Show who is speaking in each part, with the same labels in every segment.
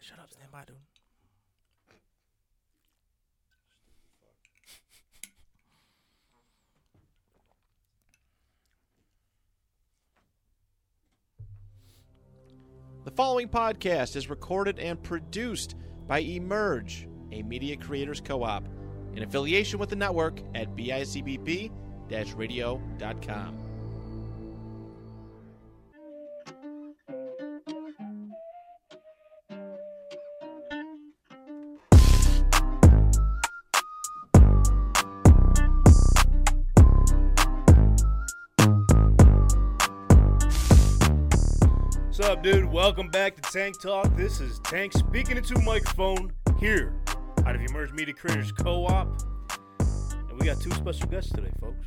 Speaker 1: Shut up, stand by, dude.
Speaker 2: The following podcast is recorded and produced by Emerge, a media creators co op, in affiliation with the network at bicbp radio.com.
Speaker 3: What's up, dude? Welcome back to Tank Talk. This is Tank speaking into a microphone here out of Emerge Media Creators Co op. And we got two special guests today, folks.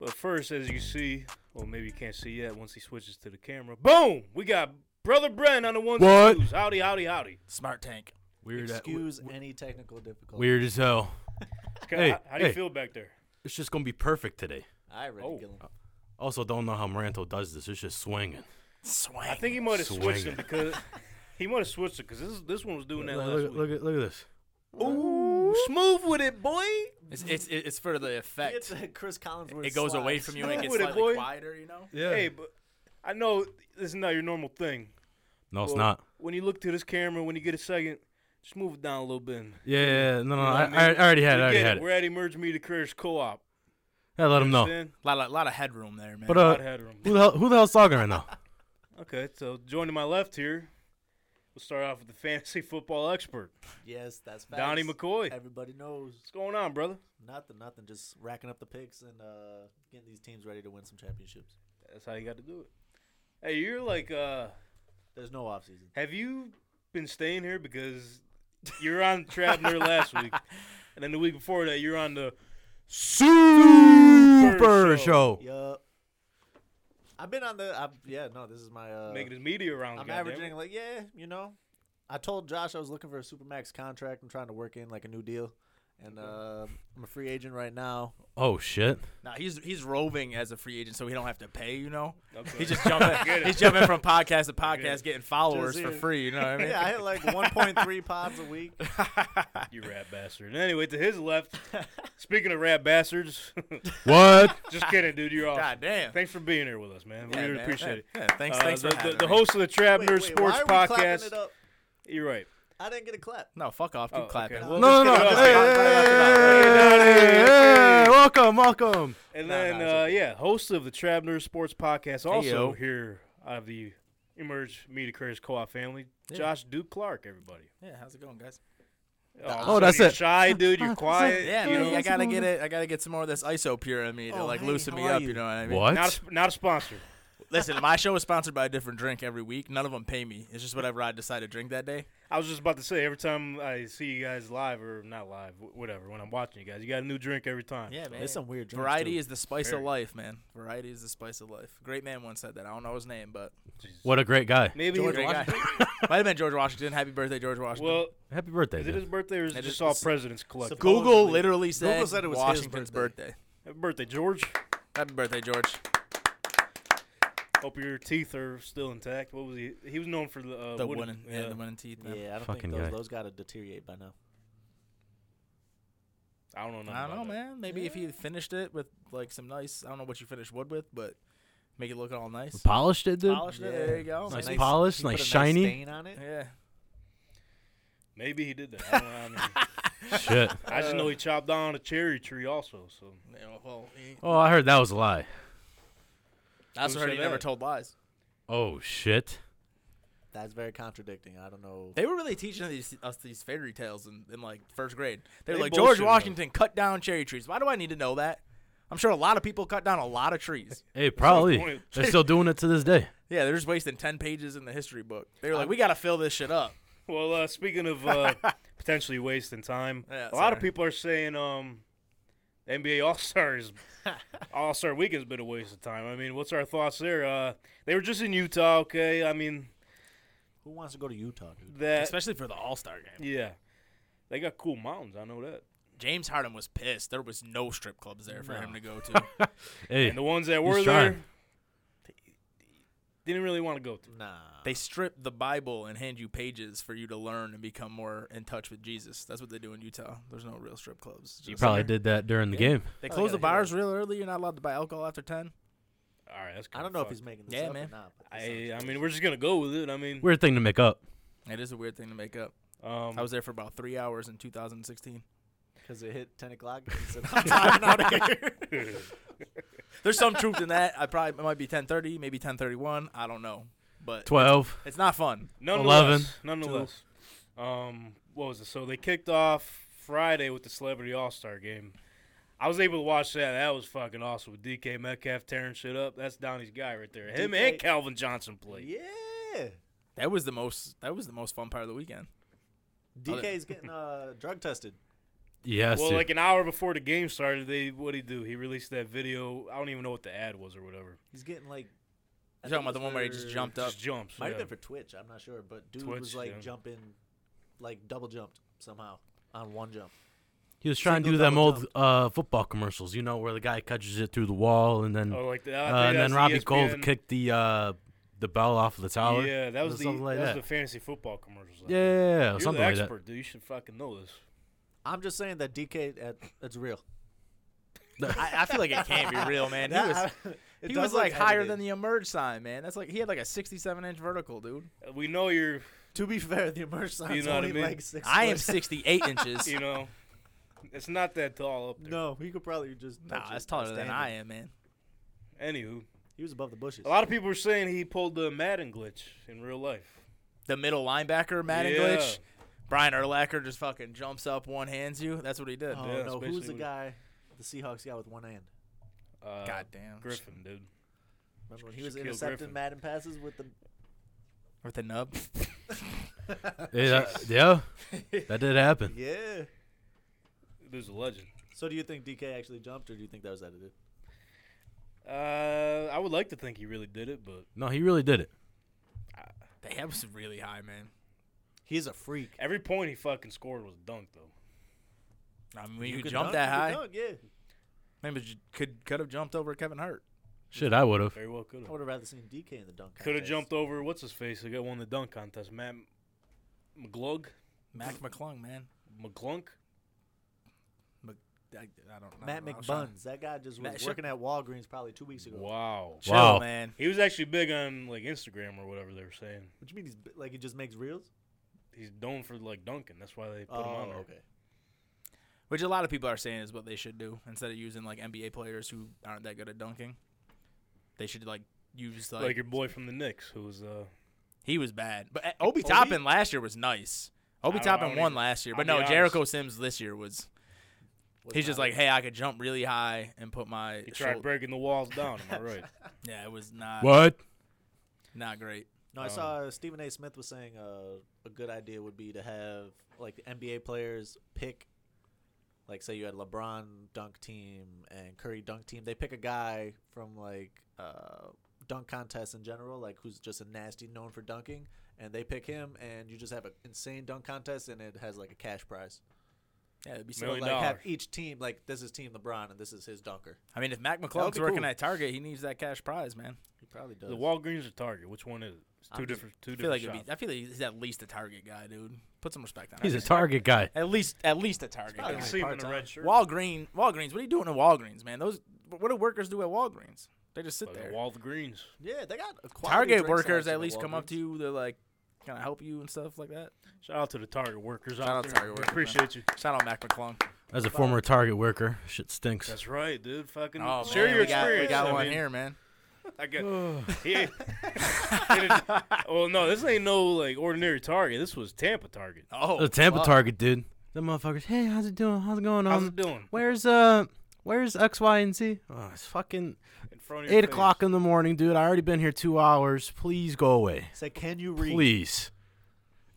Speaker 3: But first, as you see, or maybe you can't see yet once he switches to the camera, boom! We got Brother Brent on the ones
Speaker 4: What?
Speaker 3: and twos. Howdy, howdy, howdy.
Speaker 1: Smart tank.
Speaker 4: Weird, at-
Speaker 5: Excuse any technical difficulty.
Speaker 4: weird as hell.
Speaker 3: How,
Speaker 4: Hey,
Speaker 3: how, do you
Speaker 4: hey.
Speaker 3: feel back there?
Speaker 4: It's just gonna be perfect today.
Speaker 5: I Randy
Speaker 3: Oh.
Speaker 5: Gillen.
Speaker 4: Also, don't know how Maranto does this. It's just swinging.
Speaker 1: Swing.
Speaker 3: I think he might have switched
Speaker 4: Swinging.
Speaker 3: him because he might have switched it because this, this one was doing that
Speaker 4: Look,
Speaker 3: last
Speaker 4: look,
Speaker 3: week.
Speaker 4: look at, look at this.
Speaker 3: Ooh, smooth with it, boy.
Speaker 6: It's, it's it's for the
Speaker 5: It's
Speaker 6: effect.
Speaker 5: a Chris Collinsworth.
Speaker 6: It goes away
Speaker 5: slides.
Speaker 6: from you and it gets
Speaker 3: With it,
Speaker 6: slightly
Speaker 3: boy.
Speaker 6: quieter, you know.
Speaker 4: Yeah.
Speaker 3: Hey, but I know this is not your normal thing.
Speaker 4: no, it's
Speaker 3: Well,
Speaker 4: not.
Speaker 3: When you look to this camera, when you get a second, just move it down a little bit.
Speaker 4: Yeah, yeah, yeah. no, no.
Speaker 3: know
Speaker 4: I,
Speaker 3: what I
Speaker 4: I,
Speaker 3: mean?
Speaker 4: I already had it. I
Speaker 3: We
Speaker 4: already
Speaker 3: get
Speaker 4: had
Speaker 3: We're
Speaker 4: it.
Speaker 3: at Emerge Media Careers Co-op.
Speaker 4: Yeah, let him know.
Speaker 3: Understand?
Speaker 6: A lot, of, lot of headroom there, man.
Speaker 4: But
Speaker 3: I'd
Speaker 4: uh,
Speaker 3: had her on-
Speaker 4: who the hell, who the hell's talking right now?
Speaker 3: Okay, so joining my left here, we'll start off with the fantasy football expert,
Speaker 5: Yes, that's facts.
Speaker 3: Donnie McCoy. What's
Speaker 5: Everybody knows.
Speaker 3: going on, brother?
Speaker 5: Nothing, nothing. Just racking up the picks and uh, getting these teams ready to win some championships.
Speaker 3: That's how you got to do it. Hey, you're like, uh,
Speaker 5: There's no offseason.
Speaker 3: have you been staying here because you were on Traveler last week, and then the week before that you're on the
Speaker 4: Super
Speaker 3: show.
Speaker 1: Oh.
Speaker 4: show.
Speaker 5: Yup. I've been on the. I've, yeah, no, this is my. Uh,
Speaker 3: making his media round.
Speaker 5: I'm
Speaker 3: goddamn
Speaker 5: averaging
Speaker 3: it.
Speaker 5: like yeah, you know. I told Josh I was looking for a supermax contract. I'm trying to work in like a new deal, and uh, I'm a free agent right now.
Speaker 4: Oh shit.
Speaker 6: nah, he's he's roving as a free agent, so he don't have to pay, you know.
Speaker 3: Okay.
Speaker 6: He's just
Speaker 3: Get
Speaker 6: jumping.
Speaker 3: it.
Speaker 6: he's jumping from podcast to
Speaker 3: Get it.
Speaker 6: podcast, getting followers
Speaker 5: Just
Speaker 6: for
Speaker 5: here.
Speaker 6: free. You know what I mean?
Speaker 5: yeah, I hit like 1.3 pods a week.
Speaker 3: You rat bastard. And anyway, to his left, speaking of rat bastards,
Speaker 4: What?
Speaker 3: just kidding, dude. You're off.
Speaker 6: God damn.
Speaker 3: Thanks for being here with us, man.
Speaker 6: Yeah,
Speaker 3: we really
Speaker 6: man.
Speaker 3: appreciate it.
Speaker 6: Yeah, thanks,
Speaker 3: Uh,
Speaker 6: thanks
Speaker 3: the,
Speaker 6: for
Speaker 3: the-
Speaker 6: having
Speaker 3: the
Speaker 6: me.
Speaker 3: host of the Trap
Speaker 5: Wait,
Speaker 3: Nerd
Speaker 5: wait, why
Speaker 3: Sports
Speaker 5: are we clapping
Speaker 3: Podcast.
Speaker 5: it up?
Speaker 3: You're right.
Speaker 5: I didn't get a clap.
Speaker 6: No, fuck off. Keep
Speaker 3: Oh, okay.
Speaker 6: clapping.
Speaker 3: Well,
Speaker 4: No, no,
Speaker 3: let's
Speaker 4: no.
Speaker 3: get it
Speaker 4: Hey,
Speaker 3: off.
Speaker 4: hey, hey, hey, hey, welcome, welcome.
Speaker 3: And then, uh, yeah, host of the Trap Nerd Sports Podcast, also
Speaker 4: yo.
Speaker 3: here out of the Emerge Media Careers Co-op family, Josh Duke Clark, everybody.
Speaker 6: Yeah, how's it going, guys?
Speaker 3: all
Speaker 4: Oh,
Speaker 3: of a
Speaker 4: that's
Speaker 3: sudden you're
Speaker 4: it.
Speaker 3: Shy dude, you're quiet.
Speaker 6: Yeah,
Speaker 3: you
Speaker 6: man.
Speaker 3: know?
Speaker 6: I gotta get it. I gotta get some more of this ISO pure in me to
Speaker 3: Oh,
Speaker 6: like
Speaker 5: hey,
Speaker 6: loosen
Speaker 5: how
Speaker 6: me
Speaker 5: are
Speaker 6: up.
Speaker 5: you?
Speaker 6: You know what I mean?
Speaker 4: What?
Speaker 3: Not a, sp- not a sponsor.
Speaker 6: Listen, my show is sponsored by a different drink every week. None of them pay me. It's just whatever I decide to drink that day.
Speaker 3: I was just about to say every time I see you guys live or not live, wh- whatever, when I'm watching you guys, you got a new drink every time.
Speaker 6: Yeah, man.
Speaker 5: There's some weird drinks,
Speaker 6: Variety
Speaker 5: too.
Speaker 6: is the spice
Speaker 3: Very.
Speaker 6: of life, man. Variety is the spice of life. Great man once said that. I don't know his name, but
Speaker 3: Jesus.
Speaker 4: What a great guy.
Speaker 3: Maybe
Speaker 6: George
Speaker 3: he-
Speaker 6: Washington. might have been George Washington. Happy birthday, George Washington.
Speaker 3: Well,
Speaker 4: Happy birthday,
Speaker 3: is it his
Speaker 4: dude.
Speaker 3: birthday or is it
Speaker 6: It
Speaker 3: just
Speaker 6: is-
Speaker 3: all
Speaker 6: it's-
Speaker 3: presidents collective?
Speaker 5: Sup-
Speaker 6: Google
Speaker 5: supposedly-
Speaker 6: literally said,
Speaker 5: Google said it was his
Speaker 6: Washington's
Speaker 5: birthday.
Speaker 6: birthday.
Speaker 3: Happy birthday, George.
Speaker 6: Happy birthday, George.
Speaker 3: Hope your teeth are still intact. What was he? He was known for the uh,
Speaker 6: The winning,
Speaker 3: wooden-
Speaker 6: yeah, the winning teeth. Man.
Speaker 5: Yeah, I don't
Speaker 4: Fucking
Speaker 5: think those,
Speaker 4: guy.
Speaker 5: those got to deteriorate by now.
Speaker 3: I don't know. nothing
Speaker 6: I don't know,
Speaker 3: about that.
Speaker 6: man. Maybe if he finished it with like some nice, I don't know what you finish wood with, but make it look all nice.
Speaker 4: Polished it, dude.
Speaker 6: Polished it.
Speaker 5: Yeah.
Speaker 6: There you go.
Speaker 4: Nice
Speaker 6: man.
Speaker 4: polished,
Speaker 5: he
Speaker 4: nice
Speaker 5: put a
Speaker 4: shiny.
Speaker 5: stain on it.
Speaker 6: Yeah.
Speaker 3: Maybe he did that. I, don't, know, I, mean,
Speaker 4: Shit.
Speaker 3: I just know he chopped down a cherry tree also. So
Speaker 6: Yeah, Well, he,
Speaker 4: Oh, I heard that was a lie.
Speaker 6: I also
Speaker 3: Who
Speaker 6: heard
Speaker 3: said
Speaker 6: he never
Speaker 3: that?
Speaker 6: told lies.
Speaker 4: Oh shit.
Speaker 5: That's very contradicting. I don't know.
Speaker 6: They were really teaching these, us these fairy tales in, in like first grade. They were
Speaker 3: They
Speaker 6: like George
Speaker 3: bullshitting us.
Speaker 6: Washington cut down cherry trees. Why do I need to know that? I'm sure a lot of people cut down a lot of trees.
Speaker 4: Hey, probably.
Speaker 3: point.
Speaker 4: They're still doing it to this day.
Speaker 6: yeah, they're just wasting ten pages in the history book. They were like, we gotta fill this shit up.
Speaker 3: well, uh, speaking of uh, potentially wasting time,
Speaker 6: Yeah,
Speaker 3: a lot of
Speaker 6: sorry.
Speaker 3: people are saying um, NBA All Stars All Star Weekend's been a waste of time. I mean, what's our thoughts there? Uh, they were just in Utah, okay. I mean
Speaker 5: Who wants to go to Utah? Dude?
Speaker 3: that.
Speaker 6: Especially for the All Star game.
Speaker 3: yeah, they got cool mountains. I know that.
Speaker 6: James Harden was pissed. There was no strip clubs there for him to go to.
Speaker 4: Hey,
Speaker 3: And the ones that were
Speaker 4: He's
Speaker 3: there,
Speaker 4: trying.
Speaker 3: Didn't really want to go through.
Speaker 5: Nah.
Speaker 6: They strip the Bible and hand you pages for you to learn and become more in touch with Jesus. That's what they do in Utah. There's no real strip clubs.
Speaker 1: You
Speaker 6: Just-
Speaker 1: probably did that during the game.
Speaker 6: They
Speaker 5: Oh,
Speaker 6: close
Speaker 5: yeah,
Speaker 6: the
Speaker 5: they
Speaker 6: bars real early. You're not allowed to buy alcohol after ten.
Speaker 3: All right, that's.
Speaker 5: I don't
Speaker 3: kinda
Speaker 5: know if
Speaker 3: fucked.
Speaker 5: he's making this
Speaker 6: Yeah,
Speaker 5: up
Speaker 6: man.
Speaker 5: or not. but that
Speaker 3: I
Speaker 5: sounds
Speaker 3: I
Speaker 5: good.
Speaker 3: mean, we're just gonna go with it. I mean,
Speaker 1: Weird thing to make up.
Speaker 6: It is a weird thing to make up.
Speaker 3: um,
Speaker 6: I was there for about three hours in 2016.
Speaker 5: Because it hit 10 o'clock. and he said, "I'm tired out here."
Speaker 6: There's some truth in that. I probably it might be 10:30, maybe 10:31. I don't know, but
Speaker 1: Twelve.
Speaker 6: it's not fun.
Speaker 3: nonetheless, nonetheless. Um, what was it? So they kicked off Friday with the Celebrity All Star Game. I was able to watch that. That was fucking awesome with DK Metcalf tearing shit up. That's Donnie's guy right there. Him
Speaker 5: DK
Speaker 3: and Calvin Johnson played.
Speaker 5: yeah.
Speaker 6: That was the most. That was the most fun part of the weekend.
Speaker 5: DK's getting uh, drug tested.
Speaker 1: Yes.
Speaker 3: Well,
Speaker 1: dude.
Speaker 3: like an hour before the game started, they what would he do? He released that video. I don't even know what the ad was or whatever.
Speaker 5: He's getting like. I
Speaker 6: You're talking
Speaker 5: think
Speaker 6: about the
Speaker 5: it was
Speaker 6: one where he just
Speaker 5: for-
Speaker 6: jumped up.
Speaker 3: Just jumps.
Speaker 5: Might have
Speaker 3: yeah.
Speaker 5: been for Twitch. I'm not sure. But dude
Speaker 3: Twitch,
Speaker 5: was like
Speaker 3: yeah.
Speaker 5: jumping, like double jumped somehow on one jump.
Speaker 1: he was trying to do
Speaker 5: single
Speaker 1: them
Speaker 5: double
Speaker 1: old uh, football commercials, you know, where the guy catches it through the wall and then
Speaker 3: Oh, like the,
Speaker 1: uh,
Speaker 3: I think
Speaker 1: and then
Speaker 3: that's E
Speaker 1: Robbie Cole
Speaker 3: ESPN.
Speaker 1: kicked the uh, the bell off the tower.
Speaker 3: Yeah, that was the
Speaker 1: something like
Speaker 3: that,
Speaker 1: that.
Speaker 3: was the fantasy football commercials. I
Speaker 1: Yeah,
Speaker 3: think.
Speaker 1: yeah, yeah,
Speaker 3: You're
Speaker 1: something
Speaker 3: the
Speaker 1: like
Speaker 3: expert, dude. You should fucking know this.
Speaker 5: I'm just saying that DK, at, that's real.
Speaker 6: I, I feel like it can't be real, man. He
Speaker 5: That-
Speaker 6: was,
Speaker 5: I- it
Speaker 6: he
Speaker 5: does
Speaker 6: was
Speaker 5: look
Speaker 6: like higher
Speaker 5: edited.
Speaker 6: than the emerge sign, man. That's like he had like a 67 inch vertical, dude.
Speaker 3: Uh, We know you're,
Speaker 5: To be fair, the immersion
Speaker 3: You
Speaker 5: sign's
Speaker 3: know what I
Speaker 5: only
Speaker 3: mean?
Speaker 5: like six.
Speaker 6: I am
Speaker 5: foot.
Speaker 6: 68 inches.
Speaker 3: you know, it's not that tall up there.
Speaker 5: No, he could probably just. touch
Speaker 6: Nah,
Speaker 5: it
Speaker 6: that's taller than
Speaker 5: standing.
Speaker 6: I am, man.
Speaker 3: Anywho,
Speaker 5: He was above the bushes.
Speaker 3: a lot of people were saying he pulled the Madden glitch in real life.
Speaker 6: The middle linebacker, Madden
Speaker 3: Yeah.
Speaker 6: glitch. Brian Erlacher just fucking jumps up, one hands you. That's what he did.
Speaker 5: Oh
Speaker 3: Yeah,
Speaker 5: no,
Speaker 3: especially
Speaker 5: who's the
Speaker 3: when-
Speaker 5: guy? The Seahawks guy with one hand.
Speaker 3: Uh,
Speaker 6: Goddamn.
Speaker 3: Griffin, dude.
Speaker 5: Remember when he was
Speaker 3: Shaquille
Speaker 5: intercepting
Speaker 3: Griffin.
Speaker 5: Madden passes with the
Speaker 6: With the nub.
Speaker 1: that. Yeah, that- yeah, that did happen.
Speaker 5: yeah.
Speaker 3: There's a legend.
Speaker 5: So do you think DK actually jumped, or do you think that was edited?
Speaker 3: Uh, I would like to think he really did it, but
Speaker 1: No, he really did it.
Speaker 6: They was really high, man.
Speaker 5: He's a freak.
Speaker 3: every point he fucking scored was dunked though.
Speaker 6: I mean, when you,
Speaker 5: could
Speaker 6: could jump
Speaker 5: dunk,
Speaker 6: that
Speaker 5: you could
Speaker 6: high.
Speaker 5: dunk, yeah.
Speaker 6: Maybe you could could have jumped over Kevin Hart.
Speaker 1: Shit, I would have.
Speaker 3: Very well could
Speaker 5: I
Speaker 3: have.
Speaker 5: would have rather seen DK in the dunk.
Speaker 3: Could have
Speaker 5: contest.
Speaker 3: jumped over. What's his face? The guy won the dunk contest. Matt McGlug,
Speaker 6: Mac
Speaker 5: Mm.
Speaker 6: McClung, man.
Speaker 3: McClunk.
Speaker 6: I, I don't know.
Speaker 5: Matt McBuns. That guy just was
Speaker 6: Matt Sha-
Speaker 5: working at Walgreens probably two weeks ago.
Speaker 3: Wow.
Speaker 6: Chill,
Speaker 1: Wow.
Speaker 6: man.
Speaker 3: He was actually big on like Instagram or whatever they were saying.
Speaker 5: What you mean? He's bi- like he just makes reels.
Speaker 3: He's known for like dunking. That's why they put
Speaker 5: Oh,
Speaker 3: him on there.
Speaker 5: okay.
Speaker 6: Which a lot of people are saying is what they should do instead of using like NBA players who aren't that good at dunking. They should like use like,
Speaker 3: Like, your boy from the Knicks, who was uh,
Speaker 6: he was bad, but uh, Obi Toppin last year was nice. Obi
Speaker 3: I don't- I
Speaker 6: Toppin
Speaker 3: don't
Speaker 6: won
Speaker 3: even-
Speaker 6: last year,
Speaker 3: I'll
Speaker 6: but
Speaker 3: be
Speaker 6: no,
Speaker 3: honest.
Speaker 6: Jericho Sims this year was.
Speaker 5: Was
Speaker 6: He's just
Speaker 5: not-
Speaker 6: like, hey, I could jump really high and put my.
Speaker 3: he tried
Speaker 6: shoul-"
Speaker 3: breaking the walls down. Am I right?
Speaker 6: Yeah, it was not
Speaker 1: What?
Speaker 6: not great.
Speaker 5: No, I saw uh, Stephen A. Smith was saying uh, a good idea would be to have like the NBA players pick, like say you had LeBron dunk team and Curry dunk team. They pick a guy from like uh, dunk contests in general, like who's just a nasty known for dunking, and they pick him, and you just have an insane dunk contest, and it has like a cash prize.
Speaker 6: Yeah, it'd be
Speaker 5: So
Speaker 6: so
Speaker 3: Million
Speaker 5: like have
Speaker 3: dollars.
Speaker 5: each team like this is team LeBron and this is his dunker.
Speaker 6: I mean, if Mac
Speaker 5: would
Speaker 6: McClung's
Speaker 5: be
Speaker 6: working
Speaker 5: cool.
Speaker 6: at Target, he needs that cash prize, man.
Speaker 5: He probably does.
Speaker 3: the Walgreens or Target? Which one is it? It's
Speaker 5: I'm
Speaker 3: two
Speaker 5: just-
Speaker 3: different. Two
Speaker 6: I feel like
Speaker 3: different.
Speaker 6: it'd be,
Speaker 3: shops.
Speaker 6: I feel like he's at least a Target guy, dude. Put some respect on
Speaker 1: He's
Speaker 6: him.
Speaker 1: a target guy.
Speaker 6: At least, at least a Target
Speaker 5: probably
Speaker 6: guy.
Speaker 3: I can
Speaker 5: like
Speaker 3: see him in a
Speaker 5: part-time.
Speaker 3: red shirt.
Speaker 6: Walgreen, Walgreens. What are you doing at Walgreens, man? Those what do workers do at Walgreens? They just sit
Speaker 3: Like
Speaker 6: there.
Speaker 3: the Walgreens.
Speaker 5: yeah, they got a quality
Speaker 6: Target
Speaker 5: drink
Speaker 6: workers
Speaker 5: selection
Speaker 6: at least come up
Speaker 5: Walgreens.
Speaker 6: to you. They're like, "Can I help you?" and stuff like that.
Speaker 3: Shout out to the Target workers.
Speaker 6: Shout
Speaker 3: out
Speaker 6: out
Speaker 3: there.
Speaker 6: Target
Speaker 3: We
Speaker 6: workers, man.
Speaker 3: Appreciate you.
Speaker 6: Shout out Mac McClung.
Speaker 1: As a former target worker, shit stinks.
Speaker 3: That's right, dude. Fucking
Speaker 6: Oh
Speaker 3: share
Speaker 6: man,
Speaker 3: your
Speaker 6: we got, we
Speaker 3: experience.
Speaker 6: got
Speaker 3: I
Speaker 6: one
Speaker 3: mean,
Speaker 6: here, man.
Speaker 3: I got. he, well, no, this ain't no like ordinary Target. This was Tampa Target.
Speaker 6: Oh,
Speaker 1: the Tampa
Speaker 6: fuck.
Speaker 1: target, dude. Them motherfuckers. Hey, how's it doing? How's it going?
Speaker 3: How's
Speaker 1: Um,
Speaker 3: it doing?
Speaker 1: Where's uh, where's X, Y, and Z? Oh, it's fucking
Speaker 3: In front of your
Speaker 1: eight
Speaker 3: face.
Speaker 1: o'clock in the morning, dude. I already been here two hours. Please go away.
Speaker 5: Say, can you read?
Speaker 1: Please.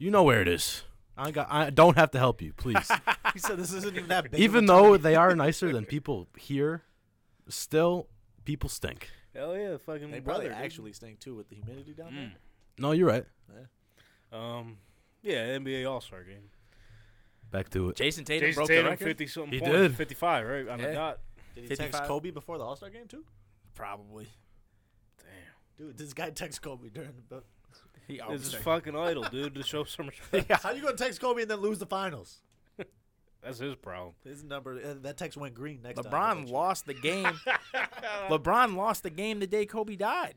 Speaker 1: You know where it is. I got. I don't have to help you, please.
Speaker 5: He said this isn't even that big. of a
Speaker 1: Even though they are nicer than people here, still people stink.
Speaker 3: Hell yeah, fucking.
Speaker 5: They
Speaker 3: brother,
Speaker 5: probably Mm.
Speaker 3: dude.
Speaker 5: actually stink too with the humidity down there.
Speaker 1: No, you're right.
Speaker 3: Um, yeah, NBA All Star game.
Speaker 1: Back to it.
Speaker 6: Jason Tatum
Speaker 3: Jason
Speaker 6: broke the
Speaker 3: Tatum,
Speaker 6: record.
Speaker 3: fifty something.
Speaker 1: He
Speaker 3: points,
Speaker 1: did.
Speaker 3: fifty five, right? On the
Speaker 6: Yeah.
Speaker 3: dot.
Speaker 5: Did he
Speaker 6: 55?
Speaker 5: text Kobe before the All Star game too?
Speaker 6: Probably.
Speaker 3: Damn.
Speaker 5: Dude, this guy text Kobe during the. bu-
Speaker 6: He
Speaker 3: This is
Speaker 6: always
Speaker 3: fucking idol, dude. To show some respect.
Speaker 5: Yeah. How you gonna text Kobe and then lose the finals?
Speaker 3: That's his problem.
Speaker 5: His number uh, that text went green next time.
Speaker 6: LeBron lost the game. LeBron lost the game the day Kobe died.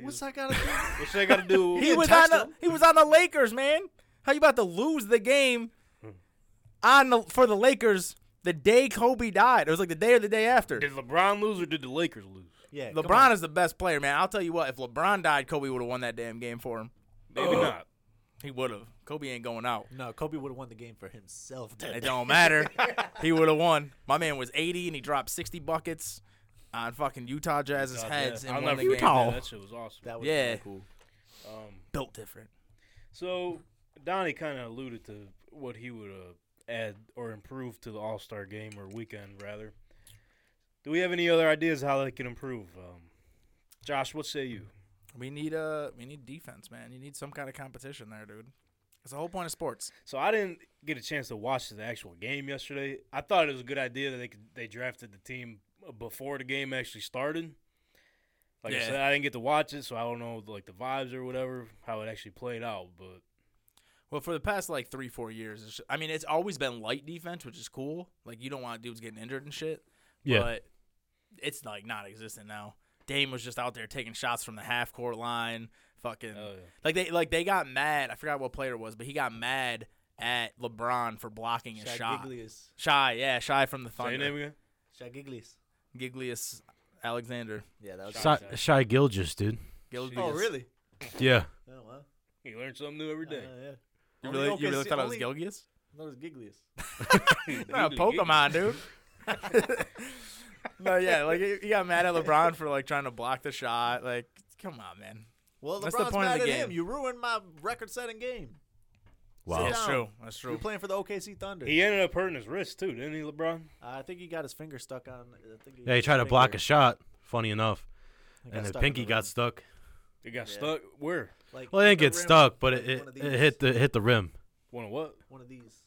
Speaker 5: What's that gotta do?
Speaker 3: What's that got to do?
Speaker 6: He was on
Speaker 5: text
Speaker 6: the
Speaker 5: him.
Speaker 6: he was on the Lakers, man. How you about to lose the game on the for the Lakers the day Kobe died? It was like the day or the day after.
Speaker 3: Did LeBron lose or did the Lakers lose?
Speaker 5: yeah, come
Speaker 6: LeBron
Speaker 5: on.
Speaker 6: is the best player, man. I'll tell you what, if LeBron died, Kobe would have won that damn game for him.
Speaker 3: Maybe not.
Speaker 6: He would have. Kobe ain't going out.
Speaker 5: No, Kobe would have won the game for himself.
Speaker 6: It don't matter. he would have won. My man was 80 and he dropped 60 buckets on fucking Utah Jazz's
Speaker 3: God,
Speaker 6: heads
Speaker 3: yeah.
Speaker 6: and
Speaker 3: I'll
Speaker 6: won
Speaker 3: never
Speaker 6: the
Speaker 3: forget
Speaker 6: game.
Speaker 3: That. that shit was awesome.
Speaker 5: That was
Speaker 6: Yeah.
Speaker 5: yeah. cool.
Speaker 3: Um,
Speaker 6: Built different.
Speaker 3: so Donnie kind of alluded to what he would uh, add or improve to the All Star game or weekend, rather. Do we have any other ideas how they can improve? Um, Josh, what say you?
Speaker 6: We need uh we need defense, man. You need some kind of competition there, dude. It's the whole point of sports.
Speaker 3: So I didn't get a chance to watch the actual game yesterday. I thought it was a good idea that they could, they drafted the team before the game actually started. Like I
Speaker 6: Yeah.
Speaker 3: said, I didn't get to watch it, so I don't know like the vibes or whatever how it actually played out. But
Speaker 6: Well, for the past like three, four years, it's, I mean, it's always been light defense, which is cool. Like you don't want dudes getting injured and shit.
Speaker 3: Yeah.
Speaker 6: But it's like non-existent now. Dame was just out there taking shots from the half court line. Fucking
Speaker 3: Oh, yeah.
Speaker 6: like they like they got mad. I forgot what player it was, but he got mad at LeBron for blocking his shot.
Speaker 5: Shaq Giglius.
Speaker 6: Shy, yeah, shy from the
Speaker 3: say your name
Speaker 6: Thunder.
Speaker 3: again.
Speaker 5: Shaq Giglius.
Speaker 6: Giglius Alexander.
Speaker 5: Yeah, that was.
Speaker 1: Shy, Shy Gilgis, dude.
Speaker 5: oh
Speaker 6: Gilgeous.
Speaker 5: really?
Speaker 1: Yeah.
Speaker 5: Oh wow.
Speaker 3: You learn something new every
Speaker 5: Uh, yeah.
Speaker 3: day.
Speaker 6: You
Speaker 5: Only
Speaker 6: really, you really
Speaker 5: OKC
Speaker 6: thought it was
Speaker 5: only-
Speaker 6: Gilgeous?
Speaker 5: That was Giglius.
Speaker 6: Not a Pokemon, dude. no, yeah, like he he got mad at LeBron for like trying to block the shot. Like, come on, man.
Speaker 5: Well,
Speaker 6: That's
Speaker 5: LeBron's
Speaker 6: the point of
Speaker 5: mad
Speaker 6: the
Speaker 5: at
Speaker 6: game.
Speaker 5: him. You ruined my record-setting game.
Speaker 1: Wow.
Speaker 5: down.
Speaker 6: That's
Speaker 5: You're playing for the OKC Thunder.
Speaker 3: He ended up hurting his wrist too, didn't he, LeBron?
Speaker 5: I think he got his finger stuck on. I think he
Speaker 1: Yeah, he tried to block a shot. Funny enough, and his pinky got
Speaker 5: stuck.
Speaker 1: stuck.
Speaker 3: It got stuck. Where?
Speaker 5: in the rim. Like,
Speaker 1: Well, it didn't
Speaker 5: the
Speaker 1: get
Speaker 5: rim,
Speaker 1: stuck, but it,
Speaker 5: like
Speaker 1: it,
Speaker 5: one of
Speaker 1: it
Speaker 5: these-
Speaker 1: hit the hit the rim.
Speaker 3: One of what?
Speaker 5: one of these.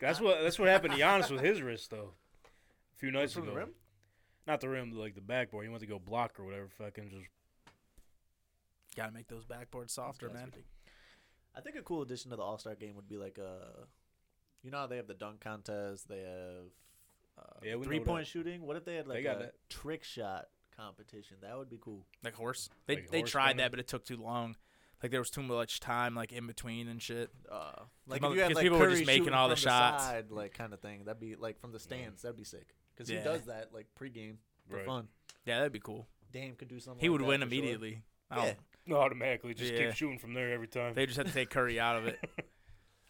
Speaker 3: That's what. That's what happened to Giannis with his wrist though. A few nights
Speaker 5: From
Speaker 3: ago.
Speaker 5: the rim?
Speaker 3: Not the rim, like the backboard. He went to go block or whatever. Fucking just
Speaker 6: Gotta make those backboards softer,
Speaker 5: That's
Speaker 6: man.
Speaker 5: I think a cool addition to the All Star game would be like a, you know, how they have the dunk contest. They have uh,
Speaker 3: Yeah, we know that.
Speaker 5: three point shooting. What if they had like
Speaker 3: got
Speaker 5: a
Speaker 3: that.
Speaker 5: trick shot competition? That would be cool.
Speaker 6: Like horse. They
Speaker 3: Like
Speaker 6: they
Speaker 3: horse
Speaker 6: tried
Speaker 3: kinda.
Speaker 6: that, but it took too long. Like there was too much time, like in between and shit.
Speaker 5: Uh, like if
Speaker 6: mother-
Speaker 5: you had
Speaker 6: 'cause
Speaker 5: like
Speaker 6: people were
Speaker 5: Curry
Speaker 6: just making
Speaker 5: shooting
Speaker 6: all the
Speaker 5: from
Speaker 6: shots.
Speaker 5: side, like kind of thing. That'd be like from the stands. That'd be sick because
Speaker 6: Yeah.
Speaker 5: he does that like pregame for
Speaker 3: Right.
Speaker 5: fun.
Speaker 6: Yeah, that'd be cool.
Speaker 5: Dame could do something.
Speaker 6: He
Speaker 5: like
Speaker 6: would
Speaker 5: that
Speaker 6: win
Speaker 5: for sure.
Speaker 6: immediately. I
Speaker 5: Yeah.
Speaker 6: don't-
Speaker 3: automatically just
Speaker 6: Yeah.
Speaker 3: keep shooting from there every time.
Speaker 6: They just had to take Curry out of it.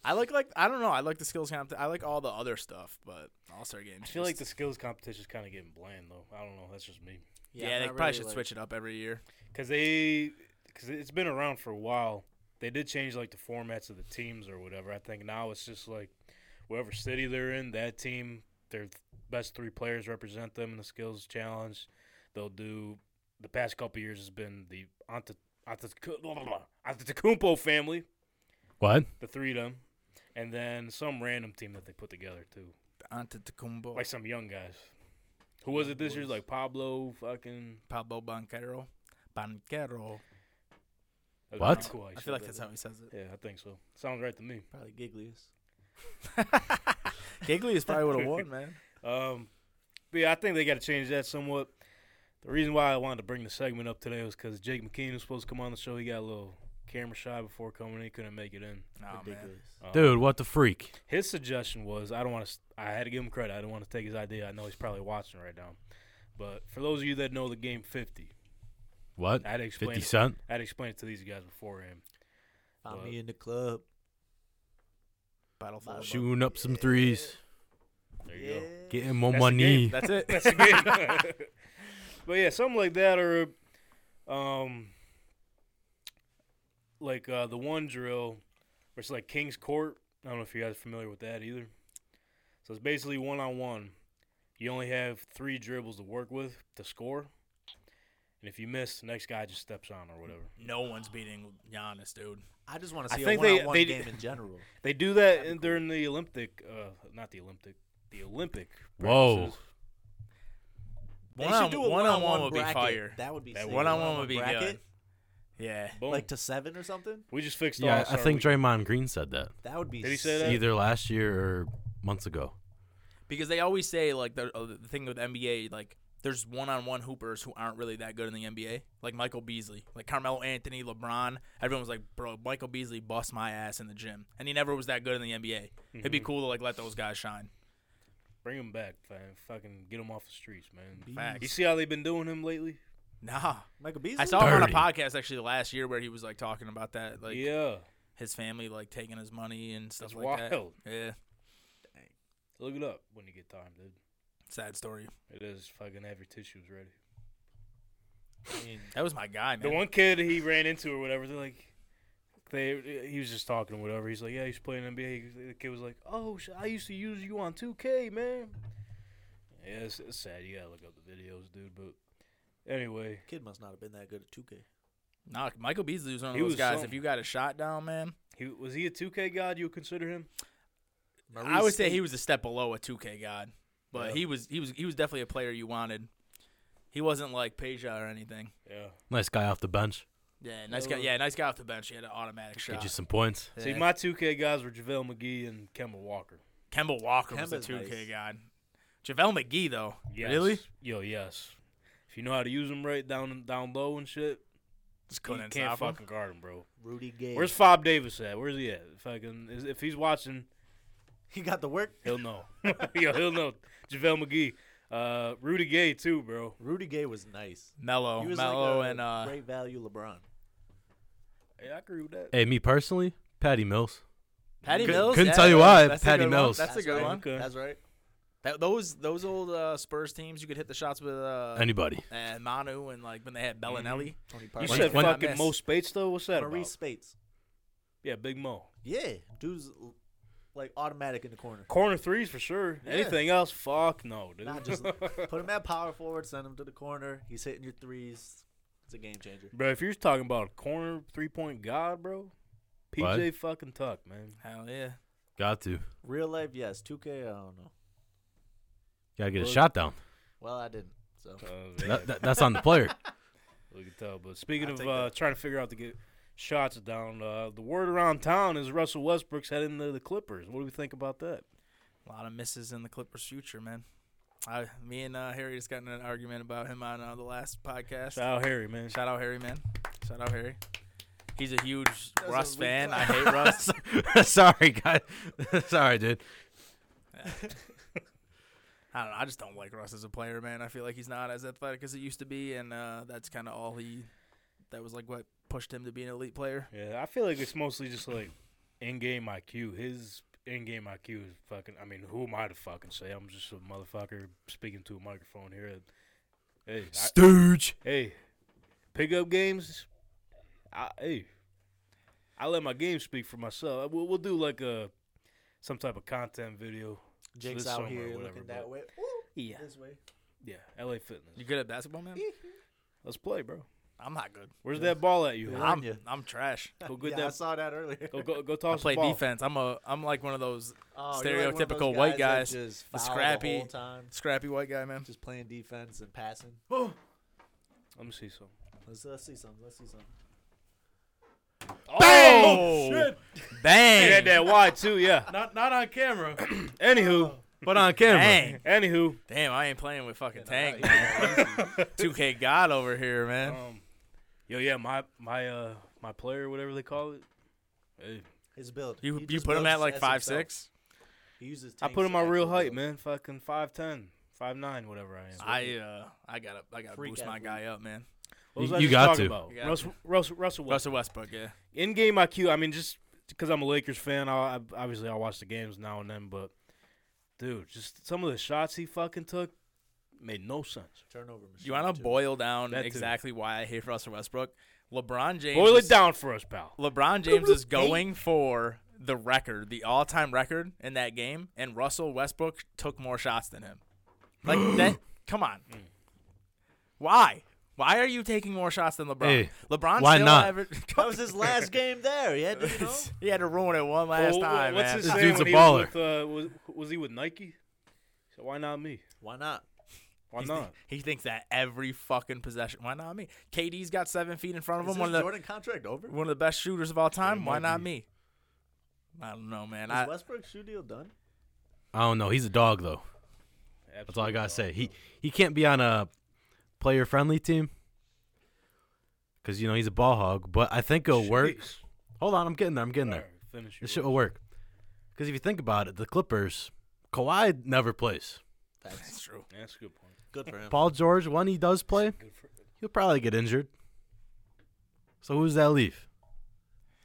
Speaker 6: I like like I don't know. I like the skills comp. I like all the other stuff, but All Star games.
Speaker 3: I feel like
Speaker 6: just-
Speaker 3: the skills competition's kind of getting bland though. I don't know. That's just me.
Speaker 6: Yeah, they
Speaker 5: I'm not
Speaker 6: probably
Speaker 5: really,
Speaker 6: should
Speaker 5: like-
Speaker 6: switch it up every year.
Speaker 3: Cause they, cause it's been around for a while. They did change like the formats of the teams or whatever. I think now it's just like whatever city they're in, that team, their best three players represent them in the skills challenge. They'll do. The past couple years has been the Ante- Antetokounmpo blah, blah, blah, Antetokounmpo family,
Speaker 1: What?
Speaker 3: the three of them, and then some random team that they put together too,
Speaker 6: Antetokounmpo,
Speaker 3: like some young guys. Who was it this year? Like Pablo, fucking
Speaker 6: Pablo Banquero, Banquero.
Speaker 3: that was
Speaker 1: What?
Speaker 3: pretty cool,
Speaker 6: I
Speaker 3: actually.
Speaker 6: feel like that's how he says it.
Speaker 3: yeah, I think so. Sounds right to me.
Speaker 5: Probably Giglius.
Speaker 6: Gigley is probably would have won, man.
Speaker 3: Um, but yeah, I think they got to change that somewhat. The reason why I wanted to bring the segment up today was because Jake McKean was supposed to come on the show. He got a little camera shy before coming in. He couldn't make it in.
Speaker 6: Nah, Oh, man.
Speaker 5: Ridiculous.
Speaker 3: Um,
Speaker 1: Dude, what the freak?
Speaker 3: His suggestion was I don't want to. I had to give him credit. I don't want to take his idea. I know he's probably watching right now. But for those of you that know the game 50,
Speaker 1: What?
Speaker 3: I had to explain
Speaker 1: Fifty
Speaker 3: it.
Speaker 1: Cent?
Speaker 3: I had to explain it to these guys beforehand.
Speaker 5: Found
Speaker 3: But-
Speaker 5: me in the club.
Speaker 6: Battle for
Speaker 5: Battle-
Speaker 1: Shooting up some threes.
Speaker 3: There you
Speaker 5: Yeah.
Speaker 3: go.
Speaker 1: Getting more
Speaker 3: That's the game.
Speaker 1: money.
Speaker 6: That's it.
Speaker 3: That's a game. but yeah, something like that, or um, like uh, the one drill, where it's like King's Court. I don't know if you guys are familiar with that either. So it's basically one on one. You only have three dribbles to work with to score, and if you miss, the next guy just steps on or whatever.
Speaker 6: No one's beating Giannis, dude.
Speaker 5: I just want
Speaker 3: I
Speaker 5: to see a
Speaker 3: think they-
Speaker 5: one-on-one
Speaker 3: they-
Speaker 5: game in general.
Speaker 3: They do that in, during the Olympic, uh, not the Olympic, the Olympic.
Speaker 1: Whoa.
Speaker 3: practices.
Speaker 5: They
Speaker 6: One on-
Speaker 5: should do a
Speaker 6: one on
Speaker 5: one-on-one
Speaker 6: one would be
Speaker 5: bracket.
Speaker 6: fire.
Speaker 5: That would be
Speaker 3: That
Speaker 5: sick.
Speaker 6: one on one would be
Speaker 5: bracket,
Speaker 6: good. Yeah.
Speaker 3: Boom.
Speaker 5: like to seven or something.
Speaker 3: we just fixed all.
Speaker 1: Yeah, I think Draymond Green said that
Speaker 5: That would be.
Speaker 3: Did he say
Speaker 5: sick.
Speaker 3: that?
Speaker 1: either last year or months ago.
Speaker 6: Because they always say like the, uh, the thing with NBA like there's one-on-one hoopers who aren't really that good in the NBA, like Michael Beasley, like Carmelo Anthony, LeBron. Everyone was like, "Bro, Michael Beasley bust my ass in the gym," and he never was that good in the NBA. It'd
Speaker 3: Mhm.
Speaker 6: be cool to like let those guys shine.
Speaker 3: Bring him back, fam. Fucking get him off the streets, man.
Speaker 6: Facts.
Speaker 3: You see how they've been doing him lately?
Speaker 6: Nah,
Speaker 5: Michael Beasley.
Speaker 6: I saw him on a
Speaker 1: Dirty.
Speaker 6: podcast actually last year where he was like talking about that, like
Speaker 3: yeah.
Speaker 6: his family like taking his money and stuff
Speaker 3: That's
Speaker 6: like
Speaker 3: wild.
Speaker 6: that. Yeah,
Speaker 3: Look it up when you get time, dude.
Speaker 6: sad story.
Speaker 3: It is fucking have your tissues ready.
Speaker 6: That was my guy,
Speaker 3: The
Speaker 6: man.
Speaker 3: one kid he ran into or whatever, they're like, they he was just talking or whatever. He's like, yeah, he's playing NBA. He- The kid was like, oh, sh- I used to use you on 2K, man. Yeah, it's, it's sad. You gotta look up the videos, dude. But anyway,
Speaker 5: Kid must not have been that good at 2K.
Speaker 6: Nah, Michael Beasley was one of
Speaker 3: He
Speaker 6: those
Speaker 3: was
Speaker 6: guys.
Speaker 3: some-
Speaker 6: If you got a shot down, man,
Speaker 3: he was he a 2K god? You would consider him?
Speaker 6: I would say he was a step below a 2K god, but
Speaker 3: Yeah.
Speaker 6: he was he was he was definitely a player you wanted. He wasn't like Peja or anything.
Speaker 3: Yeah.
Speaker 1: Nice guy off the bench.
Speaker 6: Yeah, nice guy. Yeah, nice guy off the bench. He had an automatic
Speaker 1: Get
Speaker 6: shot.
Speaker 1: you some points.
Speaker 6: Yeah.
Speaker 3: See, my 2K guys were JaVale McGee and Kemba Walker.
Speaker 6: Kemba Walker was a
Speaker 5: Kemba's
Speaker 6: 2K
Speaker 5: nice.
Speaker 6: god. JaVale McGee though.
Speaker 3: Yes.
Speaker 6: Really?
Speaker 3: Yo, yes. If you know how to use them right down down low and shit,
Speaker 6: Just
Speaker 3: you
Speaker 6: couldn't
Speaker 3: can't
Speaker 6: stop him.
Speaker 3: fucking guard him, bro.
Speaker 5: Rudy Gay.
Speaker 3: Where's Fob Davis at? Where's he at? Fucking, is- if he's watching,
Speaker 5: he got the work.
Speaker 3: he'll know. Yo, he'll know. JaVale McGee, uh, Rudy Gay too, bro.
Speaker 5: Rudy Gay was nice.
Speaker 6: Mello,
Speaker 5: He was
Speaker 6: Mello,
Speaker 5: like a
Speaker 6: Oh, and uh,
Speaker 5: great value LeBron.
Speaker 3: Hey, I agree with that.
Speaker 1: Hey, me personally, Patty Mills.
Speaker 6: Patty
Speaker 1: Couldn't-
Speaker 6: Mills.
Speaker 1: couldn't
Speaker 6: yeah,
Speaker 1: tell you
Speaker 6: that's-
Speaker 1: why,
Speaker 6: that's a
Speaker 1: Patty
Speaker 6: good one.
Speaker 1: Mills.
Speaker 6: That's a good
Speaker 5: right.
Speaker 6: one.
Speaker 3: Okay.
Speaker 5: That's right.
Speaker 6: That- those those old uh, Spurs teams, you could hit the shots with uh,
Speaker 1: Anybody.
Speaker 6: and Manu, and like when they had Bellinelli.
Speaker 5: Tony
Speaker 3: You
Speaker 1: When-
Speaker 5: Parker.
Speaker 3: said
Speaker 1: when-
Speaker 3: fucking
Speaker 6: miss.
Speaker 3: Mo Spates though. What's that
Speaker 5: Maurice
Speaker 3: about?
Speaker 5: Spates.
Speaker 3: Yeah, Big Mo.
Speaker 5: Yeah, dude's l- like automatic in the corner.
Speaker 3: Corner threes for sure.
Speaker 5: Yeah.
Speaker 3: Anything else? Fuck no, dude.
Speaker 5: Not just put him at power forward, send him to the corner. He's hitting your threes. It's a game changer.
Speaker 3: bro. If you're talking about a corner three point god, bro, PJ fucking Tuck, man.
Speaker 6: Hell yeah.
Speaker 1: Got to.
Speaker 5: Real life, yes. 2K, I don't know.
Speaker 1: Gotta get a
Speaker 3: Well-
Speaker 1: shot down.
Speaker 5: Well, I didn't. So
Speaker 3: Uh, yeah,
Speaker 1: That, that, that's on the player.
Speaker 3: we can tell. But speaking
Speaker 5: I'll
Speaker 3: of
Speaker 5: take
Speaker 3: uh,
Speaker 5: that.
Speaker 3: trying to figure out to get shots down, uh, the word around town is Russell Westbrook's heading to the Clippers. What do we think about that?
Speaker 6: A lot of misses in the Clippers' future, man. I, me and uh, Harry just got in an argument about him on uh, the last podcast.
Speaker 3: Shout out Harry, man.
Speaker 6: Shout out Harry, man. Shout out Harry. He's a huge
Speaker 5: was
Speaker 6: Russ
Speaker 5: a weak
Speaker 6: fan. I
Speaker 5: laugh.
Speaker 6: hate Russ.
Speaker 1: Sorry, guy. Sorry, dude.
Speaker 6: I don't know. I just don't like Russ as a player, man. I feel like he's not as athletic as he used to be, and uh, that's kind of all he. That was like what pushed him to be an elite player.
Speaker 3: Yeah, I feel like it's mostly just like in-game IQ. His in-game IQ is fucking. I mean, who am I to fucking say? I'm just a motherfucker speaking to a microphone here. Hey, I,
Speaker 1: Stooge.
Speaker 3: hey, pickup games. I, hey, I let my game speak for myself. We'll, we'll do like a some type of content video.
Speaker 5: Jake's
Speaker 3: this
Speaker 5: out
Speaker 3: summer or
Speaker 5: here
Speaker 3: whatever,
Speaker 5: looking that
Speaker 3: but-
Speaker 5: way. Ooh,
Speaker 6: Yeah.
Speaker 5: This way.
Speaker 3: Yeah, LA Fitness.
Speaker 6: You good at basketball, man?
Speaker 3: Let's play, bro.
Speaker 6: I'm not good.
Speaker 3: Where's that ball at you?
Speaker 5: Yeah.
Speaker 3: Hawk?
Speaker 6: I'm
Speaker 5: ya.
Speaker 6: I'm trash.
Speaker 3: Go get
Speaker 5: yeah, I
Speaker 3: that.
Speaker 5: saw that earlier.
Speaker 3: Go go go
Speaker 6: I
Speaker 3: toss
Speaker 6: play
Speaker 3: the ball.
Speaker 6: defense. I'm a I'm like one of those
Speaker 5: Oh, you're like one of those
Speaker 6: Stereotypical white
Speaker 5: guys that
Speaker 6: guys,
Speaker 5: just
Speaker 6: the
Speaker 5: foul the
Speaker 6: scrappy-
Speaker 5: whole time,
Speaker 6: scrappy white guy, man.
Speaker 5: just playing defense and passing.
Speaker 3: Let me see some.
Speaker 5: Let's, let's see something. Let's see something.
Speaker 6: Bang! Bang!
Speaker 3: He had that wide too. Yeah.
Speaker 4: Not not on camera.
Speaker 3: Anywho,
Speaker 1: But on camera.
Speaker 6: Dang.
Speaker 3: anywho.
Speaker 6: Damn, I ain't playing with fucking Tank.
Speaker 5: Yeah,
Speaker 6: man. 2K God over here, man.
Speaker 5: Oh.
Speaker 3: Um, yo, yeah, my my uh my player, whatever they call it. Hey,
Speaker 5: His build.
Speaker 6: You
Speaker 5: He
Speaker 6: you
Speaker 5: just
Speaker 6: put him at
Speaker 5: builds
Speaker 6: like
Speaker 5: as
Speaker 6: five
Speaker 5: himself.
Speaker 6: six.
Speaker 5: He uses.
Speaker 3: I put
Speaker 5: tanks
Speaker 3: him my
Speaker 5: to
Speaker 3: real
Speaker 5: actually
Speaker 3: height,
Speaker 5: build.
Speaker 3: man. Fucking 5'10", 5'9", whatever I am.
Speaker 6: I uh I gotta I gotta
Speaker 5: Freak
Speaker 6: boost my
Speaker 5: athlete.
Speaker 6: guy up, man.
Speaker 3: What was
Speaker 1: You-
Speaker 3: I
Speaker 1: you
Speaker 3: just
Speaker 1: got
Speaker 3: talking
Speaker 1: to.
Speaker 3: about?
Speaker 6: You got
Speaker 3: Russell, Russell Russell Westbrook.
Speaker 6: Russell Westbrook, yeah.
Speaker 3: In game IQ. I mean, just because I'm a Lakers fan, I obviously I watch the games now and then, but dude, just some of the shots he fucking took made no sense.
Speaker 5: Turnover machine.
Speaker 6: You want to
Speaker 5: too.
Speaker 6: boil down
Speaker 3: That too.
Speaker 6: exactly why I hate Russell Westbrook? LeBron James.
Speaker 3: Boil it
Speaker 6: is-
Speaker 3: down for us, pal.
Speaker 6: LeBron James is going for the record, the all-time record in that game, and Russell Westbrook took more shots than him. Like that. Come on. Why? Why are you taking more shots than LeBron?
Speaker 1: Hey,
Speaker 6: LeBron
Speaker 1: why
Speaker 6: still
Speaker 1: not?
Speaker 6: aver-
Speaker 5: That was his last game there. Yeah, did you know?
Speaker 6: he had to ruin it one last
Speaker 3: Well,
Speaker 6: time,
Speaker 3: what's
Speaker 6: man.
Speaker 3: his
Speaker 1: This
Speaker 3: saying
Speaker 1: dude's a
Speaker 3: when he was
Speaker 1: baller.
Speaker 3: with, uh, was, was he with Nike? So why not me?
Speaker 5: Why not?
Speaker 3: Why
Speaker 6: He's-
Speaker 3: not?
Speaker 6: He thinks that every fucking possession. Why not me? KD's got seven feet in front of
Speaker 5: Is
Speaker 6: him. One
Speaker 5: his
Speaker 6: of the
Speaker 5: Jordan contract over?
Speaker 6: one of the best shooters of all time. Why
Speaker 3: might
Speaker 6: not
Speaker 3: be.
Speaker 6: me? I don't know, man.
Speaker 5: Is
Speaker 6: I,
Speaker 5: Westbrook's shoe deal done?
Speaker 1: I don't know. He's a dog though. That's all I gotta say. He he can't be on a player friendly team because you know he's a ball hog. But I think it'll work. Hold on, I'm getting there. I'm getting there.
Speaker 3: Finish your
Speaker 1: This shit will work. Because if you think about it, the Clippers, Kawhi never plays.
Speaker 5: That's
Speaker 6: it's true.
Speaker 3: Yeah, That's a good point.
Speaker 5: good for him.
Speaker 1: Paul George, when he does play,
Speaker 3: uh,
Speaker 1: he'll probably get injured. So who's that leave?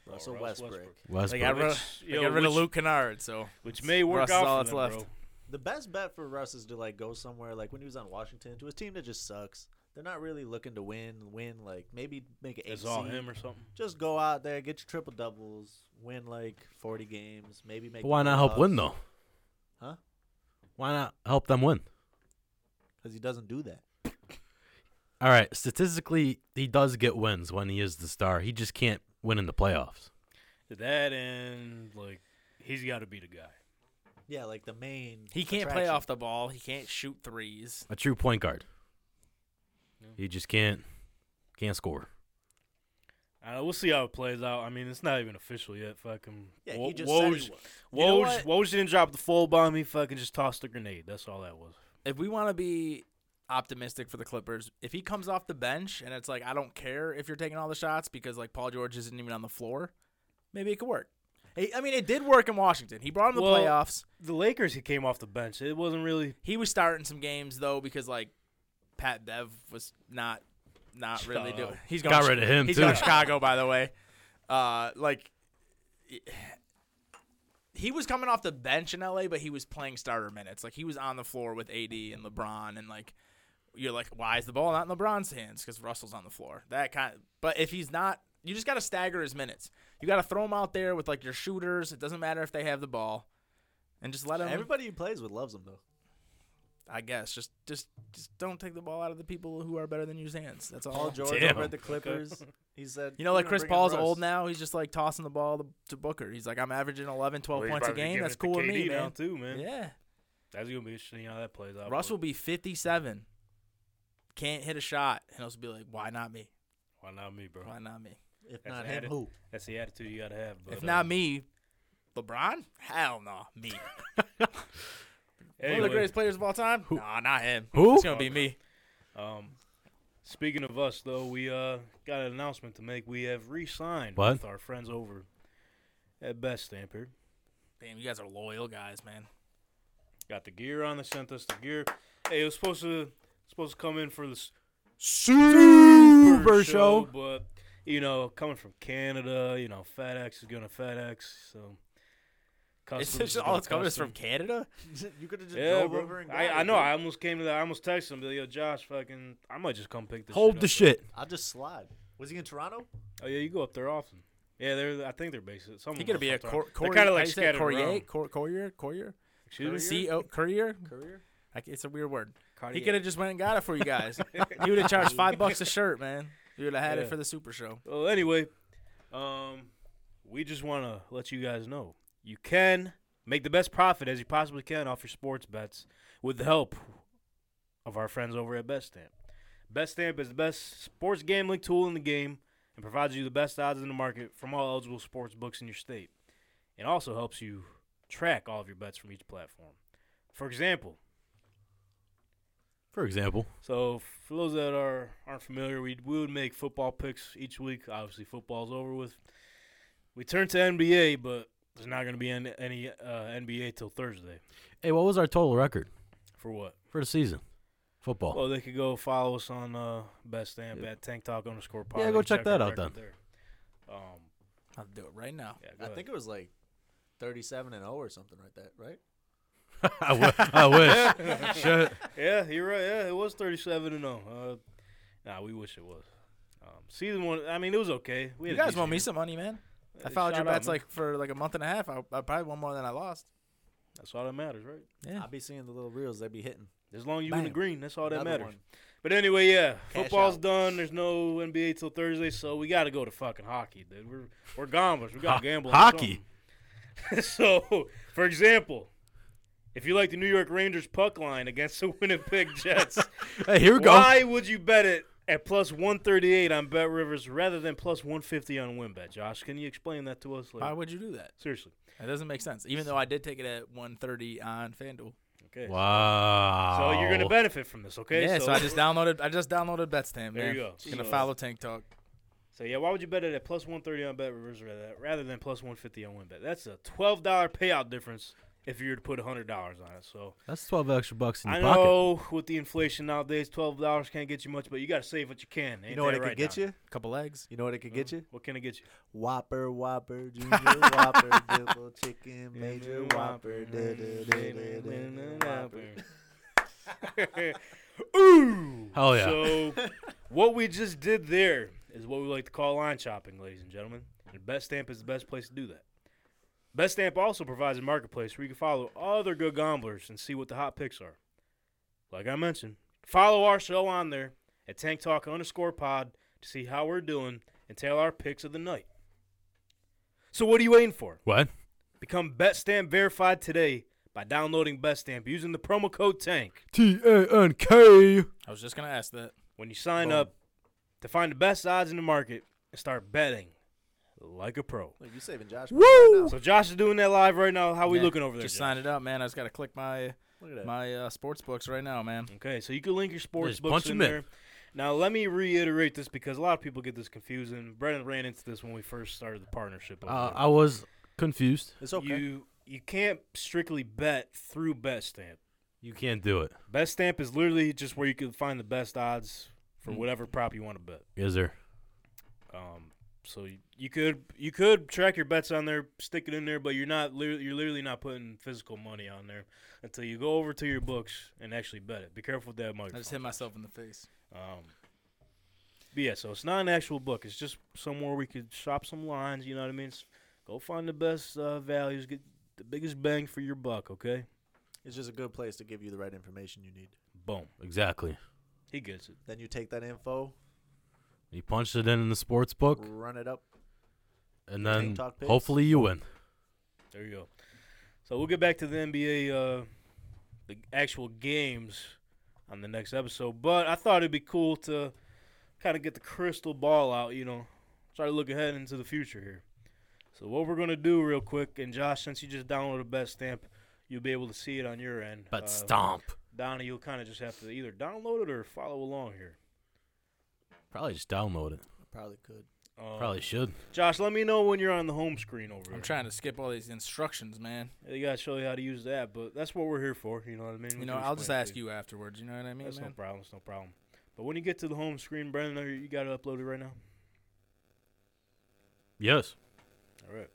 Speaker 5: Russell
Speaker 3: Russ
Speaker 5: Westbrook.
Speaker 3: Westbrook.
Speaker 6: They
Speaker 1: Westbrook.
Speaker 6: got rid,
Speaker 3: Which,
Speaker 6: they
Speaker 3: yo,
Speaker 6: got rid of
Speaker 3: which-
Speaker 6: Luke Kennard, so
Speaker 3: Which may work
Speaker 6: Russ is
Speaker 3: out
Speaker 6: all
Speaker 3: for
Speaker 6: that's
Speaker 3: them,
Speaker 6: left.
Speaker 3: bro.
Speaker 5: The best bet for Russ is to like go somewhere like when he was on Washington to a team that just sucks. They're not really looking to win. Win like maybe make an eight
Speaker 3: It's all
Speaker 5: seed.
Speaker 3: him or something.
Speaker 5: Just go out there, get your triple doubles, win like forty games, maybe make.
Speaker 1: But why not help win though?
Speaker 5: Huh?
Speaker 1: Why not help them win?
Speaker 5: Because he doesn't do that.
Speaker 1: All right. Statistically, he does get wins when he is the star. He just can't win in the playoffs.
Speaker 3: To that end, like he's got to be the guy.
Speaker 5: Yeah, like the main.
Speaker 6: he can't play
Speaker 5: attraction.
Speaker 6: off the ball. He can't shoot threes.
Speaker 1: A true point guard. He just can't can't score.
Speaker 3: I know, we'll see how it plays out. I mean, it's not even official yet. Fucking
Speaker 5: Yeah,
Speaker 3: Wo-
Speaker 5: he just said he
Speaker 3: Woj-
Speaker 5: was.
Speaker 6: You know
Speaker 3: Woj, Woj didn't drop the full bomb. He fucking just tossed a grenade. That's all that was.
Speaker 6: If we want to be optimistic for the Clippers, if he comes off the bench and it's like I don't care if you're taking all the shots because like Paul George isn't even on the floor, maybe it could work. Hey, I mean, it did work in Washington. He brought him to the
Speaker 3: Well-
Speaker 6: playoffs.
Speaker 3: The Lakers, he came off the bench. It wasn't really
Speaker 6: He was starting some games though because like Pat Bev was not not really
Speaker 3: Shut
Speaker 6: doing.
Speaker 3: up.
Speaker 6: He's going
Speaker 1: Got rid of him
Speaker 6: He's
Speaker 1: too.
Speaker 6: going to Chicago, by the way. Uh, like he was coming off the bench in LA, but he was playing starter minutes. Like he was on the floor with AD and LeBron, and like you're like, why is the ball not in LeBron's hands? Because Russell's on the floor. That kind. but if he's not, you just got to stagger his minutes. You got to throw him out there with like your shooters. It doesn't matter if they have the ball, and just let him.
Speaker 5: Everybody he plays with loves him though.
Speaker 6: I guess just just just don't take the ball out of the people who are better than your hands. That's all.
Speaker 5: Paul George
Speaker 1: damn.
Speaker 5: over at the Clippers. He said,
Speaker 6: You know,
Speaker 5: "We're
Speaker 6: like
Speaker 5: gonna
Speaker 6: Chris
Speaker 5: bring in
Speaker 6: Paul's
Speaker 5: Russ."
Speaker 6: old now. He's just like tossing the ball to, to Booker. He's like, I'm averaging 11, 12
Speaker 3: Well, he's
Speaker 6: points a
Speaker 3: probably
Speaker 6: game.
Speaker 3: giving
Speaker 6: That's
Speaker 3: it to
Speaker 6: cool with me,
Speaker 3: KD now,
Speaker 6: man.
Speaker 3: Too man.
Speaker 6: Yeah.
Speaker 3: That's gonna be interesting how that plays out.
Speaker 6: Russ will
Speaker 3: Russell,
Speaker 6: be 57. Can't hit a shot. And he'll be like, why not me?
Speaker 3: why not me, bro?
Speaker 6: Why not me?
Speaker 5: If
Speaker 3: That's
Speaker 5: not
Speaker 3: an
Speaker 5: him,
Speaker 3: added-
Speaker 5: who?
Speaker 3: That's the attitude you gotta have. But,
Speaker 6: if
Speaker 3: uh,
Speaker 6: not me, LeBron? Hell no. Me. One of
Speaker 3: anyway,
Speaker 6: the greatest players of all time? Nah, not him.
Speaker 1: Who?
Speaker 6: It's going to be me.
Speaker 3: Um, speaking of us, though, we uh got an announcement to make. We have re-signed
Speaker 1: What?
Speaker 3: with our friends over at Best Stamper.
Speaker 6: Damn, you guys are loyal guys, man.
Speaker 3: Got the gear on. They sent us the gear. Hey, it was supposed to supposed to come in for this
Speaker 1: Super show.
Speaker 3: but you know, coming from Canada, you know, FedEx is gonna FedEx. So,
Speaker 6: It's
Speaker 3: customs
Speaker 6: just
Speaker 3: is
Speaker 6: all
Speaker 3: gonna
Speaker 6: it's coming is
Speaker 3: custom.
Speaker 6: from Canada?
Speaker 5: you could have just
Speaker 3: Yeah,
Speaker 5: drove
Speaker 3: bro.
Speaker 5: over and got
Speaker 3: I,
Speaker 5: it,
Speaker 3: I know.
Speaker 5: dude.
Speaker 3: I almost came to that. I almost texted him. be like, Yo, Josh, fucking, I might just come pick this.
Speaker 1: Hold
Speaker 3: shit
Speaker 1: the
Speaker 3: up."
Speaker 1: shit.
Speaker 5: I'll just slide. Was he in Toronto?
Speaker 3: Oh yeah, you go up there often. Yeah, they're. I think they're based. Some
Speaker 6: He's going to be a cor-
Speaker 3: They're
Speaker 6: Corey-
Speaker 3: kind of
Speaker 6: how
Speaker 3: like
Speaker 6: you say it?
Speaker 3: scattered
Speaker 6: Courier?
Speaker 3: around.
Speaker 6: Cor- Courier? Courier?
Speaker 3: Excuse me.
Speaker 6: CEO? Courier?
Speaker 5: Courier?
Speaker 6: I c- It's a weird word. He
Speaker 3: Cartier.
Speaker 6: could have just went and got it for you guys. he would have charged five bucks a shirt, man. You would have had
Speaker 3: Yeah.
Speaker 6: it for the super show.
Speaker 3: Well, anyway, um, we just want to let you guys know you can make the best profit as you possibly can off your sports bets with the help of our friends over at Best Stamp. Best Stamp is the best sports gambling tool in the game and provides you the best odds in the market from all eligible sports books in your state. It also helps you track all of your bets from each platform. For example,
Speaker 1: For example,
Speaker 3: so for those that are aren't familiar, we we would make football picks each week. Obviously, football's over with. We turn to NBA, but there's not going to be any, any uh, NBA till Thursday.
Speaker 1: hey, what was our total record
Speaker 3: For what?
Speaker 1: for the season? Football.
Speaker 3: Well, they could go follow us on uh, Best Stamp at Tank Talk underscore pod.
Speaker 1: Yeah,
Speaker 3: They
Speaker 1: go
Speaker 3: can
Speaker 1: check that
Speaker 3: our
Speaker 1: out
Speaker 3: record
Speaker 1: then.
Speaker 3: there. Um,
Speaker 6: I'll do it right now.
Speaker 3: yeah, go
Speaker 5: I
Speaker 3: ahead.
Speaker 5: think it was like 37 and 0 or something like that, right?
Speaker 1: I wi- I wish. Shit.
Speaker 3: yeah, you're right. Yeah, it was 37 and 0. Uh, nah, we wish it was. Um, season one. I mean, it was okay. We
Speaker 6: You
Speaker 3: had a
Speaker 6: guys
Speaker 3: decent
Speaker 6: won me
Speaker 3: year.
Speaker 6: some money, man. I
Speaker 3: Uh,
Speaker 6: followed your
Speaker 3: shout out,
Speaker 6: bets
Speaker 3: man.
Speaker 6: like for like a month and a half. I, I probably won more than I lost.
Speaker 3: that's all that matters, right?
Speaker 6: Yeah.
Speaker 5: I'll be seeing the little reels they be hitting.
Speaker 3: As long as you in the
Speaker 6: Bam.
Speaker 3: green, that's all that
Speaker 5: Another
Speaker 3: matters.
Speaker 5: one.
Speaker 3: But anyway, yeah,
Speaker 5: Cash
Speaker 3: football's
Speaker 5: out.
Speaker 3: done. There's no NBA till Thursday, so we got to go to fucking hockey, dude. We're we're gamblers. We got to
Speaker 1: Ho-
Speaker 3: gamble. on
Speaker 1: hockey?
Speaker 3: something. so, for example, If you like the New York Rangers puck line against the Winnipeg Jets,
Speaker 1: Hey, here we go.
Speaker 3: why would you bet it at plus 138 on Bet Rivers rather than plus 150 on WinBet? Josh, can you explain that to us later?
Speaker 6: Why would you do that?
Speaker 3: Seriously.
Speaker 6: That doesn't make sense. Even though I did take it at 130 on FanDuel.
Speaker 3: Okay.
Speaker 1: Wow.
Speaker 3: So you're going to benefit from this, okay?
Speaker 6: yeah, so, I just downloaded. I just downloaded BetStamp.
Speaker 3: There
Speaker 6: man.
Speaker 3: you go.
Speaker 6: Just gonna
Speaker 3: So-
Speaker 6: follow Tank Talk.
Speaker 3: So yeah, why would you bet it at plus 130 on Bet Rivers rather, rather than plus 150 on WinBet? That's a $12 payout difference if you were to put $100 on it. So
Speaker 1: That's twelve extra bucks in your
Speaker 3: I
Speaker 1: pocket.
Speaker 3: know with the inflation nowadays, $12 can't get you much, but you got to save what you can.
Speaker 5: You know what it could get you?
Speaker 6: Couple eggs.
Speaker 5: You know what it could get you?
Speaker 3: What can it get you?
Speaker 5: Whopper, Whopper, Junior Whopper, Double Chicken, Major Whopper. da, da, da, da, da, da, Whopper.
Speaker 3: Ooh.
Speaker 1: Hell yeah.
Speaker 3: So, what we just did there is what we like to call line shopping, ladies and gentlemen. And Best Stamp is the best place to do that. Best Stamp also provides a marketplace where you can follow other good gamblers and see what the hot picks are. Like I mentioned, follow our show on there at Tank Talk underscore pod to see how we're doing and tell our picks of the night. So, what are you waiting for?
Speaker 1: What?
Speaker 3: Become BetStamp verified today by downloading BetStamp using the promo code TANK.
Speaker 1: T A N K.
Speaker 6: I was just gonna ask that.
Speaker 3: When you sign
Speaker 5: Boom.
Speaker 3: up to find the best odds in the market and start betting like a pro.
Speaker 5: Look, you saving Josh. money right now.
Speaker 3: So Josh is doing that live right now. How we
Speaker 6: Yeah,
Speaker 3: looking over there?
Speaker 6: Just
Speaker 3: Josh?
Speaker 6: sign it up, man. I just gotta click my
Speaker 5: Look at that.
Speaker 6: my uh, sports books right now, man.
Speaker 3: Okay, so you can link your sports
Speaker 1: Just
Speaker 3: books
Speaker 1: punch
Speaker 3: in
Speaker 1: them in.
Speaker 3: there. Now let me reiterate this because a lot of people get this confused, and Brennan ran into this when we first started the partnership. over
Speaker 1: Uh,
Speaker 3: there.
Speaker 1: I was confused.
Speaker 5: it's okay.
Speaker 3: You you can't strictly bet through BetStamp.
Speaker 1: You can't do it.
Speaker 3: Best Stamp is literally just where you can find the best odds
Speaker 1: Mm.
Speaker 3: for whatever prop you want to bet.
Speaker 1: Is there?
Speaker 3: Um, so you, you could you could track your bets on there, stick it in there, but you're not lit- you're literally not putting physical money on there until you go over to your books and actually bet it. Be careful with that
Speaker 6: I just
Speaker 3: microphone.
Speaker 6: hit myself in the face.
Speaker 3: Um, but yeah, so it's not an actual book. It's just somewhere we could shop some lines. You know what I mean? It's- go find the best uh, values, get the biggest bang for your buck. Okay,
Speaker 5: It's just a good place to give you the right information you need.
Speaker 3: boom,
Speaker 1: Exactly.
Speaker 3: he gets it.
Speaker 5: Then you take that info,
Speaker 1: You punch it in in the sports book,
Speaker 5: run it up.
Speaker 1: and
Speaker 5: Tank
Speaker 1: then
Speaker 5: Talk picks.
Speaker 1: hopefully you win.
Speaker 3: There you go. So we'll get back to the NBA, uh, the actual games on the next episode. But I thought it'd be cool to kind of get the crystal ball out, you know, try to look ahead into the future here. So what we're gonna do real quick, and Josh, since you just downloaded Bet Stamp, you'll be able to see it on your end.
Speaker 1: But
Speaker 3: Uh,
Speaker 1: stomp.
Speaker 3: Donnie, you'll kind of just have to either download it or follow along here.
Speaker 1: Probably just download it.
Speaker 5: Probably could.
Speaker 3: Um,
Speaker 1: Probably should.
Speaker 3: Josh, let me know when you're on the home screen over
Speaker 6: I'm
Speaker 3: here.
Speaker 6: trying to skip all these instructions, man.
Speaker 3: They gotta show you how to use that, but that's what we're here for. You know what I mean? We
Speaker 6: You know,
Speaker 3: can
Speaker 6: I'll
Speaker 3: explain
Speaker 6: just
Speaker 3: it to
Speaker 6: ask you afterwards. You know what I mean,
Speaker 3: That's no
Speaker 6: man?
Speaker 3: problem. It's no problem. But when you get to the home screen, Brandon, are you got it uploaded right now?
Speaker 1: Yes.
Speaker 3: All right.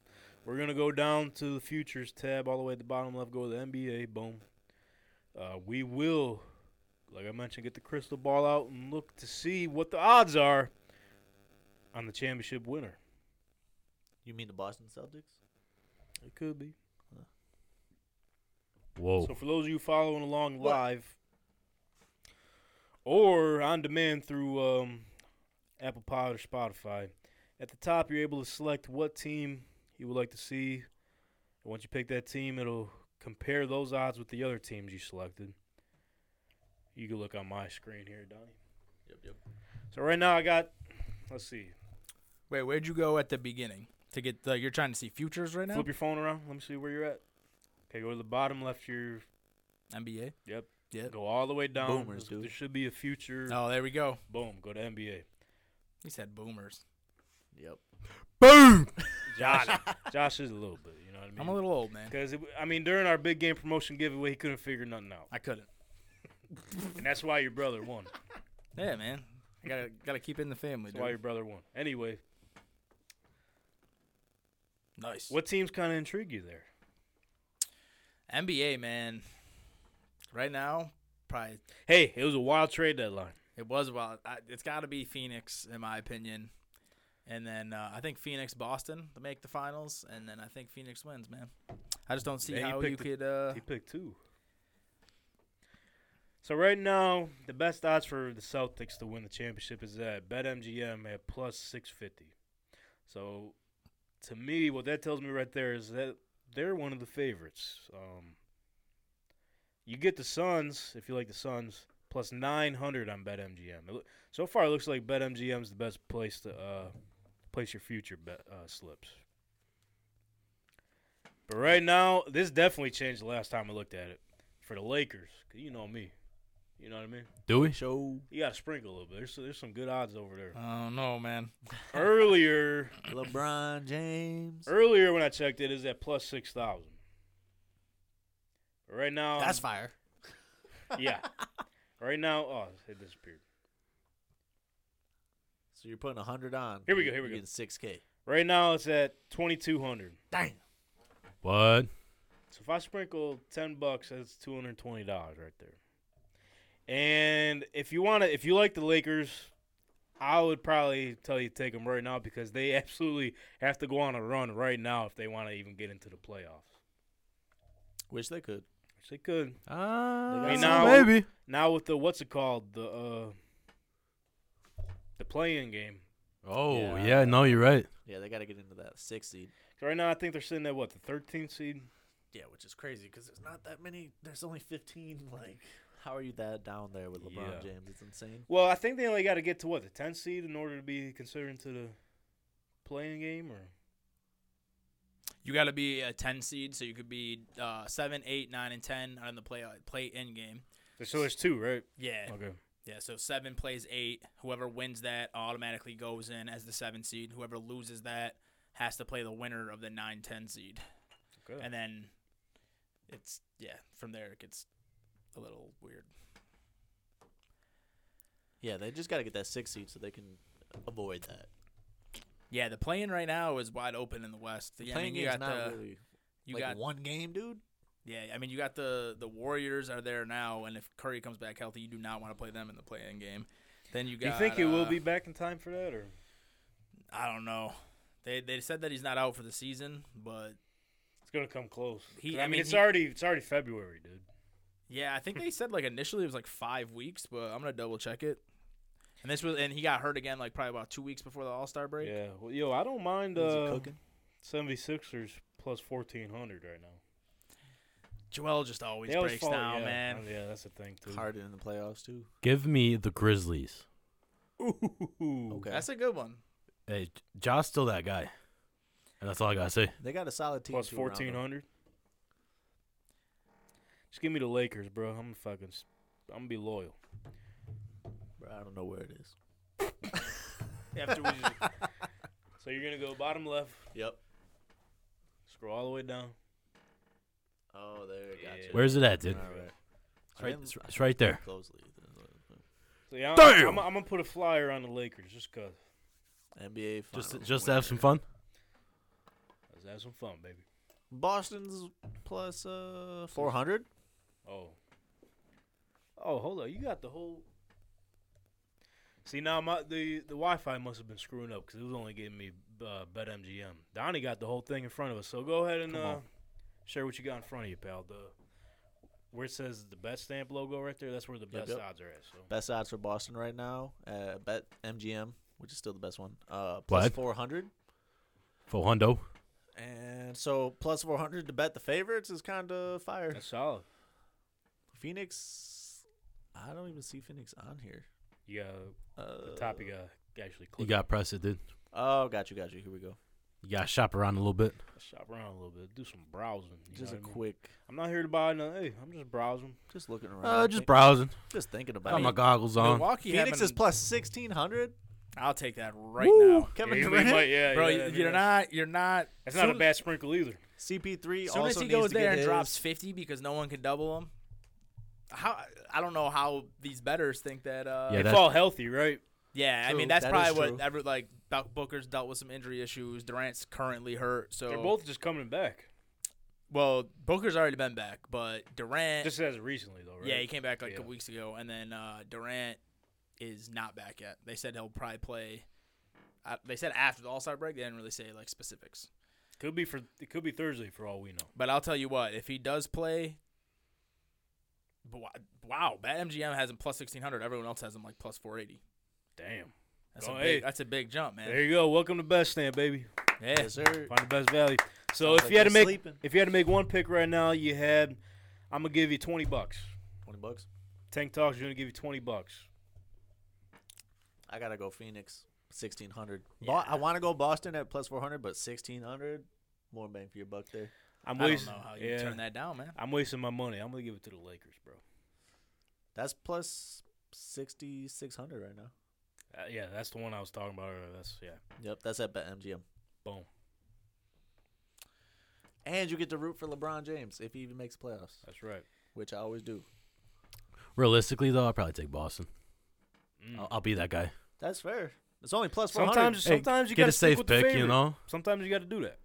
Speaker 3: We're going to go down to the futures tab all the way at the bottom left. Go to the NBA. Boom. Uh, we will, like I mentioned, get the crystal ball out and look to see what the odds are on the championship winner.
Speaker 5: You mean the Boston Celtics?
Speaker 3: It could be.
Speaker 1: Whoa.
Speaker 3: So for those of you following along
Speaker 5: What?
Speaker 3: live or on demand through um, Apple Pod or Spotify, at the top you're able to select what team you would like to see. And once you pick that team, it'll compare those odds with the other teams you selected. You can look on my screen here, Donnie.
Speaker 5: Yep, yep.
Speaker 3: So right now I got, let's see,
Speaker 6: Wait, where'd you go at the beginning to get? Like, you're trying to see futures right now?
Speaker 3: flip your phone around. Let me see where you're at. Okay, go to the bottom left. Your
Speaker 6: NBA.
Speaker 3: Yep.
Speaker 6: Yep.
Speaker 3: go all the way down.
Speaker 5: Boomers,
Speaker 3: There's-
Speaker 5: dude.
Speaker 3: There should be a future.
Speaker 6: Oh, there we go.
Speaker 3: Boom. Go to NBA.
Speaker 6: He said boomers.
Speaker 5: Yep.
Speaker 1: Boom.
Speaker 3: Josh, Josh is a little bit. You know what I mean?
Speaker 6: I'm a little old, man.
Speaker 3: Because I mean, during our big game promotion giveaway, he couldn't figure nothing out,
Speaker 6: I couldn't.
Speaker 3: and that's why your brother won.
Speaker 6: Yeah, man. I gotta gotta keep it in the family,
Speaker 3: That's why your
Speaker 6: dude.
Speaker 3: brother won. Anyway,
Speaker 6: Nice.
Speaker 3: what teams kind of intrigue you there?
Speaker 6: NBA, man. Right now, probably
Speaker 3: Hey, it was a wild trade deadline.
Speaker 6: It was wild. I, it's got to be Phoenix, in my opinion. And then uh, I think Phoenix, Boston to make the finals, and then I think Phoenix wins, man. I just don't see
Speaker 3: Man, you
Speaker 6: how you
Speaker 3: picked
Speaker 6: could. Uh,
Speaker 3: He picked two. So right now, the best odds for the Celtics to win the championship is at BetMGM at plus six fifty. So, to me, what that tells me right there is that they're one of the favorites. Um, You get the Suns if you like the Suns plus 900 on BetMGM. It loo- so far, it looks like BetMGM's the best place to uh, place your future bet uh, slips. But right now, this definitely changed the last time I looked at it for the Lakers. 'cause you know me, you know what I mean.
Speaker 1: Do we?
Speaker 6: Show.
Speaker 3: You got to sprinkle a little bit. There's there's some good odds over there.
Speaker 6: Oh no, man.
Speaker 3: Earlier,
Speaker 5: LeBron James.
Speaker 3: earlier when I checked it, is at plus six thousand. Right now,
Speaker 5: That's fire.
Speaker 3: yeah. Right now, oh, it disappeared.
Speaker 5: So you're putting hundred on.
Speaker 3: Here we go, here we
Speaker 5: You're
Speaker 3: go.
Speaker 5: Getting six k.
Speaker 3: Right now, it's at twenty two hundred.
Speaker 5: Dang.
Speaker 1: What?
Speaker 3: So if I sprinkle ten bucks, that's two hundred twenty dollars right there. And if you want to, if you like the Lakers, I would probably tell you to take them right now because they absolutely have to go on a run right now if they want to even get into the playoffs.
Speaker 5: Wish they could.
Speaker 3: Which they could.
Speaker 1: Ah,
Speaker 3: I mean, now-
Speaker 1: maybe.
Speaker 3: Now with the what's it called the uh the playing game.
Speaker 1: Oh
Speaker 5: Yeah.
Speaker 1: yeah. no, you're right.
Speaker 5: Yeah, they got to get into that six seed.
Speaker 3: So right now, I think they're sitting at what the 13th seed.
Speaker 5: Yeah, which is crazy because there's not that many. There's only 15. Like, how are you that down there with LeBron
Speaker 3: Yeah.
Speaker 5: James? It's insane.
Speaker 3: Well, I think they only got to get to what the 10th seed in order to be considered into the playing game, or
Speaker 6: You got to be a 10 seed, so you could be uh, 7, 8, 9, and 10 on the play uh, play in game.
Speaker 3: so there's two, right?
Speaker 6: Yeah.
Speaker 3: Okay.
Speaker 6: Yeah, so 7 plays 8. Whoever wins that automatically goes in as the 7 seed. Whoever loses that has to play the winner of the 9, 10 seed.
Speaker 3: Okay.
Speaker 6: And then it's, yeah, from there it gets a little weird.
Speaker 5: Yeah, they just got to get that six seed so they can avoid that.
Speaker 6: Yeah, the playing right now is wide open in the West.
Speaker 5: The
Speaker 6: yeah, I
Speaker 5: playing
Speaker 6: mean, you
Speaker 5: game's
Speaker 6: got
Speaker 5: not
Speaker 6: the
Speaker 5: really
Speaker 6: you
Speaker 5: like
Speaker 6: got
Speaker 5: one game, dude.
Speaker 6: yeah, I mean you got the the Warriors are there now, and if Curry comes back healthy, you do not want to play them in the play-in game. Then you
Speaker 3: Do
Speaker 6: got
Speaker 3: you think he will
Speaker 6: uh,
Speaker 3: be back in time for that, or
Speaker 6: I don't know. They they said that he's not out for the season, but
Speaker 3: it's gonna come close?
Speaker 6: He-
Speaker 3: 'Cause,
Speaker 6: I
Speaker 3: I mean,
Speaker 6: mean,
Speaker 3: it's
Speaker 6: he-
Speaker 3: already it's already February, dude.
Speaker 6: yeah, I think they said like initially it was like five weeks, but I'm gonna double check it. And this was and he got hurt again like probably about two weeks before the All Star break.
Speaker 3: Yeah. Well, yo, I don't mind
Speaker 5: Is it
Speaker 3: uh,
Speaker 5: cooking?
Speaker 3: 76ers plus 1400 right now.
Speaker 6: Joel just always
Speaker 3: They always
Speaker 6: breaks
Speaker 3: fall-
Speaker 6: down,
Speaker 3: yeah,
Speaker 6: man.
Speaker 3: uh, Yeah, that's the thing too.
Speaker 5: Harden in the playoffs too.
Speaker 1: Give me the Grizzlies.
Speaker 3: Ooh.
Speaker 5: Okay,
Speaker 6: That's a good one.
Speaker 1: Hey, Josh's still that guy, and that's all I gotta say.
Speaker 5: they got a solid team.
Speaker 3: Plus
Speaker 5: too around them.
Speaker 3: fourteen hundred. Just give me the Lakers, bro. I'm a fucking. s- I'm gonna be loyal.
Speaker 5: Bro, I don't know where it is.
Speaker 3: After we. so you're gonna go bottom left,
Speaker 5: Yep.
Speaker 3: scroll all the way down.
Speaker 5: Oh, there. Gotcha.
Speaker 1: Where's it at, dude?
Speaker 5: All right.
Speaker 1: It's right, it's- it's right there.
Speaker 5: Closely.
Speaker 3: So yeah, I'm,
Speaker 1: Damn!
Speaker 3: I'm, I'm gonna put a flyer on the Lakers just cause.
Speaker 5: NBA. Finals
Speaker 1: Just, just to have some fun.
Speaker 3: Let's have some fun, baby.
Speaker 5: Boston's plus uh 400.
Speaker 3: Oh. Oh, hold on. You got the whole. See now, my the the Wi-Fi must have been screwing up because it was only giving me uh, BetMGM. Donnie got the whole thing in front of us, so go ahead and
Speaker 5: Come
Speaker 3: uh,
Speaker 5: on.
Speaker 3: share what you got in front of you, pal. The where it says the best stamp logo right there, that's where the best
Speaker 5: yep.
Speaker 3: odds are at. So
Speaker 5: Best odds for Boston right now. Uh, bet MGM, which is still the best one. Uh, plus
Speaker 1: What?
Speaker 5: 400.
Speaker 1: For Hundo.
Speaker 5: And so plus 400 to bet the favorites is kind of fire.
Speaker 3: that's solid.
Speaker 5: Phoenix. I don't even see Phoenix on here.
Speaker 3: You got
Speaker 5: Uh,
Speaker 3: the top. You got actually
Speaker 1: You
Speaker 3: click.
Speaker 1: got press it, dude.
Speaker 5: Oh, got you, got you. Here we go.
Speaker 1: You got to shop around a little bit.
Speaker 3: shop around a little bit, do some browsing. you
Speaker 5: Just
Speaker 3: know
Speaker 5: a
Speaker 3: what I mean?
Speaker 5: quick,
Speaker 3: I'm not here to buy no. Hey, I'm just browsing.
Speaker 5: just looking around.
Speaker 1: Uh, just browsing.
Speaker 5: just thinking about
Speaker 1: Got my
Speaker 5: it.
Speaker 1: goggles on.
Speaker 6: Milwaukee
Speaker 5: Phoenix
Speaker 6: having-
Speaker 5: is plus 1600.
Speaker 6: I'll take that right now.
Speaker 5: Kevin
Speaker 3: Yeah, you
Speaker 5: Durant.
Speaker 3: might- yeah,
Speaker 6: Bro,
Speaker 3: yeah, I mean,
Speaker 6: you're
Speaker 3: that's-
Speaker 6: not you're not
Speaker 3: That's not a
Speaker 6: soon-
Speaker 3: bad sprinkle either.
Speaker 5: CP3
Speaker 6: soon
Speaker 5: also
Speaker 6: as he
Speaker 5: needs
Speaker 6: goes
Speaker 5: to
Speaker 6: there
Speaker 5: get
Speaker 6: and
Speaker 5: his.
Speaker 6: drops 50 because no one can double him how i don't know how these betters think that uh
Speaker 1: Yeah,
Speaker 3: They
Speaker 6: yeah,
Speaker 1: that- that's-
Speaker 3: fall healthy, right?
Speaker 6: i
Speaker 5: True,
Speaker 6: mean that's
Speaker 5: that is
Speaker 6: probably
Speaker 5: true.
Speaker 6: what every like Bel- booker's dealt with some injury issues durant's currently hurt so
Speaker 3: They're both just coming back.
Speaker 6: well booker's already been back but durant
Speaker 3: Just as recently though, right?
Speaker 6: yeah he came back like a
Speaker 3: Yeah.
Speaker 6: couple weeks ago and then uh durant is not back yet they said he'll probably play uh, they said after the all-star break they didn't really say like specifics
Speaker 3: Could be for it could be Thursday for all we know.
Speaker 6: But I'll tell you what, if he does play, but wa- wow, Bat MGM has him plus sixteen hundred. Everyone else has him like plus four eighty.
Speaker 3: Damn.
Speaker 6: That's
Speaker 3: Oh,
Speaker 6: a
Speaker 3: hey.
Speaker 6: big. That's a big jump,
Speaker 3: There
Speaker 6: man.
Speaker 3: you go. Welcome to Best Stand, baby.
Speaker 6: Yeah.
Speaker 5: Yes, sir.
Speaker 3: Find the best value. So
Speaker 5: Sounds
Speaker 3: if you had
Speaker 5: like
Speaker 3: to
Speaker 5: they're
Speaker 3: make
Speaker 5: sleeping.
Speaker 3: if you had to make one pick right now, you had I'm gonna give you twenty bucks.
Speaker 5: Twenty bucks.
Speaker 3: Tank Talks is gonna give you twenty bucks.
Speaker 5: I gotta go Phoenix. Sixteen hundred. Bo- I want to go Boston at plus four hundred, but sixteen hundred more bang for your buck there.
Speaker 3: I'm
Speaker 6: I don't
Speaker 3: wasting.
Speaker 6: know how you
Speaker 3: yeah,
Speaker 6: turn that down, man.
Speaker 3: I'm wasting my money. I'm gonna give it to the Lakers, bro.
Speaker 5: That's plus sixty six hundred right now.
Speaker 3: Uh, yeah, that's the one I was talking about earlier. That's yeah.
Speaker 5: Yep, that's at BetMGM.
Speaker 3: Boom.
Speaker 5: And you get to root for LeBron James if he even makes playoffs,
Speaker 3: That's right.
Speaker 5: which I always do.
Speaker 1: Realistically, though, I'll probably take Boston.
Speaker 3: Mm.
Speaker 1: I'll, I'll be that guy.
Speaker 5: That's fair. It's only plus four hundred.
Speaker 3: Sometimes, sometimes you
Speaker 1: get
Speaker 3: gotta
Speaker 1: a
Speaker 3: stick
Speaker 1: safe
Speaker 3: with the
Speaker 1: pick, you
Speaker 3: favorite.
Speaker 1: know.
Speaker 3: Sometimes you gotta do that.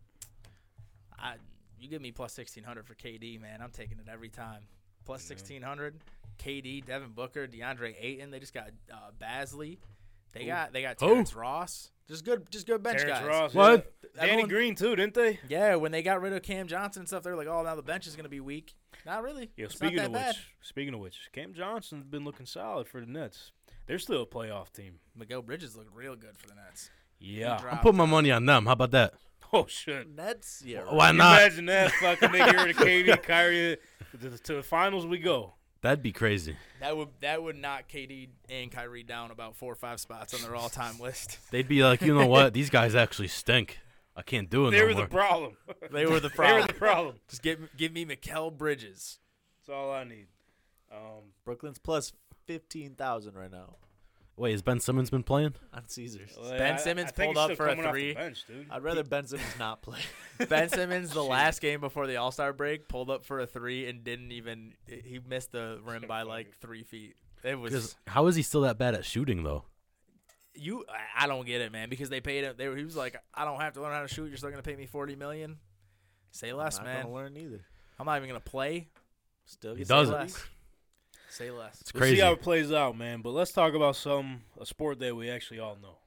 Speaker 6: I, you give me plus sixteen hundred for KD, man. I'm taking it every time. Plus sixteen hundred, KD, Devin Booker, DeAndre Ayton. They just got uh, Basley. They got they got
Speaker 1: Who?
Speaker 6: Terrence Ross. Just good, just good bench
Speaker 3: Terrence
Speaker 6: guys.
Speaker 3: Ross,
Speaker 1: What?
Speaker 3: yeah. Danny
Speaker 6: Everyone-
Speaker 3: Green too, didn't they?
Speaker 6: Yeah, when they got rid of Cam Johnson and stuff, they're like, oh, now the bench is gonna be weak. Not really.
Speaker 3: Yeah,
Speaker 6: It's not
Speaker 3: speaking
Speaker 6: that
Speaker 3: of
Speaker 6: bad.
Speaker 3: which, speaking of which, Cam Johnson's been looking solid for the Nets. They're still a playoff team.
Speaker 6: Miguel Bridges looked real good for the Nets.
Speaker 3: Yeah.
Speaker 1: I'll put my money on them. How about that?
Speaker 3: Oh shit.
Speaker 5: Nets, yeah. right.
Speaker 1: Why not?
Speaker 3: Imagine that fucking nigga here to KD, Kyrie to the, to the finals we go.
Speaker 1: That'd be crazy.
Speaker 6: That would that would knock KD and Kyrie down about four or five spots on their all time list.
Speaker 1: They'd be like, you know what? These guys actually stink. I can't do it
Speaker 3: They
Speaker 1: no
Speaker 3: were the
Speaker 1: more.
Speaker 3: problem.
Speaker 6: They were the
Speaker 3: they were
Speaker 6: problem.
Speaker 3: the problem.
Speaker 6: Just give give me Mikel Bridges.
Speaker 3: That's all I need. Um,
Speaker 5: Brooklyn's plus fifteen thousand right now
Speaker 1: Wait, has Ben Simmons been playing?
Speaker 5: on Caesars.
Speaker 3: I- I
Speaker 6: Simmons pulled
Speaker 3: think he's
Speaker 6: up
Speaker 3: still
Speaker 6: for a
Speaker 3: coming off the
Speaker 6: three.
Speaker 3: bench, dude.
Speaker 5: I'd rather Ben Simmons not play.
Speaker 6: Ben Simmons, the last game before the All Star break, pulled up for a three and didn't even. He missed the rim by like three feet. It
Speaker 1: 'Cause
Speaker 6: was
Speaker 1: How is he still that bad at shooting though?
Speaker 6: you. I- I don't get it, man. Because they paid him. They were, he was like, I don't have to learn how to shoot. You're still gonna pay me forty million. Say less,
Speaker 5: not
Speaker 6: man.
Speaker 5: gonna learn either.
Speaker 6: I'm not even gonna play.
Speaker 5: Still
Speaker 1: He
Speaker 5: gets
Speaker 1: doesn't.
Speaker 5: less.
Speaker 6: Say less.
Speaker 1: It's
Speaker 3: We'll see
Speaker 1: crazy.
Speaker 3: how it plays out, man. But let's talk about some a sport that we actually all know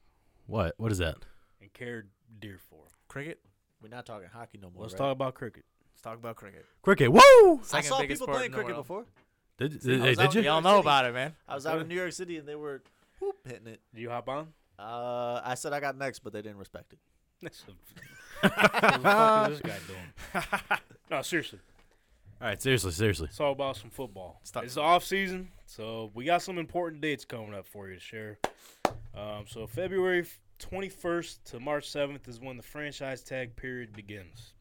Speaker 1: What? What is that?
Speaker 3: and care dear for.
Speaker 6: Cricket.
Speaker 5: We're not talking hockey no more.
Speaker 3: Let's
Speaker 5: right?
Speaker 3: talk about cricket.
Speaker 6: Let's talk about cricket.
Speaker 1: Cricket. Woo!
Speaker 5: I
Speaker 6: Second
Speaker 5: saw
Speaker 6: biggest
Speaker 5: people
Speaker 6: sport
Speaker 5: playing
Speaker 6: in the
Speaker 5: cricket
Speaker 6: world.
Speaker 5: before.
Speaker 1: Did,
Speaker 5: See, I
Speaker 1: did,
Speaker 5: was
Speaker 1: did
Speaker 5: out-
Speaker 1: you?
Speaker 5: yeah.
Speaker 6: Y'all know about it, man.
Speaker 5: I was out in New York City and they were whoop, hitting it.
Speaker 3: Do you hop on?
Speaker 5: Uh, I said I got next, but they didn't respect it.
Speaker 3: That's a- what the fuck is this guy doing? no, seriously.
Speaker 1: All right, seriously, seriously.
Speaker 3: It's all about some football.
Speaker 6: talk
Speaker 3: It's the off season, so we got some important dates coming up for you to share. Um, so February 21st to March 7th is when the franchise tag period begins.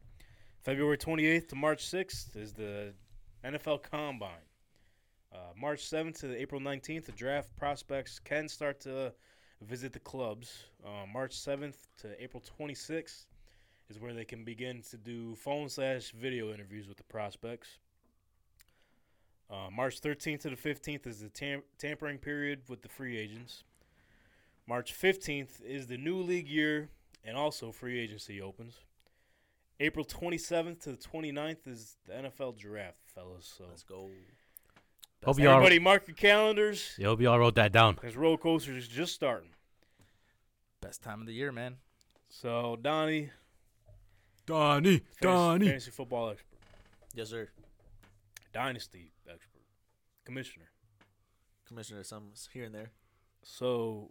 Speaker 3: February 28th to March 6th is the NFL Combine. Uh, March 7th to April 19th, the draft prospects can start to visit the clubs. Uh, March 7th to April 26th is where they can begin to do phone slash video interviews with the prospects. Uh, March 13th to the 15th is the tam- tampering period with the free agents. March 15th is the new league year and also free agency opens. April 27th to the 29th is the NFL draft, fellas. So
Speaker 5: Let's go.
Speaker 1: Hope y'all.
Speaker 3: everybody mark your calendars
Speaker 1: Yeah, hope y'all wrote that down.
Speaker 3: because roller coaster is just starting.
Speaker 6: Best time of the year, man.
Speaker 3: So Donnie,
Speaker 1: Donnie,
Speaker 3: fantasy, fantasy football expert,
Speaker 5: Yes, sir.
Speaker 3: dynasty expert, commissioner.
Speaker 5: Commissioner, some s- here and there.
Speaker 3: So,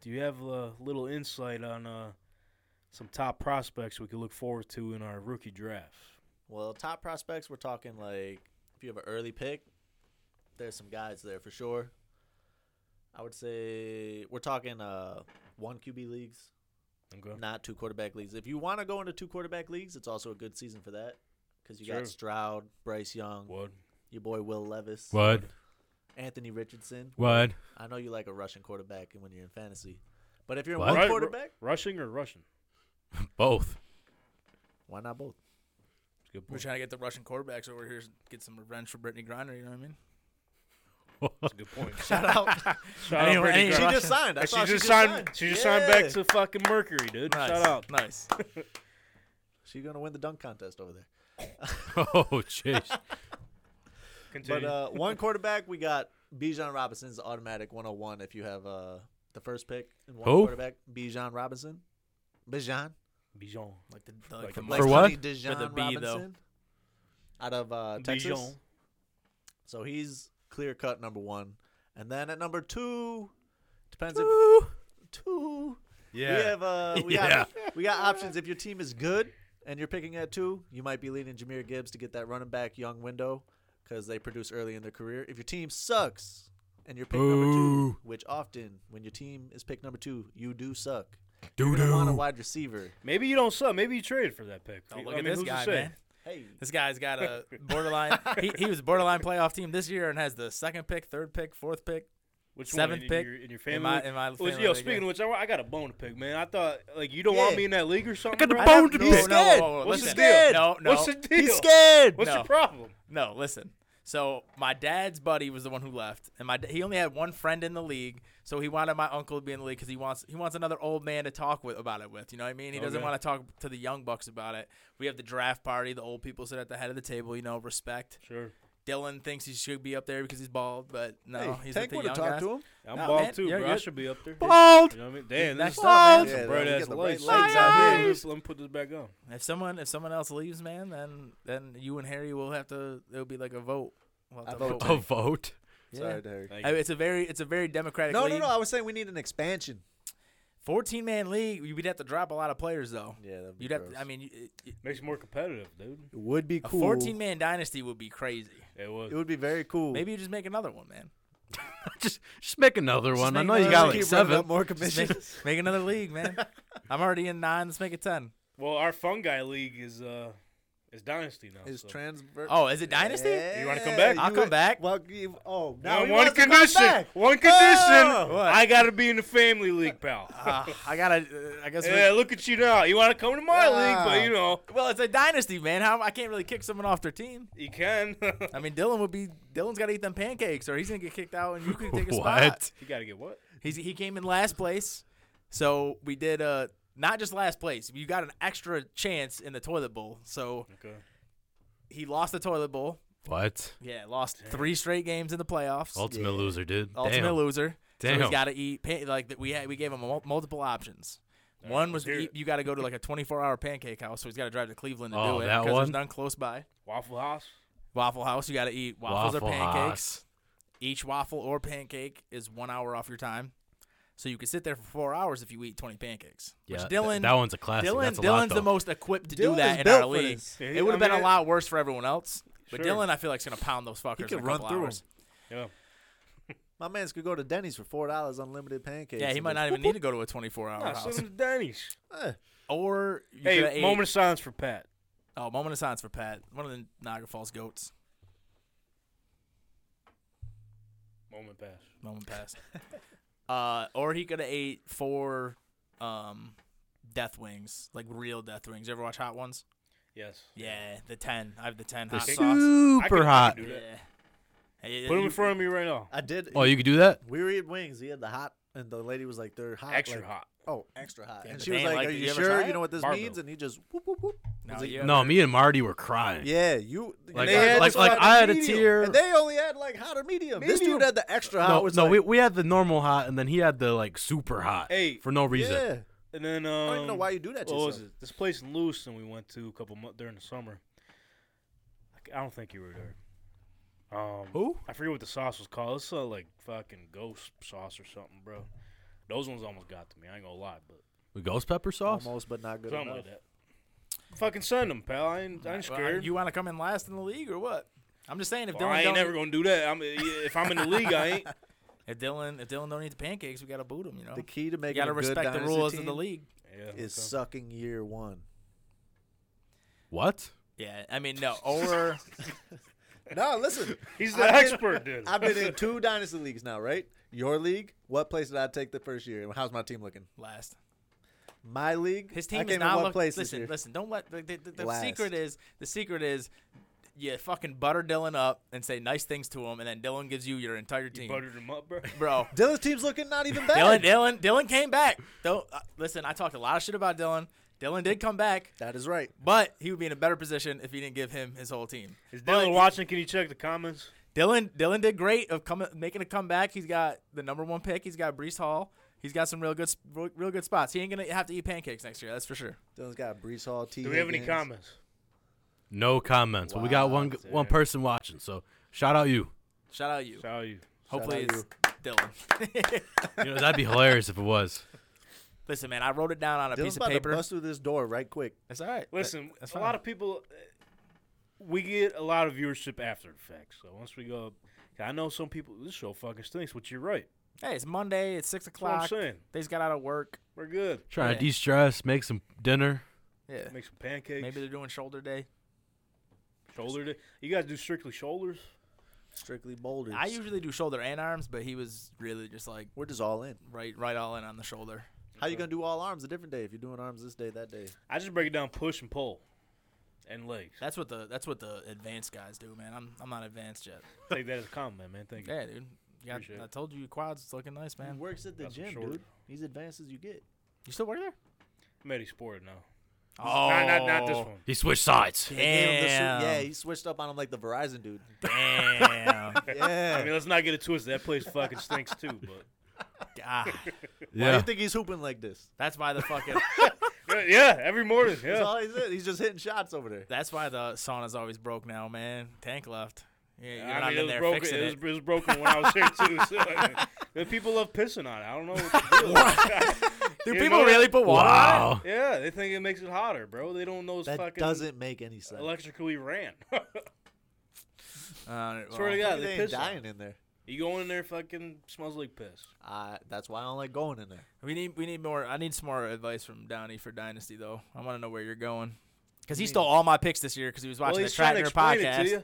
Speaker 3: do you have a little insight on uh, some top prospects we could look forward to in our rookie drafts?
Speaker 5: Well, top prospects, we're talking like if you have an early pick, there's some guys there for sure. I would say we're talking uh one QB leagues,
Speaker 3: Okay.
Speaker 5: not two quarterback leagues. If you want to go into two quarterback leagues, it's also a good season for that because you
Speaker 3: Sure.
Speaker 5: got Stroud, Bryce Young,
Speaker 3: Wood.
Speaker 5: your boy Will Levis,
Speaker 1: What?
Speaker 5: Anthony Richardson.
Speaker 1: What?
Speaker 5: I know you like a Russian quarterback when you're in fantasy, but if you're in
Speaker 1: What?
Speaker 5: one
Speaker 3: Right,
Speaker 5: quarterback,
Speaker 3: Ru- rushing or rushing?
Speaker 1: Both.
Speaker 5: why not both?
Speaker 3: That's a good
Speaker 6: We're
Speaker 3: point.
Speaker 6: trying to get the Russian quarterbacks over here, to get some revenge for Brittany Griner. You know what I mean?
Speaker 3: That's a good point.
Speaker 5: Shout out.
Speaker 3: Shout
Speaker 6: Anyway,
Speaker 3: Brittany
Speaker 6: any-
Speaker 5: she
Speaker 3: Griner.
Speaker 5: just signed. I
Speaker 3: And
Speaker 5: saw she just
Speaker 3: signed.
Speaker 5: signed.
Speaker 3: She just signed back
Speaker 5: Yeah.
Speaker 3: to fucking Mercury, dude.
Speaker 6: Nice.
Speaker 3: Shout out.
Speaker 6: Nice.
Speaker 5: She's gonna win the dunk contest over there.
Speaker 1: Oh, jeez.
Speaker 3: Continue.
Speaker 5: But uh, one quarterback, we got Bijan Robinson's automatic 101 if you have uh, the first pick in one
Speaker 1: Who?
Speaker 5: quarterback. Bijan Robinson. Bijan.
Speaker 3: Bijan.
Speaker 6: Like the like,
Speaker 3: Like
Speaker 6: the
Speaker 3: a
Speaker 6: Mike
Speaker 5: Like
Speaker 1: what?
Speaker 5: Tony Dijon
Speaker 6: With a B, though.
Speaker 5: Robinson Out of uh, Texas.
Speaker 3: Bijan.
Speaker 5: So he's clear cut number one. And then at number two, depends if. Two. We have uh, we got we got options. If your team is good, and you're picking at two, you might be leading Jameer Gibbs to get that running back young window because they produce early in their career. If your team sucks and you're pick number two, which often when your team is pick number two, you do suck. You're gonna want a wide receiver.
Speaker 3: Maybe you don't sell. Maybe you traded for that pick.
Speaker 6: Oh,
Speaker 3: I
Speaker 6: look
Speaker 3: mean,
Speaker 6: at this
Speaker 3: who's to
Speaker 6: guy,
Speaker 3: say?
Speaker 6: man.
Speaker 5: Hey,
Speaker 6: This guy's got a borderline. he, he was a borderline playoff team this year and has the second pick, third pick, fourth pick.
Speaker 3: Which
Speaker 6: Seventh
Speaker 3: one,
Speaker 6: pick
Speaker 3: in your, in your family?
Speaker 6: in my- in my
Speaker 3: Which-
Speaker 6: family
Speaker 3: yo,
Speaker 6: league,
Speaker 3: speaking
Speaker 6: yeah.
Speaker 3: of which, I, I got a bone to pick, man. I thought like you don't want
Speaker 5: Yeah.
Speaker 3: me in that league or something.
Speaker 1: got a
Speaker 3: bro?
Speaker 1: bone to
Speaker 6: No,
Speaker 1: He's
Speaker 6: Oh, no,
Speaker 1: pick. scared.
Speaker 6: whoa, whoa,
Speaker 3: What's
Speaker 6: listen.
Speaker 3: the deal?
Speaker 6: No, no.
Speaker 3: What's the deal?
Speaker 6: He's scared.
Speaker 3: What's
Speaker 6: no.
Speaker 3: your problem?
Speaker 6: No, listen. So my dad's buddy was the one who left, and my da- he only had one friend in the league, so he wanted my uncle to be in the league because he wants he wants another old man to talk with about it with. You know what I mean? He doesn't
Speaker 3: Okay.
Speaker 6: want to talk to the young bucks about it. We have the draft party. The old people sit at the head of the table. You know, respect.
Speaker 3: Sure,
Speaker 6: Dylan thinks he should be up there because he's bald, but no, he's
Speaker 5: Tank
Speaker 6: with the young
Speaker 5: would have talked
Speaker 6: guys.
Speaker 5: to him.
Speaker 3: I'm
Speaker 6: Nah,
Speaker 3: bald
Speaker 6: man,
Speaker 3: too,
Speaker 6: you're-
Speaker 3: bro. I
Speaker 6: you're-
Speaker 3: should be up there.
Speaker 1: Bald.
Speaker 3: You know what I mean? Damn, this
Speaker 6: Next
Speaker 3: is
Speaker 6: up, man.
Speaker 3: some
Speaker 5: Yeah,
Speaker 3: bright
Speaker 5: we
Speaker 3: ass
Speaker 5: get the
Speaker 3: lights.
Speaker 5: bright
Speaker 3: Lights
Speaker 5: lights
Speaker 3: out
Speaker 1: out
Speaker 3: here.
Speaker 1: here.
Speaker 3: Let me- Let me put this back on.
Speaker 6: If someone if someone else leaves, man, then then you and Harry will have to. It'll be like a vote. We'll have
Speaker 5: I
Speaker 6: to
Speaker 5: vote
Speaker 6: vote.
Speaker 1: A vote.
Speaker 5: Sorry, Derek.
Speaker 3: Thank
Speaker 6: I
Speaker 3: you.
Speaker 6: mean, it's a very it's a very democratic.
Speaker 5: No, no,
Speaker 6: league.
Speaker 5: no. I was saying we need an expansion.
Speaker 6: 14 man league, you'd have to drop a lot of players though.
Speaker 5: Yeah, that'd be
Speaker 6: You'd have
Speaker 5: gross.
Speaker 6: to, I mean, you- it, it-
Speaker 3: Makes it more competitive, dude.
Speaker 5: It would be
Speaker 6: a
Speaker 5: cool.
Speaker 6: 14 man dynasty would be crazy.
Speaker 3: It was.
Speaker 5: It would be very cool.
Speaker 6: Maybe you just make another one, man.
Speaker 1: just just make another one. I
Speaker 6: make
Speaker 1: know you
Speaker 6: another
Speaker 1: got
Speaker 6: one.
Speaker 1: like
Speaker 5: Keep running
Speaker 1: seven.
Speaker 5: up more
Speaker 6: Just make,
Speaker 5: commissions.
Speaker 6: make another league, man. I'm already in nine. Let's make it 10.
Speaker 3: Well, our fungi league is uh is dynasty now.
Speaker 5: Is
Speaker 3: so.
Speaker 5: transver-
Speaker 6: Oh, is it dynasty?
Speaker 3: You wanna come back?
Speaker 5: you
Speaker 6: I'll come
Speaker 5: would-
Speaker 6: back.
Speaker 5: Well, you, oh, now
Speaker 3: On
Speaker 5: he
Speaker 3: one
Speaker 5: wants to come
Speaker 3: condition.
Speaker 5: back.
Speaker 3: One condition.
Speaker 5: What?
Speaker 3: I gotta be in the family league, pal.
Speaker 6: Ah, I gotta. uh, I guess. we-
Speaker 3: yeah, look at you now. You want to come to my league, but you know
Speaker 6: well, it's a dynasty, man. How I can't really kick someone off their team.
Speaker 3: you can.
Speaker 6: I mean, Dylan would be. Dylan's got to eat them pancakes, or he's gonna get kicked out, and you can take a spot.
Speaker 1: What?
Speaker 3: you gotta get what?
Speaker 6: He's, he came in last place. So we did uh not just last place. You got an extra chance in the toilet bowl. So
Speaker 3: Okay.
Speaker 6: he lost the toilet bowl.
Speaker 1: What?
Speaker 6: Yeah, lost three straight games in the playoffs.
Speaker 1: Ultimate loser, dude.
Speaker 6: Ultimate
Speaker 1: Damn.
Speaker 6: loser. So
Speaker 1: Damn.
Speaker 6: he's got to eat pan- like th- we had, we gave him mul- multiple options. One was
Speaker 3: let's hear
Speaker 6: eat,
Speaker 3: it.
Speaker 6: you got to go to like a 24-hour pancake house, so he's got to drive to Cleveland to
Speaker 1: Oh,
Speaker 6: do it
Speaker 1: that
Speaker 6: because there's
Speaker 1: one?
Speaker 6: none close by.
Speaker 3: Waffle House.
Speaker 6: Waffle House, you got to eat waffles
Speaker 1: Waffle
Speaker 6: or pancakes.
Speaker 1: House.
Speaker 6: Each waffle or pancake is one hour off your time, so you could sit there for four hours if you eat 20 pancakes.
Speaker 1: Yeah,
Speaker 6: which
Speaker 1: th-
Speaker 6: Dylan,
Speaker 1: that one's a classic.
Speaker 6: Dylan,
Speaker 1: That's a
Speaker 6: Dylan's
Speaker 1: lot,
Speaker 6: the
Speaker 1: though.
Speaker 6: most equipped to do
Speaker 5: Dylan
Speaker 6: that
Speaker 5: is
Speaker 6: in our
Speaker 5: built for
Speaker 6: league.
Speaker 5: this.
Speaker 3: Yeah,
Speaker 6: It would have
Speaker 3: I
Speaker 6: been a
Speaker 3: mean,
Speaker 6: lot worse for everyone else. But
Speaker 3: Sure.
Speaker 6: Dylan, I feel like, is gonna pound those fuckers.
Speaker 5: could
Speaker 6: in a
Speaker 5: run
Speaker 6: couple
Speaker 5: through
Speaker 6: hours.
Speaker 3: Yeah.
Speaker 5: My man's could go to Denny's for four dollars unlimited pancakes.
Speaker 6: Yeah, he
Speaker 5: and
Speaker 6: might
Speaker 5: just-
Speaker 6: not even need to go to a 24-hour
Speaker 3: Nah,
Speaker 6: house.
Speaker 3: send him to Denny's.
Speaker 5: Eh,
Speaker 6: Or you coulda
Speaker 3: Hey,
Speaker 6: ate-
Speaker 3: moment of silence for Pat.
Speaker 6: Oh, moment of silence for Pat, one of the Niagara Falls goats.
Speaker 3: Moment pass.
Speaker 6: Moment passed. uh, or he could have ate four, um, death wings, like real death wings. You ever watch Hot Ones?
Speaker 3: Yes.
Speaker 6: Yeah, the ten. I have the ten
Speaker 1: They're
Speaker 6: hot sauce.
Speaker 3: I can- I
Speaker 1: super
Speaker 3: can
Speaker 1: hot.
Speaker 3: do
Speaker 6: Yeah.
Speaker 3: that.
Speaker 6: Hey,
Speaker 3: Put him
Speaker 6: you-
Speaker 3: in front of me right now.
Speaker 5: I did.
Speaker 1: Oh, you could do that?
Speaker 5: we were eating wings. He had the hot, and the lady was like, "They're hot,
Speaker 3: Extra
Speaker 5: like-
Speaker 3: hot.
Speaker 5: Oh, extra hot.
Speaker 6: Yeah,
Speaker 5: and
Speaker 6: but
Speaker 5: she
Speaker 6: they
Speaker 5: was
Speaker 6: ain't
Speaker 5: like,
Speaker 6: like
Speaker 5: "Are
Speaker 6: that.
Speaker 5: you,
Speaker 6: You ever
Speaker 5: sure
Speaker 6: try
Speaker 5: you
Speaker 6: it?
Speaker 5: know what this
Speaker 3: Barbell.
Speaker 5: means?" And he just whoop whoop whoop.
Speaker 6: No,
Speaker 5: Was it-
Speaker 6: you
Speaker 1: No,
Speaker 6: ever-
Speaker 1: me and Marty were crying.
Speaker 5: Yeah, you.
Speaker 1: Like,
Speaker 3: They
Speaker 5: you
Speaker 3: had
Speaker 5: guys-
Speaker 1: like,
Speaker 3: the
Speaker 1: like
Speaker 3: fucking
Speaker 1: I had a
Speaker 3: medium.
Speaker 1: tear.
Speaker 5: and they only had like hot or medium. This
Speaker 3: Medium.
Speaker 5: dude had the extra hot.
Speaker 1: No,
Speaker 5: was
Speaker 1: no,
Speaker 5: like,
Speaker 1: we, we had the normal hot, and then he had the like super hot.
Speaker 3: Hey.
Speaker 1: for no reason.
Speaker 5: Yeah,
Speaker 3: And then
Speaker 5: I
Speaker 3: um,
Speaker 5: don't even know why you do that. to
Speaker 3: What was
Speaker 5: yourself.
Speaker 3: it? This place in Lewiston we went to a couple months during the summer. I c- I don't think you were there. Um,
Speaker 1: Who?
Speaker 3: I forget what the sauce was called. It's uh, like fucking ghost sauce or something, bro. Those ones almost got to me. I ain't gonna lie, but
Speaker 1: The ghost pepper sauce.
Speaker 5: Almost, but not good
Speaker 3: something
Speaker 5: enough.
Speaker 3: like that. Fucking send them, pal. I ain't, I ain't
Speaker 6: Well,
Speaker 3: scared.
Speaker 6: you want to come in last in the league or what? I'm just saying if
Speaker 3: Well,
Speaker 6: Dylan
Speaker 3: I ain't
Speaker 6: don't,
Speaker 3: never gonna do that. I'm, if I'm in the league, I ain't.
Speaker 6: if Dylan if Dylan don't eat the pancakes, we gotta boot him. You know,
Speaker 5: The key to
Speaker 6: you
Speaker 5: making
Speaker 6: gotta
Speaker 5: a good
Speaker 6: respect the
Speaker 5: dynasty
Speaker 6: rules of the
Speaker 5: team
Speaker 6: league.
Speaker 3: Yeah,
Speaker 5: is
Speaker 3: okay.
Speaker 5: sucking year one.
Speaker 1: What?
Speaker 6: Yeah, I mean no. Or
Speaker 5: No, listen,
Speaker 3: He's the
Speaker 5: I've been-
Speaker 3: expert, dude.
Speaker 5: I've been in two dynasty leagues now, right? Your league. What place did I take the first year? And how's my team looking?
Speaker 6: last.
Speaker 5: My league.
Speaker 6: His
Speaker 5: I
Speaker 6: team
Speaker 5: came
Speaker 6: is
Speaker 5: in
Speaker 6: not
Speaker 5: one
Speaker 6: look-
Speaker 5: place this
Speaker 6: Listen,
Speaker 5: year.
Speaker 6: listen. Don't let the, the, the, the
Speaker 5: Last.
Speaker 6: secret is the secret is you fucking butter Dylan up and say nice things to him, and then Dylan gives you your entire team,
Speaker 3: Buttered him up, bro.
Speaker 6: bro.
Speaker 5: Dylan's team's looking not even
Speaker 6: Dylan,
Speaker 5: bad.
Speaker 6: Dylan, Dylan came back. Though, uh, listen, I talked a lot of shit about Dylan. Dylan did come back,
Speaker 5: That is right.
Speaker 6: but he would be in a better position if he didn't give him his whole team.
Speaker 3: Is
Speaker 6: But-
Speaker 3: Dylan watching? Can you check the comments?
Speaker 6: Dylan Dylan did great of coming making a comeback. He's got the number one pick. He's got Brees Hall. He's got some real good s- real real good spots. He ain't gonna have to eat pancakes next year. That's for sure.
Speaker 5: Dylan's got Brees Hall. T.
Speaker 3: Do we have any
Speaker 5: Higgins.
Speaker 3: comments?
Speaker 1: No comments. But we got one one person watching, so shout out you.
Speaker 6: Shout out you.
Speaker 3: How are you?
Speaker 6: Hopefully
Speaker 5: out
Speaker 6: it's Dylan.
Speaker 1: you know, that'd be hilarious if it was.
Speaker 6: Listen, man, I wrote it down on a
Speaker 5: Dylan's
Speaker 6: piece of
Speaker 5: about to
Speaker 6: paper.
Speaker 5: bust through this door right quick.
Speaker 1: That's all right.
Speaker 3: Listen,
Speaker 1: that's
Speaker 3: a lot of people. uh, We get a lot of viewership after the fact. So once we go, I know some people. This show fucking stinks, but you're right.
Speaker 6: Hey, it's Monday. It's six
Speaker 3: That's what I'm
Speaker 6: o'clock. They
Speaker 3: saying.
Speaker 6: just got out of work.
Speaker 3: We're good.
Speaker 1: Trying
Speaker 6: Yeah.
Speaker 1: to de-stress, make some dinner.
Speaker 6: Yeah.
Speaker 3: Make some pancakes.
Speaker 6: Maybe they're doing shoulder day.
Speaker 3: shoulder. Day. You guys do strictly shoulders.
Speaker 5: Strictly boulders.
Speaker 6: I usually do shoulder and arms, but he was really just like
Speaker 5: We're just all in.
Speaker 6: right, right all in on the shoulder.
Speaker 5: How you gonna do all arms a different day if you're doing arms this day that day?
Speaker 3: I just break it down: push and pull, and legs.
Speaker 6: That's what the that's what the advanced guys do, man. I'm I'm not advanced yet.
Speaker 3: Take that as a compliment, man. Thank you.
Speaker 6: Yeah, dude. Yeah,
Speaker 3: Appreciate
Speaker 6: I
Speaker 3: it.
Speaker 6: told you your quads is looking nice,
Speaker 5: Man,
Speaker 6: man.
Speaker 5: works at the
Speaker 3: Got some
Speaker 5: gym,
Speaker 3: short.
Speaker 5: dude. He's advanced as you get.
Speaker 6: You still work there?
Speaker 3: I'm Eddie Sport now.
Speaker 6: Oh,
Speaker 3: Not, not, not this one.
Speaker 1: He switched sides.
Speaker 5: They gave him the suit-
Speaker 6: Damn.
Speaker 5: Yeah, he switched up on him like the Verizon dude.
Speaker 6: Damn.
Speaker 3: I
Speaker 5: Yeah.
Speaker 3: mean, let's not get it twisted. That place fucking stinks too. But
Speaker 6: God.
Speaker 5: Why do
Speaker 1: Yeah.
Speaker 5: you think he's hooping like this?
Speaker 6: Ah, That's why the fucking
Speaker 3: yeah, yeah, every morning.
Speaker 5: That's
Speaker 3: Yeah.
Speaker 5: all he's in. He's just hitting shots over there.
Speaker 6: that's why the sauna's always broke now, man. Tank left. Yeah, you're
Speaker 3: I
Speaker 6: not
Speaker 3: mean,
Speaker 6: in
Speaker 3: it was,
Speaker 6: there
Speaker 3: broken,
Speaker 6: fixing
Speaker 3: it, was,
Speaker 6: it.
Speaker 3: it was broken when I was here too. So, I mean, the people love pissing on it. I don't know. What to do.
Speaker 6: Do
Speaker 3: You
Speaker 6: people
Speaker 3: know
Speaker 6: really put water? on it?
Speaker 1: Wow.
Speaker 3: Yeah, they think it makes it hotter, bro. They don't know it's
Speaker 5: That
Speaker 3: fucking
Speaker 5: doesn't make any sense.
Speaker 3: electrically ran.
Speaker 6: Uh,
Speaker 3: Swear to
Speaker 6: well,
Speaker 3: God, they,
Speaker 5: Maybe they ain't
Speaker 3: piss. on it.
Speaker 5: dying in there.
Speaker 3: You go in there, fucking smells like piss.
Speaker 5: I, that's why I don't like going in there.
Speaker 6: We need we need more. I need some more advice from Downey for Dynasty though. I want to know where you're going. Cause he stole all my picks this year because he was watching
Speaker 3: well,
Speaker 6: the
Speaker 3: he's trying to
Speaker 6: Tractor
Speaker 3: explain it
Speaker 6: podcast.
Speaker 3: to you.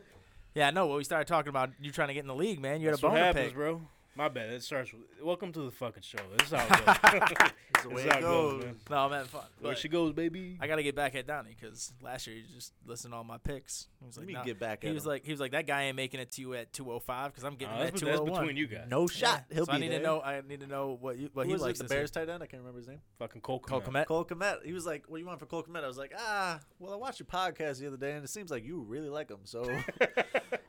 Speaker 6: Yeah, I know. Well, we started talking about you trying to get in the league, man. You had
Speaker 3: That's
Speaker 6: a
Speaker 3: what
Speaker 6: bone to
Speaker 3: happens,
Speaker 6: pick.
Speaker 3: bro. My bad. It starts with welcome to the fucking show. This is how it goes.
Speaker 5: It's the
Speaker 3: This
Speaker 5: way
Speaker 3: is how
Speaker 5: it
Speaker 3: it goes,
Speaker 5: goes.
Speaker 3: man.
Speaker 6: No, man, fuck.
Speaker 3: Where
Speaker 6: But
Speaker 3: she goes, baby.
Speaker 6: I gotta get back at Downey because last year he just listened to all my picks. He was
Speaker 5: Let
Speaker 6: like,
Speaker 5: me
Speaker 6: nah.
Speaker 5: get back
Speaker 6: He
Speaker 5: at
Speaker 6: was
Speaker 5: him.
Speaker 6: like, he was like, that guy ain't making it to you at 205 because I'm getting
Speaker 3: Uh,
Speaker 6: it at
Speaker 3: that's, that's
Speaker 6: 201.
Speaker 3: between you guys.
Speaker 5: no
Speaker 6: Yeah.
Speaker 5: shot. He'll
Speaker 6: so
Speaker 5: be
Speaker 6: I need
Speaker 5: there.
Speaker 6: to know. I need to know what you what
Speaker 5: Who
Speaker 6: he
Speaker 5: was it,
Speaker 6: likes.
Speaker 5: the
Speaker 6: this
Speaker 5: Bears tight end? I can't remember his name.
Speaker 3: Fucking Cole
Speaker 6: Year. Cole
Speaker 3: Kmet.
Speaker 6: Kmet?
Speaker 5: Cole Komet. He was like, "What do you want for Cole Komet?" I was like, "Ah, well, I watched your podcast the other day, and it seems like you really like him. So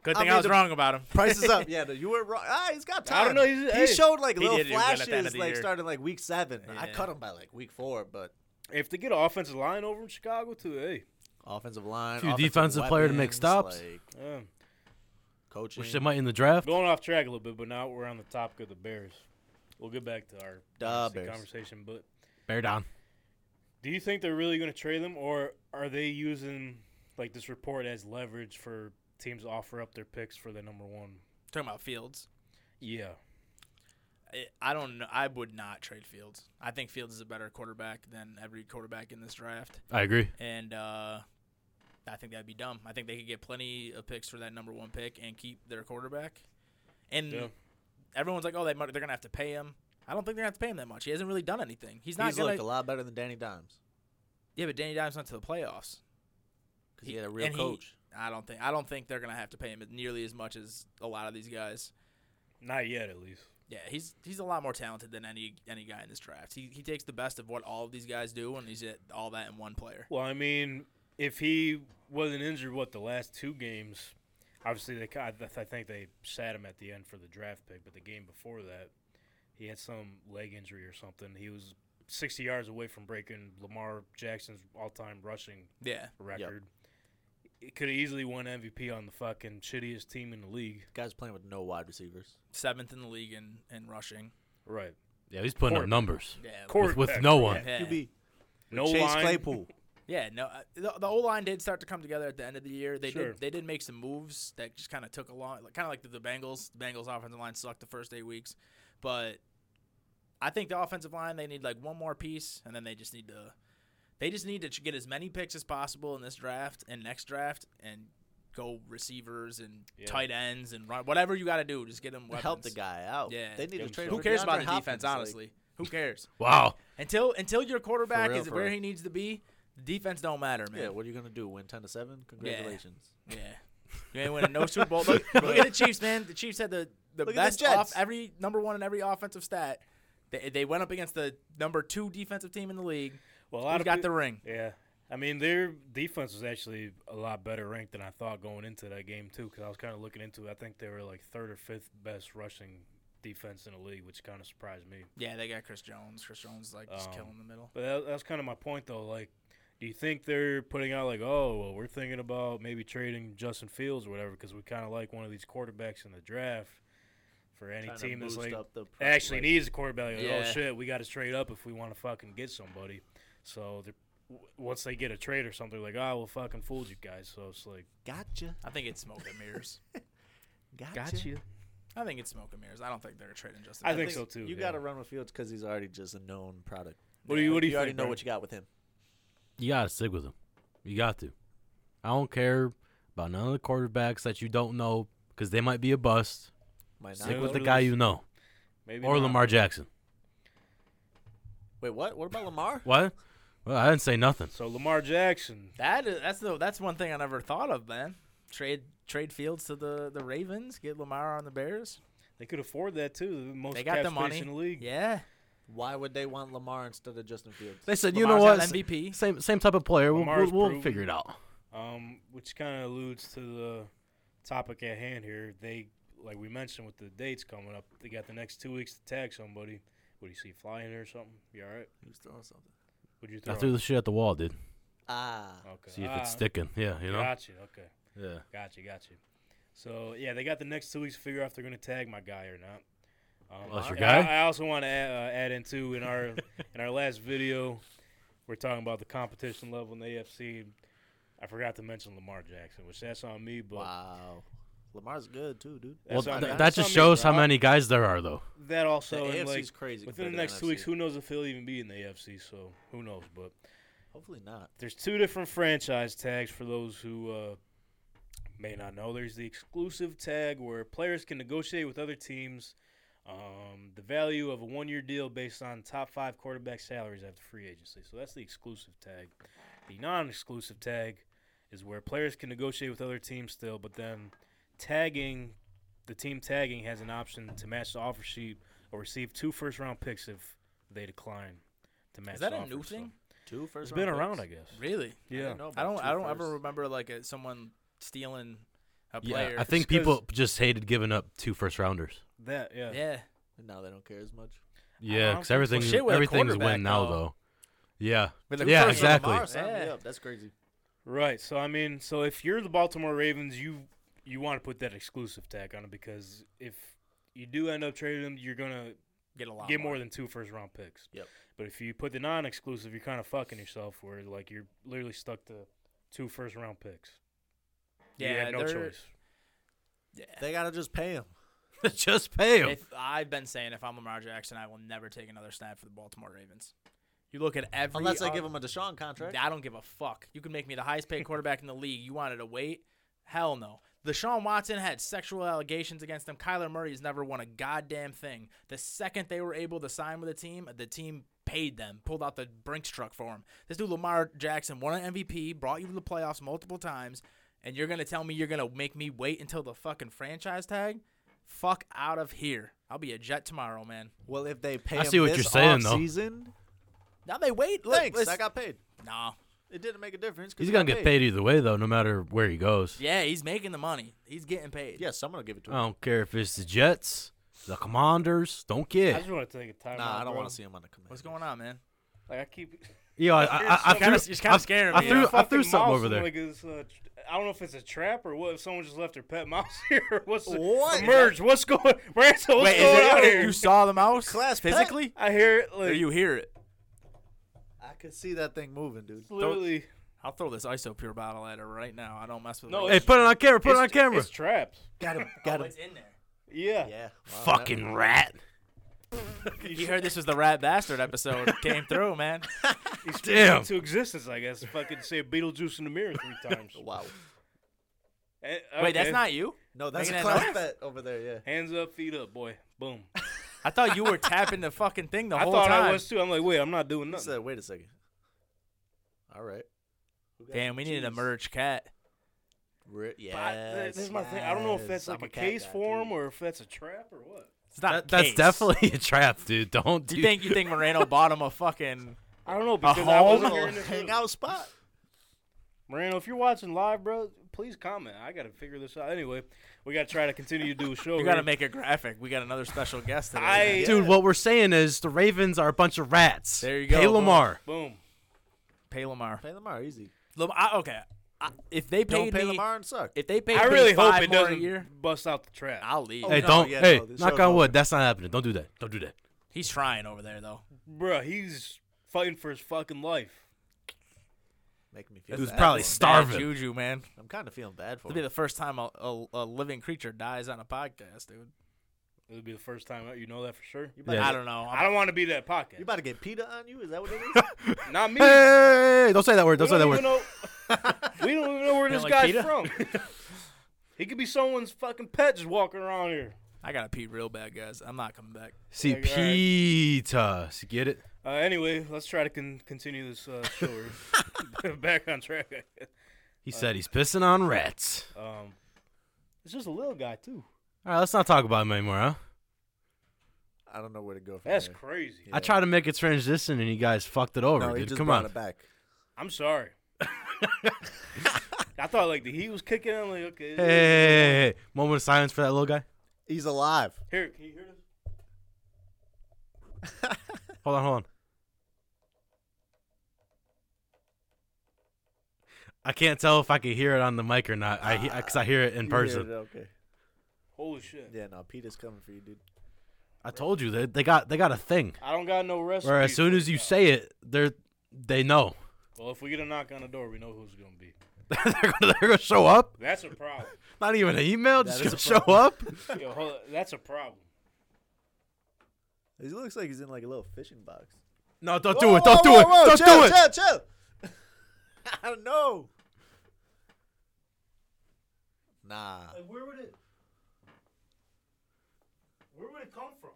Speaker 6: Good
Speaker 5: I
Speaker 6: thing I,
Speaker 5: mean,
Speaker 6: was
Speaker 5: the-
Speaker 6: wrong about him.
Speaker 5: price is up. Yeah, no, you were wrong. Ah, he's got time.
Speaker 3: I don't know. He's,
Speaker 5: He
Speaker 3: hey,
Speaker 5: showed like
Speaker 6: He
Speaker 5: little
Speaker 6: did do good at the end of
Speaker 5: flashes,
Speaker 6: the
Speaker 5: like
Speaker 6: year.
Speaker 5: starting like week seven. I
Speaker 6: Yeah.
Speaker 5: cut him by like week four, but
Speaker 3: if they get an offensive line over in Chicago too, hey,
Speaker 5: offensive line,
Speaker 1: Few
Speaker 5: offensive
Speaker 1: defensive player to make
Speaker 5: weapons,
Speaker 1: stops.
Speaker 5: like,
Speaker 3: um,
Speaker 5: coaching.
Speaker 1: Which they might in the draft.
Speaker 3: Going off track a little bit, but now we're on the topic of the Bears. We'll get back to our
Speaker 5: Duh,
Speaker 3: dynasty
Speaker 5: Bears.
Speaker 3: conversation. But
Speaker 1: Bear down.
Speaker 3: do you think they're really going to trade them, or are they using like this report as leverage for teams to offer up their picks for the number one?
Speaker 6: Talking about Fields.
Speaker 3: Yeah,
Speaker 6: I- I don't know. I would not trade Fields. I think Fields is a better quarterback than every quarterback in this draft,
Speaker 1: I agree.
Speaker 6: and uh, I think that'd be dumb. I think they could get plenty of picks for that number one pick and keep their quarterback. And
Speaker 3: Yeah.
Speaker 6: everyone's like, "Oh, they might, they're gonna have to pay him." I don't think they're gonna have to pay him that much. He hasn't really done anything. He's
Speaker 5: he's
Speaker 6: not gonna.
Speaker 5: looked a lot better than Danny Dimes
Speaker 6: yeah, but Danny Dimes went to the playoffs.
Speaker 5: because he, had a real
Speaker 6: and he-
Speaker 5: coach.
Speaker 6: I don't think. I don't think they're gonna have to pay him nearly as much as a lot of these guys.
Speaker 3: not yet at least.
Speaker 6: Yeah, he's he's a lot more talented than any any guy in this draft. He he takes the best of what all of these guys do, and he's at all that in one player.
Speaker 3: Well, I mean, if he wasn't injured, what the last two games? Obviously, they ki- I th- I think they sat him at the end for the draft pick, but the game before that, he had some leg injury or something. He was 60 yards away from breaking Lamar Jackson's all-time rushing
Speaker 6: Yeah,
Speaker 3: record. It could have easily won MVP on the fucking shittiest team in the league.
Speaker 5: Guys playing with no wide receivers.
Speaker 6: seventh in the league in, in rushing.
Speaker 3: Right.
Speaker 1: Yeah, he's putting up
Speaker 3: Quarterback.
Speaker 1: numbers
Speaker 6: Yeah,
Speaker 1: with, with
Speaker 3: Quarterback,
Speaker 1: no
Speaker 3: yeah.
Speaker 1: one.
Speaker 6: yeah.
Speaker 5: QB
Speaker 3: No
Speaker 5: Chase
Speaker 3: line.
Speaker 5: Claypool.
Speaker 6: Yeah, no, uh, the, the O line did start to come together at the end of the year. They
Speaker 3: Sure.
Speaker 6: did they did make some moves that just kind of took a long, kind of like the, the Bengals. The Bengals offensive line sucked the first eight weeks, but I think the offensive line they need like one more piece, and then they just need to they just need to ch- get as many picks as possible in this draft and next draft, and go receivers and
Speaker 3: Yeah.
Speaker 6: tight ends and run, whatever you got to do, just get them weapons.
Speaker 5: Help the guy out.
Speaker 6: Yeah.
Speaker 5: they need
Speaker 3: Give
Speaker 5: to
Speaker 3: him
Speaker 5: trade.
Speaker 3: some.
Speaker 6: Who
Speaker 5: for
Speaker 6: cares about
Speaker 5: DeAndre
Speaker 6: the defense?
Speaker 5: Hopkins, like,
Speaker 6: honestly, who cares?
Speaker 1: Wow.
Speaker 6: Until until your quarterback
Speaker 5: For real,
Speaker 6: is
Speaker 5: for
Speaker 6: where
Speaker 5: real.
Speaker 6: he needs to be, the defense don't matter, man.
Speaker 5: yeah, what are you gonna do? Win ten to seven? Congratulations.
Speaker 6: Yeah. You ain't winning no Super Bowl. Look, look at the Chiefs, man. The Chiefs had the, the
Speaker 5: Look at the
Speaker 6: best
Speaker 5: Jets.
Speaker 6: off every number one in every offensive stat. They, they went up against the number two defensive team in the league.
Speaker 3: Well, a lot
Speaker 6: Who's
Speaker 3: of
Speaker 6: got
Speaker 3: peo-
Speaker 6: the ring?
Speaker 3: Yeah. I mean, their defense was actually a lot better ranked than I thought going into that game, too, because I was kind of looking into it. I think they were like third or fifth best rushing defense in the league, which kind of surprised me.
Speaker 6: Yeah, they got Chris Jones. Chris Jones like just
Speaker 3: Um,
Speaker 6: killing the middle.
Speaker 3: But that, that's kind of my point, though. Like, do you think they're putting out, like, oh, well, we're thinking about maybe trading Justin Fields or whatever because we kind of like one of these quarterbacks in the draft? for any
Speaker 5: Trying to
Speaker 3: team that's
Speaker 5: boost
Speaker 3: like
Speaker 5: up the pro-
Speaker 3: actually
Speaker 5: like-
Speaker 3: needs a quarterback. Like,
Speaker 6: Yeah.
Speaker 3: Oh shit, we got to trade up if we want to fucking get somebody. So they're- w- once they get a trade or something, like oh, well, fucking fooled you guys. So it's like
Speaker 5: Gotcha.
Speaker 6: I think it's smoke and mirrors.
Speaker 5: Gotcha.
Speaker 6: I think it's smoke and mirrors. I don't think they're trading Justin.
Speaker 3: I think so too.
Speaker 5: You
Speaker 3: yeah.
Speaker 5: got to run with Fields because he's already just a known product.
Speaker 3: What do you What do you,
Speaker 5: already
Speaker 3: think,
Speaker 5: know
Speaker 3: bro?
Speaker 5: what you got with him.
Speaker 1: You gotta stick with him. You got to. I don't care about none of the quarterbacks that you don't know because they might be a bust.
Speaker 5: Might not.
Speaker 1: Stick
Speaker 3: Yeah,
Speaker 1: with the
Speaker 3: literally.
Speaker 1: guy you know
Speaker 3: Maybe
Speaker 1: or
Speaker 3: not.
Speaker 1: Lamar Jackson.
Speaker 5: Wait, what? What about Lamar?
Speaker 1: What? Well, I didn't say nothing.
Speaker 3: So Lamar Jackson.
Speaker 6: That is, that's the that's one thing I never thought of, man. Trade trade Fields to the the Ravens, get Lamar on the Bears.
Speaker 3: They could afford that too. The most
Speaker 6: They got
Speaker 3: cap
Speaker 6: the
Speaker 3: space
Speaker 6: money.
Speaker 3: in the league.
Speaker 6: Yeah,
Speaker 5: Why would they want Lamar instead of Justin Fields?
Speaker 1: They said, you know
Speaker 6: Lamar's
Speaker 1: what?
Speaker 6: not
Speaker 1: S-
Speaker 6: MVP.
Speaker 1: Same same type of player. We'll,
Speaker 3: Lamar's
Speaker 1: we'll, we'll
Speaker 3: proven.
Speaker 1: figure it out.
Speaker 3: Um, which kind of alludes to the topic at hand here. They, like we mentioned, with the dates coming up, they got the next two weeks to tag somebody. What do you see flying or something? You all right?
Speaker 5: He was throwing something.
Speaker 3: Would you
Speaker 1: I
Speaker 3: throw?
Speaker 1: threw the shit at the wall, dude.
Speaker 5: Ah.
Speaker 3: okay.
Speaker 1: See if
Speaker 3: Ah,
Speaker 1: it's sticking. Yeah, you know.
Speaker 3: Gotcha. Okay.
Speaker 1: Yeah.
Speaker 3: Gotcha. Gotcha. So yeah, they got the next two weeks to figure out if they're gonna tag my guy or not. Um,
Speaker 1: Well, Oh, that's your
Speaker 3: and I-
Speaker 1: guy?
Speaker 3: I also want to add, uh, add in too in our in our last video, we're talking about the competition level in the AFC. I forgot to mention Lamar Jackson, which that's on me. But
Speaker 5: Wow. Lamar's good too, dude.
Speaker 1: Well,
Speaker 3: That's what I
Speaker 1: th-
Speaker 3: mean.
Speaker 1: that
Speaker 3: That's
Speaker 1: just
Speaker 3: what I mean,
Speaker 1: shows how
Speaker 3: bro.
Speaker 1: many guys there are, though.
Speaker 3: that
Speaker 5: The
Speaker 3: also and,
Speaker 5: AFC's
Speaker 3: like,
Speaker 5: crazy.
Speaker 3: Within
Speaker 5: compared
Speaker 3: the
Speaker 5: to
Speaker 3: next two weeks,
Speaker 5: NFC.
Speaker 3: who knows if he'll even be in the AFC? So who knows? But
Speaker 5: Hopefully not.
Speaker 3: there's two different franchise tags for those who uh, may not know. There's the exclusive tag where players can negotiate with other teams um, the value of a one-year deal based on top five quarterback salaries after free agency. So that's the exclusive tag. The non-exclusive tag is where players can negotiate with other teams still, but then tagging the team tagging has an option to match the offer sheet or receive two first-round picks if they decline to match.
Speaker 6: is that
Speaker 3: the
Speaker 6: a
Speaker 3: offer.
Speaker 6: new
Speaker 3: So
Speaker 6: thing?
Speaker 5: Two
Speaker 3: It's
Speaker 5: first.
Speaker 3: been
Speaker 5: round
Speaker 3: around,
Speaker 5: picks.
Speaker 3: I guess.
Speaker 6: Really?
Speaker 3: Yeah.
Speaker 5: didn't know
Speaker 6: I
Speaker 5: about
Speaker 6: don't
Speaker 5: two
Speaker 6: I don't
Speaker 5: firsts.
Speaker 6: ever remember like a, someone stealing a
Speaker 1: Yeah,
Speaker 6: player.
Speaker 1: I think
Speaker 3: It's 'cause-
Speaker 1: people just hated giving up two first rounders.
Speaker 3: That yeah.
Speaker 6: Yeah,
Speaker 5: And now they don't care as much.
Speaker 1: Yeah,
Speaker 3: don't
Speaker 1: because
Speaker 3: think-
Speaker 1: everything
Speaker 6: Well, shit, with a
Speaker 1: everything's
Speaker 6: quarterback,
Speaker 1: win now,
Speaker 6: though.
Speaker 1: though. Yeah,
Speaker 6: With a
Speaker 1: yeah,
Speaker 6: first round
Speaker 1: exactly.
Speaker 5: Lamar, sign me
Speaker 6: Yeah.
Speaker 5: up. That's crazy.
Speaker 3: Right. So I mean, so if you're the Baltimore Ravens, you you want to put that exclusive tag on it because if you do end up trading them, you're gonna
Speaker 6: get a lot.
Speaker 3: get more than two first round picks.
Speaker 5: Yep.
Speaker 3: But if you put the non-exclusive, you're kind of fucking yourself, where like you're literally stuck to two first round picks.
Speaker 6: yeah.
Speaker 3: you had no
Speaker 6: they're-
Speaker 3: choice.
Speaker 6: Yeah.
Speaker 5: They gotta just pay him.
Speaker 1: just pay him.
Speaker 6: If I've been saying if I'm Lamar Jackson, I will never take another snap for the Baltimore Ravens. You look at every
Speaker 5: Unless they
Speaker 6: oth-
Speaker 5: give him a Deshaun contract.
Speaker 6: I don't give a fuck. You can make me the highest paid quarterback in the league. You wanted to wait? Hell no. Deshaun Watson had sexual allegations against him. Kyler Murray has never won a goddamn thing. The second they were able to sign with a team, the team paid them, pulled out the Brinks truck for him. This dude, Lamar Jackson, won an MVP, brought you to the playoffs multiple times, and you're going to tell me you're going to make me wait until the fucking franchise tag? Fuck out of here. I'll be a Jet tomorrow, man.
Speaker 5: Well, if they pay
Speaker 1: I
Speaker 5: him
Speaker 1: see what
Speaker 5: this
Speaker 1: you're saying, though.
Speaker 5: offseason,
Speaker 6: Now they wait. Look,
Speaker 5: thanks.
Speaker 6: listen-
Speaker 5: I got paid.
Speaker 6: nah.
Speaker 5: It didn't make a difference. 'cause
Speaker 1: He's
Speaker 5: he
Speaker 1: gonna
Speaker 5: got
Speaker 1: get paid either way, though, no matter where he goes.
Speaker 6: Yeah, he's making the money. He's getting paid.
Speaker 5: Yeah, someone will give it
Speaker 1: I
Speaker 5: to him.
Speaker 1: don't care if it's the Jets, the Commanders.
Speaker 3: I
Speaker 1: Don't care.
Speaker 3: just want to take a time.
Speaker 5: Nah,
Speaker 3: out,
Speaker 5: I don't
Speaker 3: bro.
Speaker 5: want to see him on the command.
Speaker 6: What's going on, man?
Speaker 3: Like I keep.
Speaker 1: Yo, I, I, I, I
Speaker 3: You're
Speaker 1: threw,
Speaker 6: kinda- you're kinda
Speaker 1: I-
Speaker 6: scaring
Speaker 1: I
Speaker 6: me,
Speaker 1: threw,
Speaker 6: yeah.
Speaker 1: I threw
Speaker 3: Fucking
Speaker 1: something
Speaker 3: mouse
Speaker 1: over
Speaker 3: and,
Speaker 1: there.
Speaker 3: Like it's, uh, tr- I don't know if it's a trap or what. If someone just left their pet mouse here, what's the,
Speaker 5: What?
Speaker 3: the merge? What's going? Ransom, what's going on here?
Speaker 6: saw the mouse
Speaker 5: Class pet?
Speaker 6: physically,
Speaker 3: I hear it.
Speaker 6: or
Speaker 3: Like,
Speaker 6: you hear it?
Speaker 5: I could see that thing moving, dude.
Speaker 3: literally.
Speaker 6: I'll throw this isopure bottle at her right now. I don't mess with.
Speaker 3: No,
Speaker 6: it.
Speaker 1: Hey, put it on camera. Put it on
Speaker 3: It's-
Speaker 1: camera.
Speaker 3: It's traps.
Speaker 5: Got him. Got him.
Speaker 6: in there?
Speaker 3: Yeah.
Speaker 5: Yeah. Wow,
Speaker 1: Fucking rat.
Speaker 6: He heard this was the Rat Bastard episode. Came through, man.
Speaker 3: He's
Speaker 1: Damn.
Speaker 3: Into existence, I guess. If I could say Beetlejuice in the mirror three times.
Speaker 5: that- Wow.
Speaker 3: Eh,
Speaker 6: Wait, that's
Speaker 3: okay.
Speaker 6: not you.
Speaker 5: No, that's
Speaker 6: Making
Speaker 5: a
Speaker 6: that
Speaker 5: class
Speaker 6: noise?
Speaker 5: bet over there. Yeah.
Speaker 3: Hands up, feet up, boy. Boom.
Speaker 6: I thought you were tapping the fucking thing the
Speaker 3: I
Speaker 6: whole
Speaker 3: thought
Speaker 6: time.
Speaker 3: I was too. I'm like, wait, I'm not doing
Speaker 5: He
Speaker 3: nothing.
Speaker 5: said, "Wait a second. All right. Who got
Speaker 6: Damn, we needed a
Speaker 5: Jeez.
Speaker 6: merge cat.
Speaker 5: Re-
Speaker 3: But I-
Speaker 5: yes,
Speaker 3: this is my thing. I don't know if that's
Speaker 5: yes.
Speaker 3: like
Speaker 5: I'm
Speaker 3: a
Speaker 5: cat
Speaker 3: case
Speaker 5: guy,
Speaker 3: for him
Speaker 5: dude.
Speaker 3: or if that's a trap or what.
Speaker 6: It's not.
Speaker 1: That- that's
Speaker 6: case.
Speaker 1: definitely a trap, dude. Don't
Speaker 6: Do
Speaker 1: do
Speaker 6: you think you think Moreno bought him a fucking?
Speaker 3: I don't know because I
Speaker 6: home?
Speaker 3: wasn't
Speaker 5: Little
Speaker 3: here in this room.
Speaker 5: hangout spot.
Speaker 3: Moreno, if you're watching live, bro, please comment. I gotta figure this out. Anyway, we gotta try to continue to do a show.
Speaker 6: You got to
Speaker 3: here.
Speaker 6: make a graphic. We got another special guest today.
Speaker 3: I-
Speaker 6: man.
Speaker 1: Dude, what we're saying is the Ravens are a bunch of rats.
Speaker 6: There you go,
Speaker 1: Pay
Speaker 6: boom.
Speaker 1: Lamar.
Speaker 3: boom.
Speaker 6: Pay Lamar.
Speaker 5: Pay Lamar easy.
Speaker 6: Lam- I, okay, I, if they
Speaker 5: Don't
Speaker 6: paid
Speaker 5: pay
Speaker 6: me,
Speaker 5: Lamar and suck.
Speaker 6: if they paid
Speaker 3: I
Speaker 6: me
Speaker 3: really hope
Speaker 6: five
Speaker 3: it
Speaker 6: more a
Speaker 3: doesn't
Speaker 6: year,
Speaker 3: bust out the trap.
Speaker 6: I'll leave.
Speaker 5: Oh,
Speaker 1: Hey,
Speaker 5: no,
Speaker 1: don't.
Speaker 5: yeah,
Speaker 1: hey,
Speaker 5: no, this
Speaker 1: knock
Speaker 5: show's
Speaker 1: on
Speaker 5: over.
Speaker 1: wood. That's not happening. Don't do that. Don't do that.
Speaker 6: He's trying over there though.
Speaker 3: Bruh, he's fighting for his fucking life.
Speaker 5: Making me feel.
Speaker 1: It was
Speaker 5: bad
Speaker 1: probably
Speaker 5: for him.
Speaker 1: sta- Starving.
Speaker 6: Bad juju, man.
Speaker 5: I'm kind of feeling bad for
Speaker 6: It'll be
Speaker 5: him.
Speaker 6: the first time a, a, a living creature dies on a podcast, dude.
Speaker 3: It'll be the first time out. You know that for sure.
Speaker 1: Yeah.
Speaker 6: I don't know.
Speaker 3: I don't want to be that pocket.
Speaker 5: You about to get PETA on you? Is that what it is?
Speaker 3: Not me.
Speaker 1: Hey, don't say that word.
Speaker 3: we
Speaker 1: Don't say
Speaker 3: don't
Speaker 1: that
Speaker 3: even
Speaker 1: word.
Speaker 3: know. we don't even know where this
Speaker 6: like
Speaker 3: guy's
Speaker 6: PETA?
Speaker 3: from. he could be someone's fucking pet just walking around here.
Speaker 6: I gotta pee real bad, guys. I'm not coming back.
Speaker 1: See,
Speaker 3: Like, all right.
Speaker 1: Peter. See, Get it?
Speaker 3: Uh, anyway, let's try to con- continue this uh, show. We're Back on track. I guess.
Speaker 1: He said he's pissing on rats.
Speaker 3: Um, it's just a little guy too.
Speaker 1: All right, let's not talk about him anymore, huh?
Speaker 5: I don't know where to go from
Speaker 3: That's
Speaker 5: there.
Speaker 3: crazy.
Speaker 1: I tried to make a transition and you guys fucked it over,
Speaker 5: No, he
Speaker 1: dude.
Speaker 5: just
Speaker 1: Come
Speaker 5: brought
Speaker 1: on.
Speaker 5: it back.
Speaker 3: I'm sorry. I thought like the heat was kicking. I'm like, okay.
Speaker 1: Hey, hey, hey, hey, hey. moment of silence for that little guy.
Speaker 5: He's alive.
Speaker 3: Here, can you hear this?
Speaker 1: Hold on, hold on. I can't tell if I can hear it on the mic or not. I because I hear it in
Speaker 5: Ah, You
Speaker 1: person.
Speaker 5: did it, Okay.
Speaker 3: Holy shit!
Speaker 5: Yeah, no, PETA's coming for you, dude.
Speaker 1: I told you they, they got they got a thing
Speaker 3: I don't got no rest.
Speaker 1: where as soon as you say it, they're they know
Speaker 3: well, if we get a knock on the door, we know who's gonna be.
Speaker 1: they're, gonna, they're gonna show up.
Speaker 3: That's a problem.
Speaker 1: Not even an email,
Speaker 5: That
Speaker 1: just
Speaker 5: is
Speaker 1: gonna
Speaker 5: a
Speaker 1: show up.
Speaker 3: Yo, hold on. that's a problem.
Speaker 5: He looks like he's in like a little fishing box.
Speaker 1: No, don't do it. Don't do it. Don't
Speaker 5: chill,
Speaker 1: do it.
Speaker 5: Chill, chill. I don't know. Nah,
Speaker 3: where would it? Where would it come from?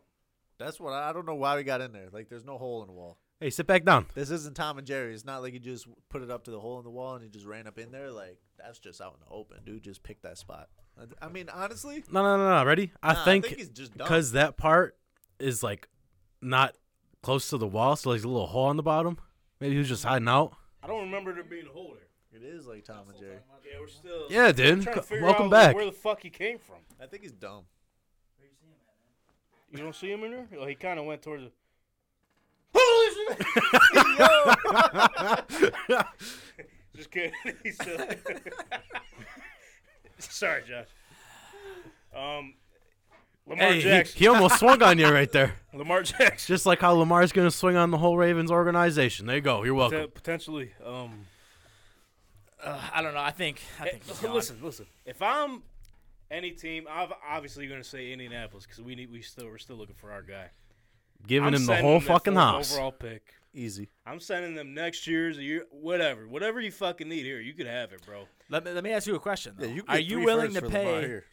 Speaker 5: that's what I, I don't know why we got in there. Like, there's no hole in the wall.
Speaker 1: Hey, sit back down.
Speaker 5: This isn't Tom and Jerry. It's not like you just put it up to the hole in the wall and he just ran up in there. Like, that's just out in the open, dude. Just pick that spot. I, I mean, honestly,
Speaker 1: No, no, no, no. Ready? I
Speaker 5: nah,
Speaker 1: think
Speaker 5: I think he's just dumb.
Speaker 1: because that part is like not close to the wall, so there's a little hole on the bottom. Maybe he was just hiding out.
Speaker 3: I don't remember there being a hole there.
Speaker 5: it is like Tom and Jerry.
Speaker 3: Yeah, we're still.
Speaker 1: Yeah,
Speaker 3: I'm
Speaker 1: dude.
Speaker 3: trying to
Speaker 1: C-
Speaker 3: figure
Speaker 1: Welcome
Speaker 3: out, like,
Speaker 1: back.
Speaker 3: where the fuck he came from?
Speaker 5: I think he's dumb.
Speaker 3: You don't see him in there? Well, he kind of went towards. The... Just kidding. He's still... Sorry, Josh. Um, Lamar
Speaker 1: hey, he,
Speaker 3: Jackson.
Speaker 1: he almost swung on you right there.
Speaker 3: Lamar Jackson.
Speaker 1: Just like how Lamar's gonna swing on the whole Ravens organization. There you go. You're welcome.
Speaker 3: Potentially. Um,
Speaker 6: Uh, I don't know. I think. I think he's gone.
Speaker 3: listen, listen. If I'm any team, I'm obviously going to say Indianapolis because we need we still we're still looking for our guy.
Speaker 1: Giving
Speaker 3: I'm
Speaker 1: him the
Speaker 3: sending
Speaker 1: whole
Speaker 3: that
Speaker 1: fucking
Speaker 3: fourth
Speaker 1: house.
Speaker 3: Overall pick.
Speaker 5: Easy.
Speaker 3: I'm sending them next year's a year, whatever, whatever you fucking need here. You could have it, bro.
Speaker 6: Let me, let me ask you a question. Though.
Speaker 5: Yeah, you can
Speaker 6: Are
Speaker 5: get
Speaker 6: you
Speaker 5: three
Speaker 6: willing
Speaker 5: firsts
Speaker 6: to
Speaker 5: for Lamar
Speaker 6: pay?
Speaker 5: here.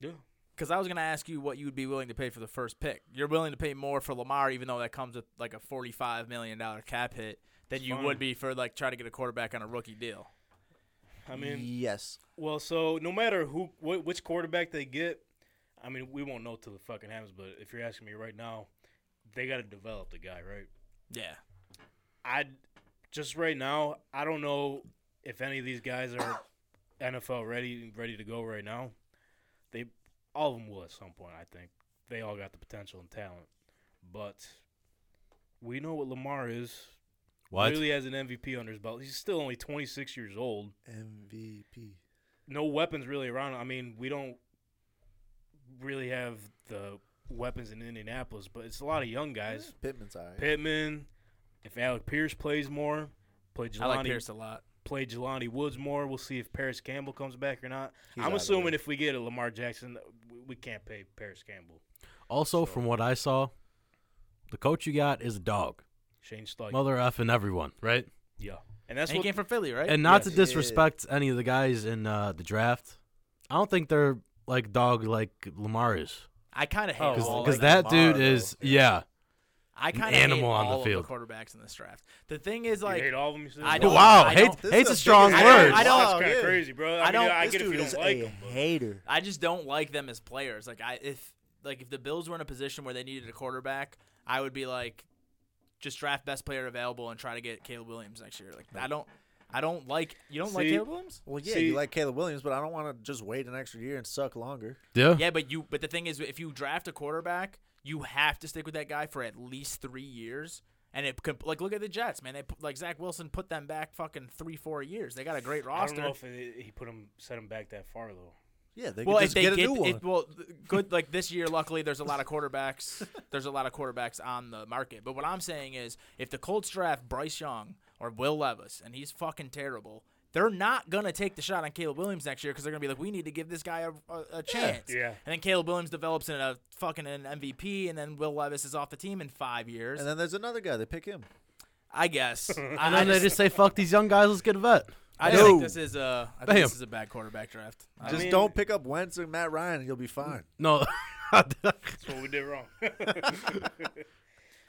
Speaker 3: Yeah.
Speaker 6: Because I was gonna ask you what you would be willing to pay for the first pick. You're willing to pay more for Lamar, even though that comes with like a forty-five million dollar cap hit, than you
Speaker 3: fine.
Speaker 6: would be for like trying to get a quarterback on a rookie deal.
Speaker 3: I mean,
Speaker 5: yes.
Speaker 3: well, so no matter who, wh- which quarterback they get, I mean, we won't know till the fucking happens. But if you're asking me right now, they got to develop the guy, right?
Speaker 6: Yeah.
Speaker 3: I just right now, I don't know if any of these guys are NFL ready, ready to go right now. They all of them will at some point. I think they all got the potential and talent, but we know what Lamar is.
Speaker 1: What?
Speaker 3: Really has an MVP under his belt. He's still only 26 years old.
Speaker 5: MVP.
Speaker 3: No weapons really around. I mean, we don't really have the weapons in Indianapolis, but it's a lot of young guys.
Speaker 5: Pittman's all right.
Speaker 3: Pittman, if Alec Pierce plays more, play Jelani,
Speaker 6: I like Pierce a lot.
Speaker 3: play Jelani Woods more. We'll see if Paris Campbell comes back or not.
Speaker 5: He's out
Speaker 3: I'm
Speaker 5: of
Speaker 3: assuming
Speaker 5: there.
Speaker 3: if we get a Lamar Jackson, we, we can't pay Paris Campbell.
Speaker 1: Also, from what I saw, the coach you got is a dog.
Speaker 3: Shane Steichen.
Speaker 1: Mother effing everyone, right?
Speaker 3: yeah. And that's
Speaker 6: And he
Speaker 3: what
Speaker 6: came from Philly, right?
Speaker 1: And not to
Speaker 5: Yes.
Speaker 1: disrespect any of the guys in uh, the draft, I don't think they're like dog like Lamar is.
Speaker 6: I kind of hate
Speaker 3: Oh,
Speaker 1: Because
Speaker 6: all.
Speaker 5: like
Speaker 1: that
Speaker 5: Lamar,
Speaker 1: dude
Speaker 5: though.
Speaker 1: is, yeah.
Speaker 6: I
Speaker 1: an
Speaker 6: kind of
Speaker 1: animal on the
Speaker 6: all
Speaker 1: field.
Speaker 6: Of the quarterbacks in this draft. The thing is,
Speaker 3: you
Speaker 6: like,
Speaker 3: hate all of them. You said?
Speaker 6: I
Speaker 3: Wow.
Speaker 6: don't-
Speaker 1: wow,
Speaker 6: I
Speaker 1: hate,
Speaker 6: don't-
Speaker 5: This
Speaker 1: hate's
Speaker 5: is
Speaker 1: a
Speaker 5: the
Speaker 1: strong
Speaker 5: biggest-
Speaker 1: word.
Speaker 6: I don't-
Speaker 5: Wow,
Speaker 3: That's kind
Speaker 5: yeah.
Speaker 3: of crazy, bro. I,
Speaker 6: I
Speaker 3: mean,
Speaker 6: don't-
Speaker 3: I
Speaker 5: This
Speaker 3: get if you
Speaker 5: dude
Speaker 3: don't
Speaker 5: is
Speaker 3: like
Speaker 5: a
Speaker 3: him. but-
Speaker 5: hater.
Speaker 6: I just don't like them as players. Like I if like if the Bills were in a position where they needed a quarterback, I would be like just draft best player available and try to get Caleb Williams next year. Like I don't I don't like you don't like
Speaker 3: See?
Speaker 6: Caleb Williams?
Speaker 5: Well, yeah,
Speaker 3: See-
Speaker 5: you like Caleb Williams, but I don't want to just wait an extra year and suck longer.
Speaker 1: Yeah.
Speaker 6: Yeah, but you but the thing is if you draft a quarterback, you have to stick with that guy for at least 3 years and it could like look at the Jets, man. They put, like Zach Wilson put them back fucking three, four years. They got a great
Speaker 3: I don't
Speaker 6: roster.
Speaker 3: know if it, he put him set him back that far though.
Speaker 5: Yeah, they
Speaker 6: well,
Speaker 5: could
Speaker 6: if
Speaker 5: just
Speaker 6: they
Speaker 5: get a
Speaker 6: get,
Speaker 5: new one.
Speaker 6: if- well, th- good. Like this year, luckily, there's a lot of quarterbacks. there's a lot of quarterbacks on the market. But what I'm saying is, if the Colts draft Bryce Young or Will Levis, and he's fucking terrible, they're not gonna take the shot on Caleb Williams next year because they're gonna be like, we need to give this guy a, a, a chance.
Speaker 3: Yeah.
Speaker 6: And then Caleb Williams develops in a fucking an MVP, and then Will Levis is off the team in five years.
Speaker 5: and then there's another guy. They pick him.
Speaker 6: I guess. I,
Speaker 1: And
Speaker 6: I
Speaker 1: then they
Speaker 6: just,
Speaker 1: just say, "Fuck these young guys, let's get a vet."
Speaker 6: I just think
Speaker 1: No.
Speaker 6: this is a. I think this
Speaker 1: Bam.
Speaker 6: is a bad quarterback draft. I
Speaker 5: Just
Speaker 3: mean-
Speaker 5: don't pick up Wentz or Matt Ryan, and you'll be fine.
Speaker 1: No,
Speaker 3: That's what we did wrong.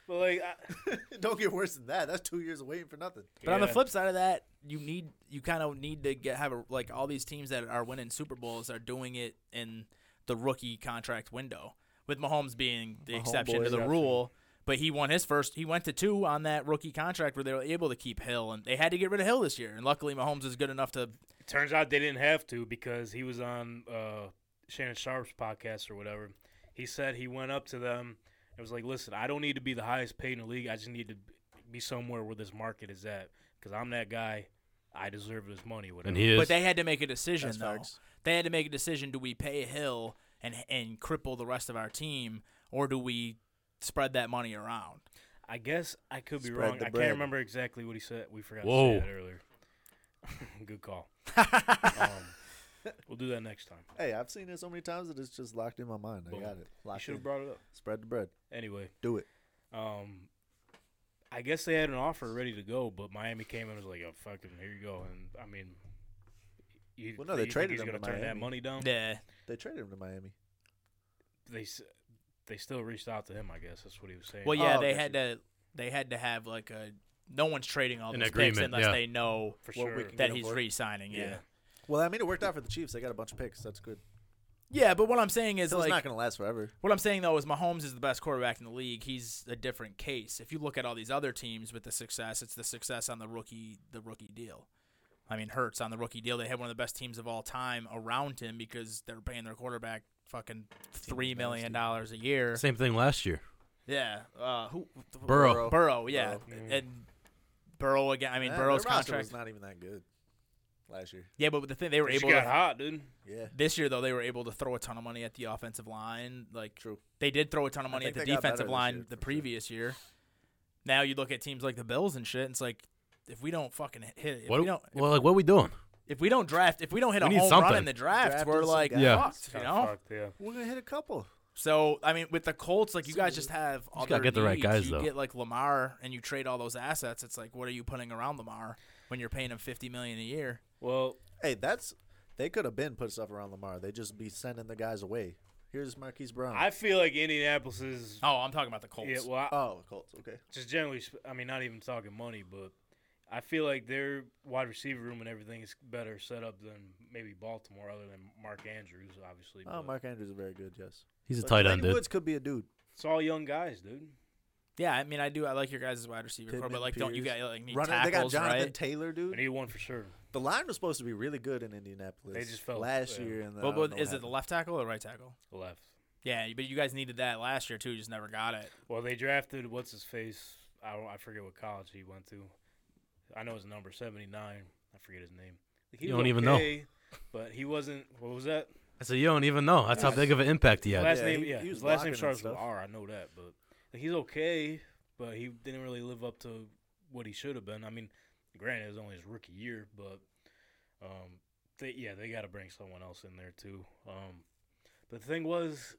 Speaker 3: but like, I,
Speaker 5: don't get worse than that. That's two years of waiting for nothing.
Speaker 6: But on the
Speaker 3: Yeah.
Speaker 6: flip side of that, you need you kind of need to get have a, like all these teams that are winning Super Bowls are doing it in the rookie contract window, with Mahomes being the exception to the
Speaker 3: Exception.
Speaker 6: rule. But he won his first. He went to two on that rookie contract where they were able to keep Hill, and they had to get rid of Hill this year. And luckily, Mahomes is good enough to.
Speaker 3: Turns out they didn't have to because he was on uh, Shannon Sharp's podcast or whatever. He said he went up to them and was like, "Listen, I don't need to be the highest paid in the league. I just need to be somewhere where this market is at because I'm that guy. I deserve this money." Whatever.
Speaker 1: and he is.
Speaker 6: But they had to make a decision
Speaker 5: That's
Speaker 6: though.
Speaker 5: facts.
Speaker 6: They had to make a decision: do we pay Hill and and cripple the rest of our team, or do we spread that money around?
Speaker 3: I guess I could be
Speaker 5: Spread
Speaker 3: wrong. I
Speaker 5: the
Speaker 3: can't
Speaker 5: bread.
Speaker 3: remember exactly what he said. We forgot
Speaker 1: Whoa.
Speaker 3: to say that earlier. Good call. um, we'll do that next time.
Speaker 5: Hey, I've seen it so many times that it's just locked in my mind. I
Speaker 3: Boom.
Speaker 5: got it.
Speaker 3: You
Speaker 5: Locked
Speaker 3: should
Speaker 5: in.
Speaker 3: have brought it up.
Speaker 5: Spread the bread.
Speaker 3: Anyway,
Speaker 5: Do it.
Speaker 3: um, I guess they had an offer ready to go, but Miami came in and was like, "Oh, fucking, here you go." And I mean, you,
Speaker 5: Well, no, they
Speaker 3: you think
Speaker 5: traded
Speaker 3: he's
Speaker 5: him
Speaker 3: gonna
Speaker 5: to
Speaker 3: turn that
Speaker 5: Miami.
Speaker 3: money down.
Speaker 6: Yeah.
Speaker 5: They traded him to Miami.
Speaker 3: They s- they still reached out to him. I guess that's what he was saying.
Speaker 6: Well, yeah,
Speaker 5: Oh,
Speaker 6: they
Speaker 5: gotcha.
Speaker 6: had to. They had to have like a. No one's trading all
Speaker 1: An
Speaker 6: those picks
Speaker 1: agreement,
Speaker 6: unless
Speaker 1: yeah.
Speaker 6: they know
Speaker 3: for
Speaker 5: well,
Speaker 3: sure.
Speaker 5: we can-
Speaker 6: that
Speaker 5: Get
Speaker 6: he's
Speaker 5: aboard.
Speaker 6: re-signing. Yeah. yeah,
Speaker 3: Yeah.
Speaker 5: Well, I mean, it worked out for the Chiefs. They got a bunch of picks. That's good.
Speaker 6: But what I'm saying is
Speaker 5: So it's
Speaker 6: like
Speaker 5: not going to last forever.
Speaker 6: what I'm saying though is Mahomes is the best quarterback in the league. He's a different case. If you look at all these other teams with the success, it's the success on the rookie the rookie deal. I mean, Hurts on the rookie deal. They had one of the best teams of all time around him because they're paying their quarterback fucking three million dollars a year.
Speaker 1: Same thing last year.
Speaker 6: Yeah. Uh, who?
Speaker 1: Burrow.
Speaker 5: Oh,
Speaker 6: Burrow. Yeah.
Speaker 3: Burrow.
Speaker 6: And Burrow again. I mean,
Speaker 5: Nah,
Speaker 6: Burrow's
Speaker 5: their roster
Speaker 6: contract.
Speaker 5: was not even that good last year.
Speaker 6: Yeah, but the thing they were
Speaker 3: She
Speaker 6: able
Speaker 3: got
Speaker 6: to
Speaker 3: hot, dude.
Speaker 5: Yeah.
Speaker 6: this year though they were able to throw a ton of money at the offensive line. Like
Speaker 5: True.
Speaker 6: they did throw a ton of money at
Speaker 5: think
Speaker 6: the
Speaker 5: they got better
Speaker 6: defensive
Speaker 5: this
Speaker 6: line
Speaker 5: year,
Speaker 6: the
Speaker 5: for sure.
Speaker 6: previous year. Now you look at teams like the Bills and shit. And it's like if we don't fucking hit, if
Speaker 1: What?
Speaker 6: we don't,
Speaker 1: well, like, what we doing?
Speaker 6: if we don't draft, if we don't hit
Speaker 1: We
Speaker 6: a
Speaker 1: need
Speaker 6: home run
Speaker 1: something.
Speaker 6: in the draft,
Speaker 5: Drafted
Speaker 6: we're
Speaker 5: some
Speaker 6: like
Speaker 5: guys.
Speaker 1: Yeah.
Speaker 6: fucked, you
Speaker 3: Kinda
Speaker 6: know.
Speaker 3: fucked, yeah.
Speaker 5: We're going to hit a couple.
Speaker 6: So I mean, with the Colts, like you guys just have other
Speaker 1: gotta get the right
Speaker 6: needs.
Speaker 1: guys,
Speaker 6: You
Speaker 1: though.
Speaker 6: get like Lamar, and you trade all those assets. It's like, what are you putting around Lamar when you're paying him fifty million a year?
Speaker 3: Well,
Speaker 5: Hey, that's. They could have been put stuff around Lamar. They just be sending the guys away. Here's Marquise Brown.
Speaker 3: I feel like Indianapolis is.
Speaker 6: Oh, I'm talking about the Colts.
Speaker 3: Yeah, well, I-
Speaker 5: oh, Colts. Okay.
Speaker 3: just generally, sp- I mean, not even talking money, but I feel like their wide receiver room and everything is better set up than maybe Baltimore, other than Mark Andrews, obviously.
Speaker 5: Oh,
Speaker 3: but
Speaker 5: Mark Andrews is very good. Yes.
Speaker 1: He's a
Speaker 5: But
Speaker 1: tight end,
Speaker 5: Xavier
Speaker 1: dude.
Speaker 5: Woods could be a dude.
Speaker 3: It's all young guys, dude.
Speaker 6: Yeah, I mean, I do. I like your guys as wide receiver core, but
Speaker 5: Pittman,
Speaker 6: like, don't you
Speaker 5: Pierce.
Speaker 6: guys like need
Speaker 5: Running,
Speaker 6: tackles,
Speaker 5: they got Jonathan
Speaker 6: right?
Speaker 5: Taylor,
Speaker 3: I
Speaker 5: dude.
Speaker 3: need one for sure.
Speaker 5: The line was supposed to be really good in Indianapolis.
Speaker 3: They just fell-
Speaker 5: last
Speaker 3: yeah.
Speaker 5: year. And
Speaker 6: Well, but is it the left tackle or right tackle?
Speaker 3: Left.
Speaker 6: Yeah, but you guys needed that last year too. You just never got it.
Speaker 3: Well, they drafted what's his face. I don't. I forget what college he went to. I know his number seventy nine. I forget his name. Like, he
Speaker 1: You
Speaker 3: was
Speaker 1: don't even know.
Speaker 3: okay, But he wasn't. What was that?
Speaker 1: I said, you don't even know. That's how big of an impact he had.
Speaker 3: last
Speaker 5: Yeah,
Speaker 3: name,
Speaker 5: he-
Speaker 3: yeah,
Speaker 5: he was
Speaker 3: his last
Speaker 5: blocking
Speaker 3: name
Speaker 5: and
Speaker 3: starts with
Speaker 5: stuff.
Speaker 3: R. I know that, but like, he's okay, but he didn't really live up to what he should have been. I mean, granted, it was only his rookie year, but um, they, yeah, they got to bring someone else in there too. Um, but the thing was,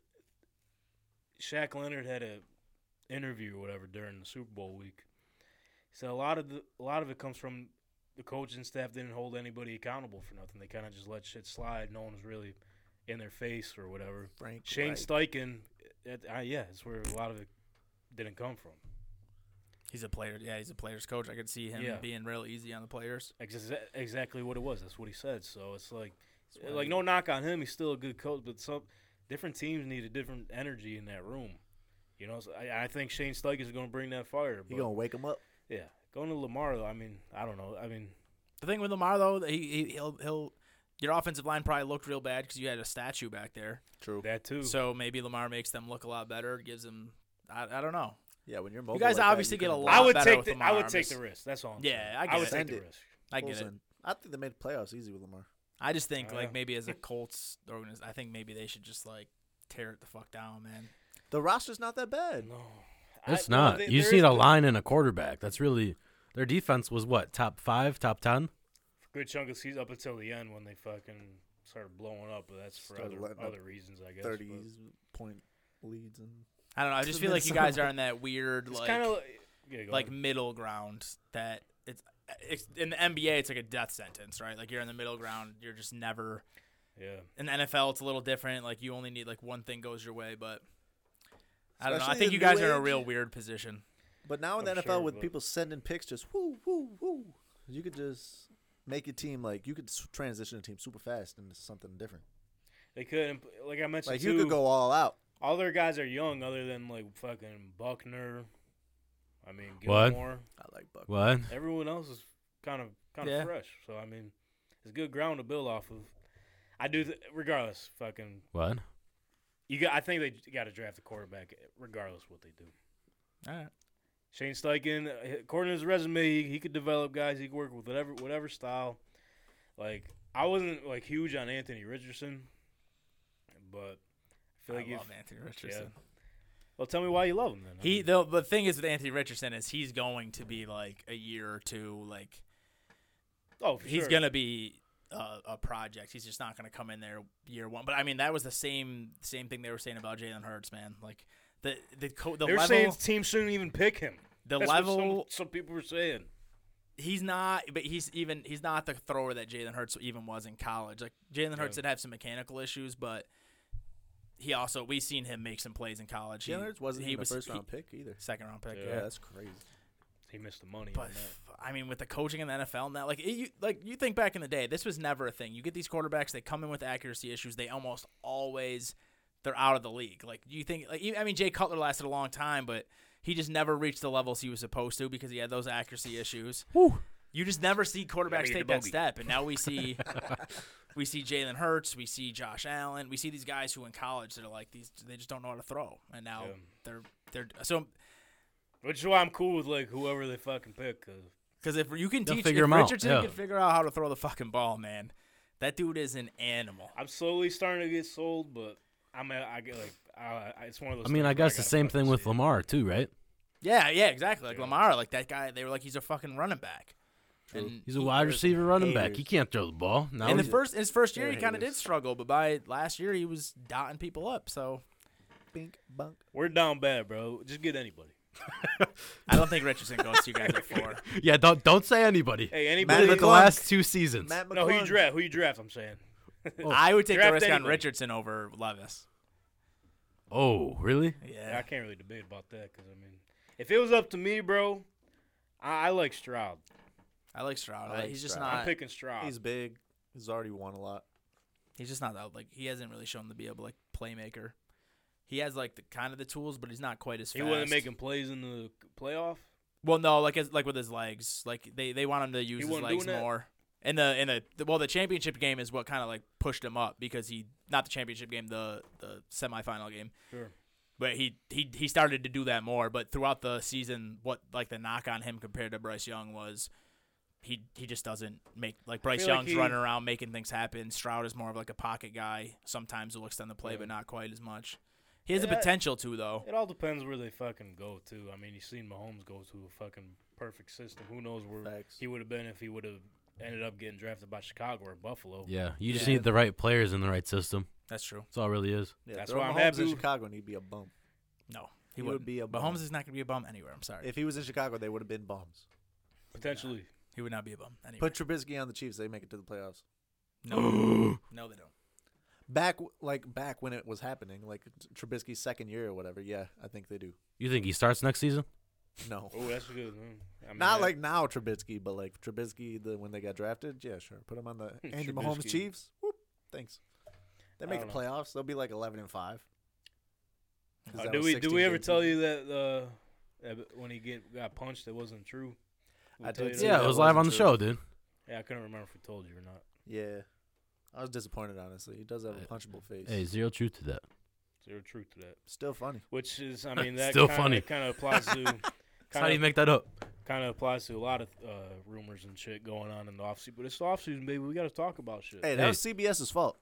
Speaker 3: Shaq Leonard had a interview or whatever during the Super Bowl week. He said a lot of the, a lot of it comes from the coaching staff didn't hold anybody accountable for nothing. They kind of just let shit slide. No one was really in their face or whatever.
Speaker 5: Frank
Speaker 3: Shane
Speaker 5: Reich.
Speaker 3: Steichen, it, uh, yeah, that's where a lot of it didn't come from.
Speaker 6: He's a player. Yeah, he's a players coach. I could see him
Speaker 3: Yeah.
Speaker 6: being real easy on the players.
Speaker 3: Ex- exactly what it was. That's what he said. So it's like, uh, like no knock on him. He's still a good coach, but some different teams need a different energy in that room. You know, so I, I think Shane Steichen is going to bring that fire. But
Speaker 5: You gonna wake him up?
Speaker 3: yeah, going to Lamar though. I mean, I don't know. I mean,
Speaker 6: The thing with Lamar though, that he, he he'll he'll your offensive line probably looked real bad because you had a statue back there.
Speaker 5: True.
Speaker 3: that too.
Speaker 6: So maybe Lamar makes them look a lot better. Gives them, I, I don't know.
Speaker 5: Yeah, when you're mobile,
Speaker 6: You guys
Speaker 5: like that,
Speaker 6: obviously
Speaker 5: you
Speaker 6: get
Speaker 5: can
Speaker 6: a
Speaker 5: block.
Speaker 6: lot
Speaker 3: I would
Speaker 6: better
Speaker 3: take
Speaker 6: with
Speaker 3: the
Speaker 6: Lamar.
Speaker 3: I would
Speaker 6: I'm
Speaker 3: take
Speaker 6: just-
Speaker 3: the risk. That's all. I'm
Speaker 6: Yeah,
Speaker 3: saying.
Speaker 6: I
Speaker 3: I would
Speaker 6: get
Speaker 3: take
Speaker 5: it.
Speaker 3: the risk.
Speaker 6: I get it.
Speaker 5: Wilson. I think they made playoffs easy with Lamar.
Speaker 6: I just think
Speaker 3: Oh, yeah.
Speaker 6: like maybe as a Colts organization, I think maybe they should just like tear it the fuck down, man.
Speaker 5: The roster's not that bad.
Speaker 3: No,
Speaker 1: It's
Speaker 3: I- no,
Speaker 1: not.
Speaker 3: there-
Speaker 1: you
Speaker 3: there
Speaker 1: just need
Speaker 3: is
Speaker 1: a line and a quarterback. That's really their defense was what top five, top ten.
Speaker 3: a Good chunk of season up until the end when they fucking started blowing up, but that's for
Speaker 5: Started
Speaker 3: other,
Speaker 5: letting up
Speaker 3: other reasons, I guess. but-
Speaker 5: Thirty point leads and
Speaker 6: I don't know. I
Speaker 5: To
Speaker 6: just
Speaker 5: the
Speaker 6: feel like you
Speaker 5: Minnesota
Speaker 6: guys are in that weird
Speaker 3: It's
Speaker 6: like
Speaker 3: kind of yeah, go
Speaker 6: like
Speaker 3: ahead.
Speaker 6: middle ground that it's, it's in the NBA. It's like a death sentence, right? Like you're in the middle ground. You're just never
Speaker 3: yeah.
Speaker 6: in the NFL. It's a little different. Like you only need like one thing goes your way, but I don't know. I
Speaker 5: Especially
Speaker 6: think
Speaker 5: the
Speaker 6: you guys
Speaker 5: new
Speaker 6: are in a
Speaker 5: age.
Speaker 6: real weird position.
Speaker 5: But now in the
Speaker 3: I'm
Speaker 5: NFL,
Speaker 3: sure,
Speaker 5: with
Speaker 3: but-
Speaker 5: people sending pics, just woo woo woo, you could just make your team like you could s- transition a team super fast into something different.
Speaker 3: They couldn't, like I mentioned,
Speaker 5: Like
Speaker 3: too,
Speaker 5: you could go all out.
Speaker 3: all their guys are young, other than like fucking Buckner. I mean,
Speaker 1: What?
Speaker 3: Gilmore.
Speaker 5: I like Buck.
Speaker 1: What?
Speaker 3: Everyone else is kind of kind of
Speaker 6: Yeah.
Speaker 3: fresh, so I mean, it's good ground to build off of. I do, th- regardless. Fucking,
Speaker 1: What?
Speaker 3: you got. I think they got to draft a quarterback, regardless what they do.
Speaker 6: All right.
Speaker 3: Shane Steichen, uh, according to his resume, he, he could develop guys. He could work with whatever whatever style. Like I wasn't like huge on Anthony Richardson, but I
Speaker 6: I
Speaker 3: feel like if,
Speaker 6: love Anthony Richardson.
Speaker 3: well, tell me why you love him then. I
Speaker 6: He
Speaker 3: mean,
Speaker 6: though the thing is with Anthony Richardson is he's going to be like a year or two like
Speaker 3: oh, for
Speaker 6: he's
Speaker 3: sure.
Speaker 6: gonna be a, a project. He's just not gonna come in there year one. But I mean that was the same same thing they were saying about Jalen Hurts, man. Like the the co- the
Speaker 3: They're
Speaker 6: level
Speaker 3: saying teams shouldn't even pick him.
Speaker 6: the
Speaker 3: That's
Speaker 6: level
Speaker 3: what some, some people were saying.
Speaker 6: he's not, but he's even he's not the thrower that Jalen Hurts even was in college. Like Jalen Hurts
Speaker 3: Yeah.
Speaker 6: did have some mechanical issues, but he also we seen him make some plays in college. He-
Speaker 5: Jalen Hurts wasn't
Speaker 6: he
Speaker 5: even
Speaker 6: was
Speaker 5: a first round
Speaker 6: he-
Speaker 5: pick either.
Speaker 6: second round pick.
Speaker 3: Yeah.
Speaker 5: Yeah,
Speaker 6: yeah.
Speaker 5: that's crazy.
Speaker 3: He missed the money
Speaker 6: But
Speaker 3: on that.
Speaker 6: f- I mean, with the coaching in the NFL now, like it, you, like you think back in the day, this was never a thing. You get these quarterbacks; they come in with accuracy issues. They almost always they're out of the league. Like you think, like even- I mean, Jay Cutler lasted a long time, but he just never reached the levels he was supposed to because he had those accuracy issues. You just never see quarterbacks
Speaker 3: get
Speaker 6: take
Speaker 3: the
Speaker 6: that
Speaker 3: bogey.
Speaker 6: step, and now we see we see Jalen Hurts, we see Josh Allen, we see these guys who in college that are like these, they just don't know how to throw, and now
Speaker 3: Yeah.
Speaker 6: they're they're so
Speaker 3: Which is why I'm cool with like whoever they fucking pick. 'cause-
Speaker 6: because if you can
Speaker 1: They'll
Speaker 6: teach,
Speaker 1: figure
Speaker 6: if
Speaker 1: 'em out,
Speaker 6: Richardson
Speaker 1: yeah.
Speaker 6: can figure out how to throw the fucking ball, man, that dude is an animal.
Speaker 3: I'm slowly starting to get sold, but I'm a- I get like I, I- it's one of those.
Speaker 1: I mean,
Speaker 3: things
Speaker 1: I
Speaker 3: where
Speaker 1: guess the
Speaker 3: gotta
Speaker 1: same
Speaker 3: fucking
Speaker 1: thing with
Speaker 3: see it.
Speaker 1: Lamar too, right?
Speaker 6: Yeah, yeah, exactly. Like
Speaker 3: Yeah.
Speaker 6: Lamar, like that guy. They were like, he's a fucking running back. And
Speaker 1: He's a wide receiver, running back.
Speaker 5: haters.
Speaker 1: He can't throw the ball. Now
Speaker 6: in the
Speaker 1: he's-
Speaker 6: first his first year,
Speaker 5: They're
Speaker 6: he kind of did
Speaker 5: haters.
Speaker 6: struggle, but by last year, he was dotting people up. So
Speaker 5: Bink bunk.
Speaker 3: We're down bad, bro. Just get anybody.
Speaker 6: I don't think Richardson goes to you guys at four.
Speaker 1: yeah, don't don't say anybody.
Speaker 3: Hey,
Speaker 1: Look
Speaker 3: anybody.
Speaker 1: at
Speaker 5: Matt
Speaker 1: the
Speaker 5: McClung.
Speaker 1: last two seasons.
Speaker 5: Matt McClung.
Speaker 3: no, who you draft? Who you draft? I'm saying.
Speaker 6: I would take the
Speaker 3: Draft
Speaker 6: risk on
Speaker 3: anybody.
Speaker 6: Richardson over Levis.
Speaker 1: Oh, really?
Speaker 3: I
Speaker 6: Yeah,
Speaker 3: can't really debate about that because I mean, if it was up to me, bro, I, I like Stroud.
Speaker 6: I like Stroud.
Speaker 5: I like
Speaker 6: he's just
Speaker 5: Stroud.
Speaker 6: not.
Speaker 3: I'm picking Stroud.
Speaker 5: He's big. He's already won a lot.
Speaker 6: He's just not that like he hasn't really shown to be a like playmaker. He has like the kind of the tools, but he's not quite as
Speaker 3: he
Speaker 6: fast.
Speaker 3: wasn't making plays in the playoff.
Speaker 6: Well, no, like his, like with his legs, like they, they want him to use his
Speaker 3: wasn't
Speaker 6: legs
Speaker 3: doing that?
Speaker 6: more. And the in the well, the championship game is what kind of like pushed him up because he not the championship game, the the semifinal game.
Speaker 3: Sure.
Speaker 6: But he he he started to do that more. But throughout the season, what like the knock on him compared to Bryce Young was. He, he just doesn't make like Bryce
Speaker 3: feel like
Speaker 6: Young's
Speaker 3: he-
Speaker 6: running around making things happen. Stroud is more of like a pocket guy. Sometimes he'll extend the play, but not quite as much. He has the
Speaker 3: Yeah.
Speaker 6: potential to though.
Speaker 3: It all depends where they fucking go to. I mean, you seen Mahomes go to a fucking perfect system. Who knows where
Speaker 5: Facts.
Speaker 3: he would have been if he would have ended up getting drafted by Chicago or Buffalo.
Speaker 1: Yeah, you just
Speaker 6: Yeah.
Speaker 1: need the right players in the right system.
Speaker 6: That's true.
Speaker 1: That's all it really is.
Speaker 5: Yeah,
Speaker 3: That's
Speaker 5: throw
Speaker 3: why I'm
Speaker 5: Mahomes
Speaker 3: happy
Speaker 5: in
Speaker 3: with-
Speaker 5: Chicago and he'd be a bum.
Speaker 6: No, he,
Speaker 5: He would
Speaker 6: wouldn't.
Speaker 5: be a bum.
Speaker 6: Mahomes is not going to be a bum anywhere. I'm sorry.
Speaker 5: If he was in Chicago, they would have been bums.
Speaker 3: Potentially.
Speaker 6: He would not be a bum anyway.
Speaker 5: Put Trubisky on the Chiefs, they make it to the playoffs.
Speaker 6: no, no, they don't.
Speaker 5: Back w- like back when it was happening, like Trubisky's second year or whatever. Yeah, I think they do.
Speaker 1: You think he starts next season?
Speaker 5: No,
Speaker 3: Oh, that's good. Man. I mean,
Speaker 5: not
Speaker 3: that-
Speaker 5: like now Trubisky, but like Trubisky the when they got drafted. Yeah, sure. Put him on the Andy Mahomes
Speaker 3: Trubisky.
Speaker 5: Chiefs. Whoop, thanks. They
Speaker 3: I
Speaker 5: make the
Speaker 3: don't know.
Speaker 5: playoffs. They'll be like eleven and five. 'Cause
Speaker 3: Uh,
Speaker 5: that
Speaker 3: do
Speaker 5: was
Speaker 3: we do we
Speaker 5: 16,
Speaker 3: ever
Speaker 5: 18.
Speaker 3: tell you that uh, that when he get got punched, that wasn't true? We
Speaker 5: I
Speaker 3: tell
Speaker 5: did
Speaker 3: you that?
Speaker 5: see
Speaker 1: Yeah, it
Speaker 5: that
Speaker 1: was live on the
Speaker 5: wasn't
Speaker 1: show, dude.
Speaker 3: Yeah, I couldn't remember if we told you or not.
Speaker 6: Uh,
Speaker 5: Yeah, I was disappointed honestly. He does have a punchable face.
Speaker 1: Hey, zero truth to that.
Speaker 3: Zero truth to that.
Speaker 5: Still funny.
Speaker 3: Which is, I mean, that
Speaker 1: Still
Speaker 3: kinda,
Speaker 1: funny.
Speaker 3: Kind of applies to.
Speaker 1: How do
Speaker 3: Kind
Speaker 1: you
Speaker 3: of,
Speaker 1: make that up?
Speaker 3: kind of applies to a lot of uh, rumors and shit going on in the offseason, but it's the offseason, baby. We got to talk about shit.
Speaker 5: Hey, that
Speaker 1: Hey.
Speaker 5: was CBS's fault.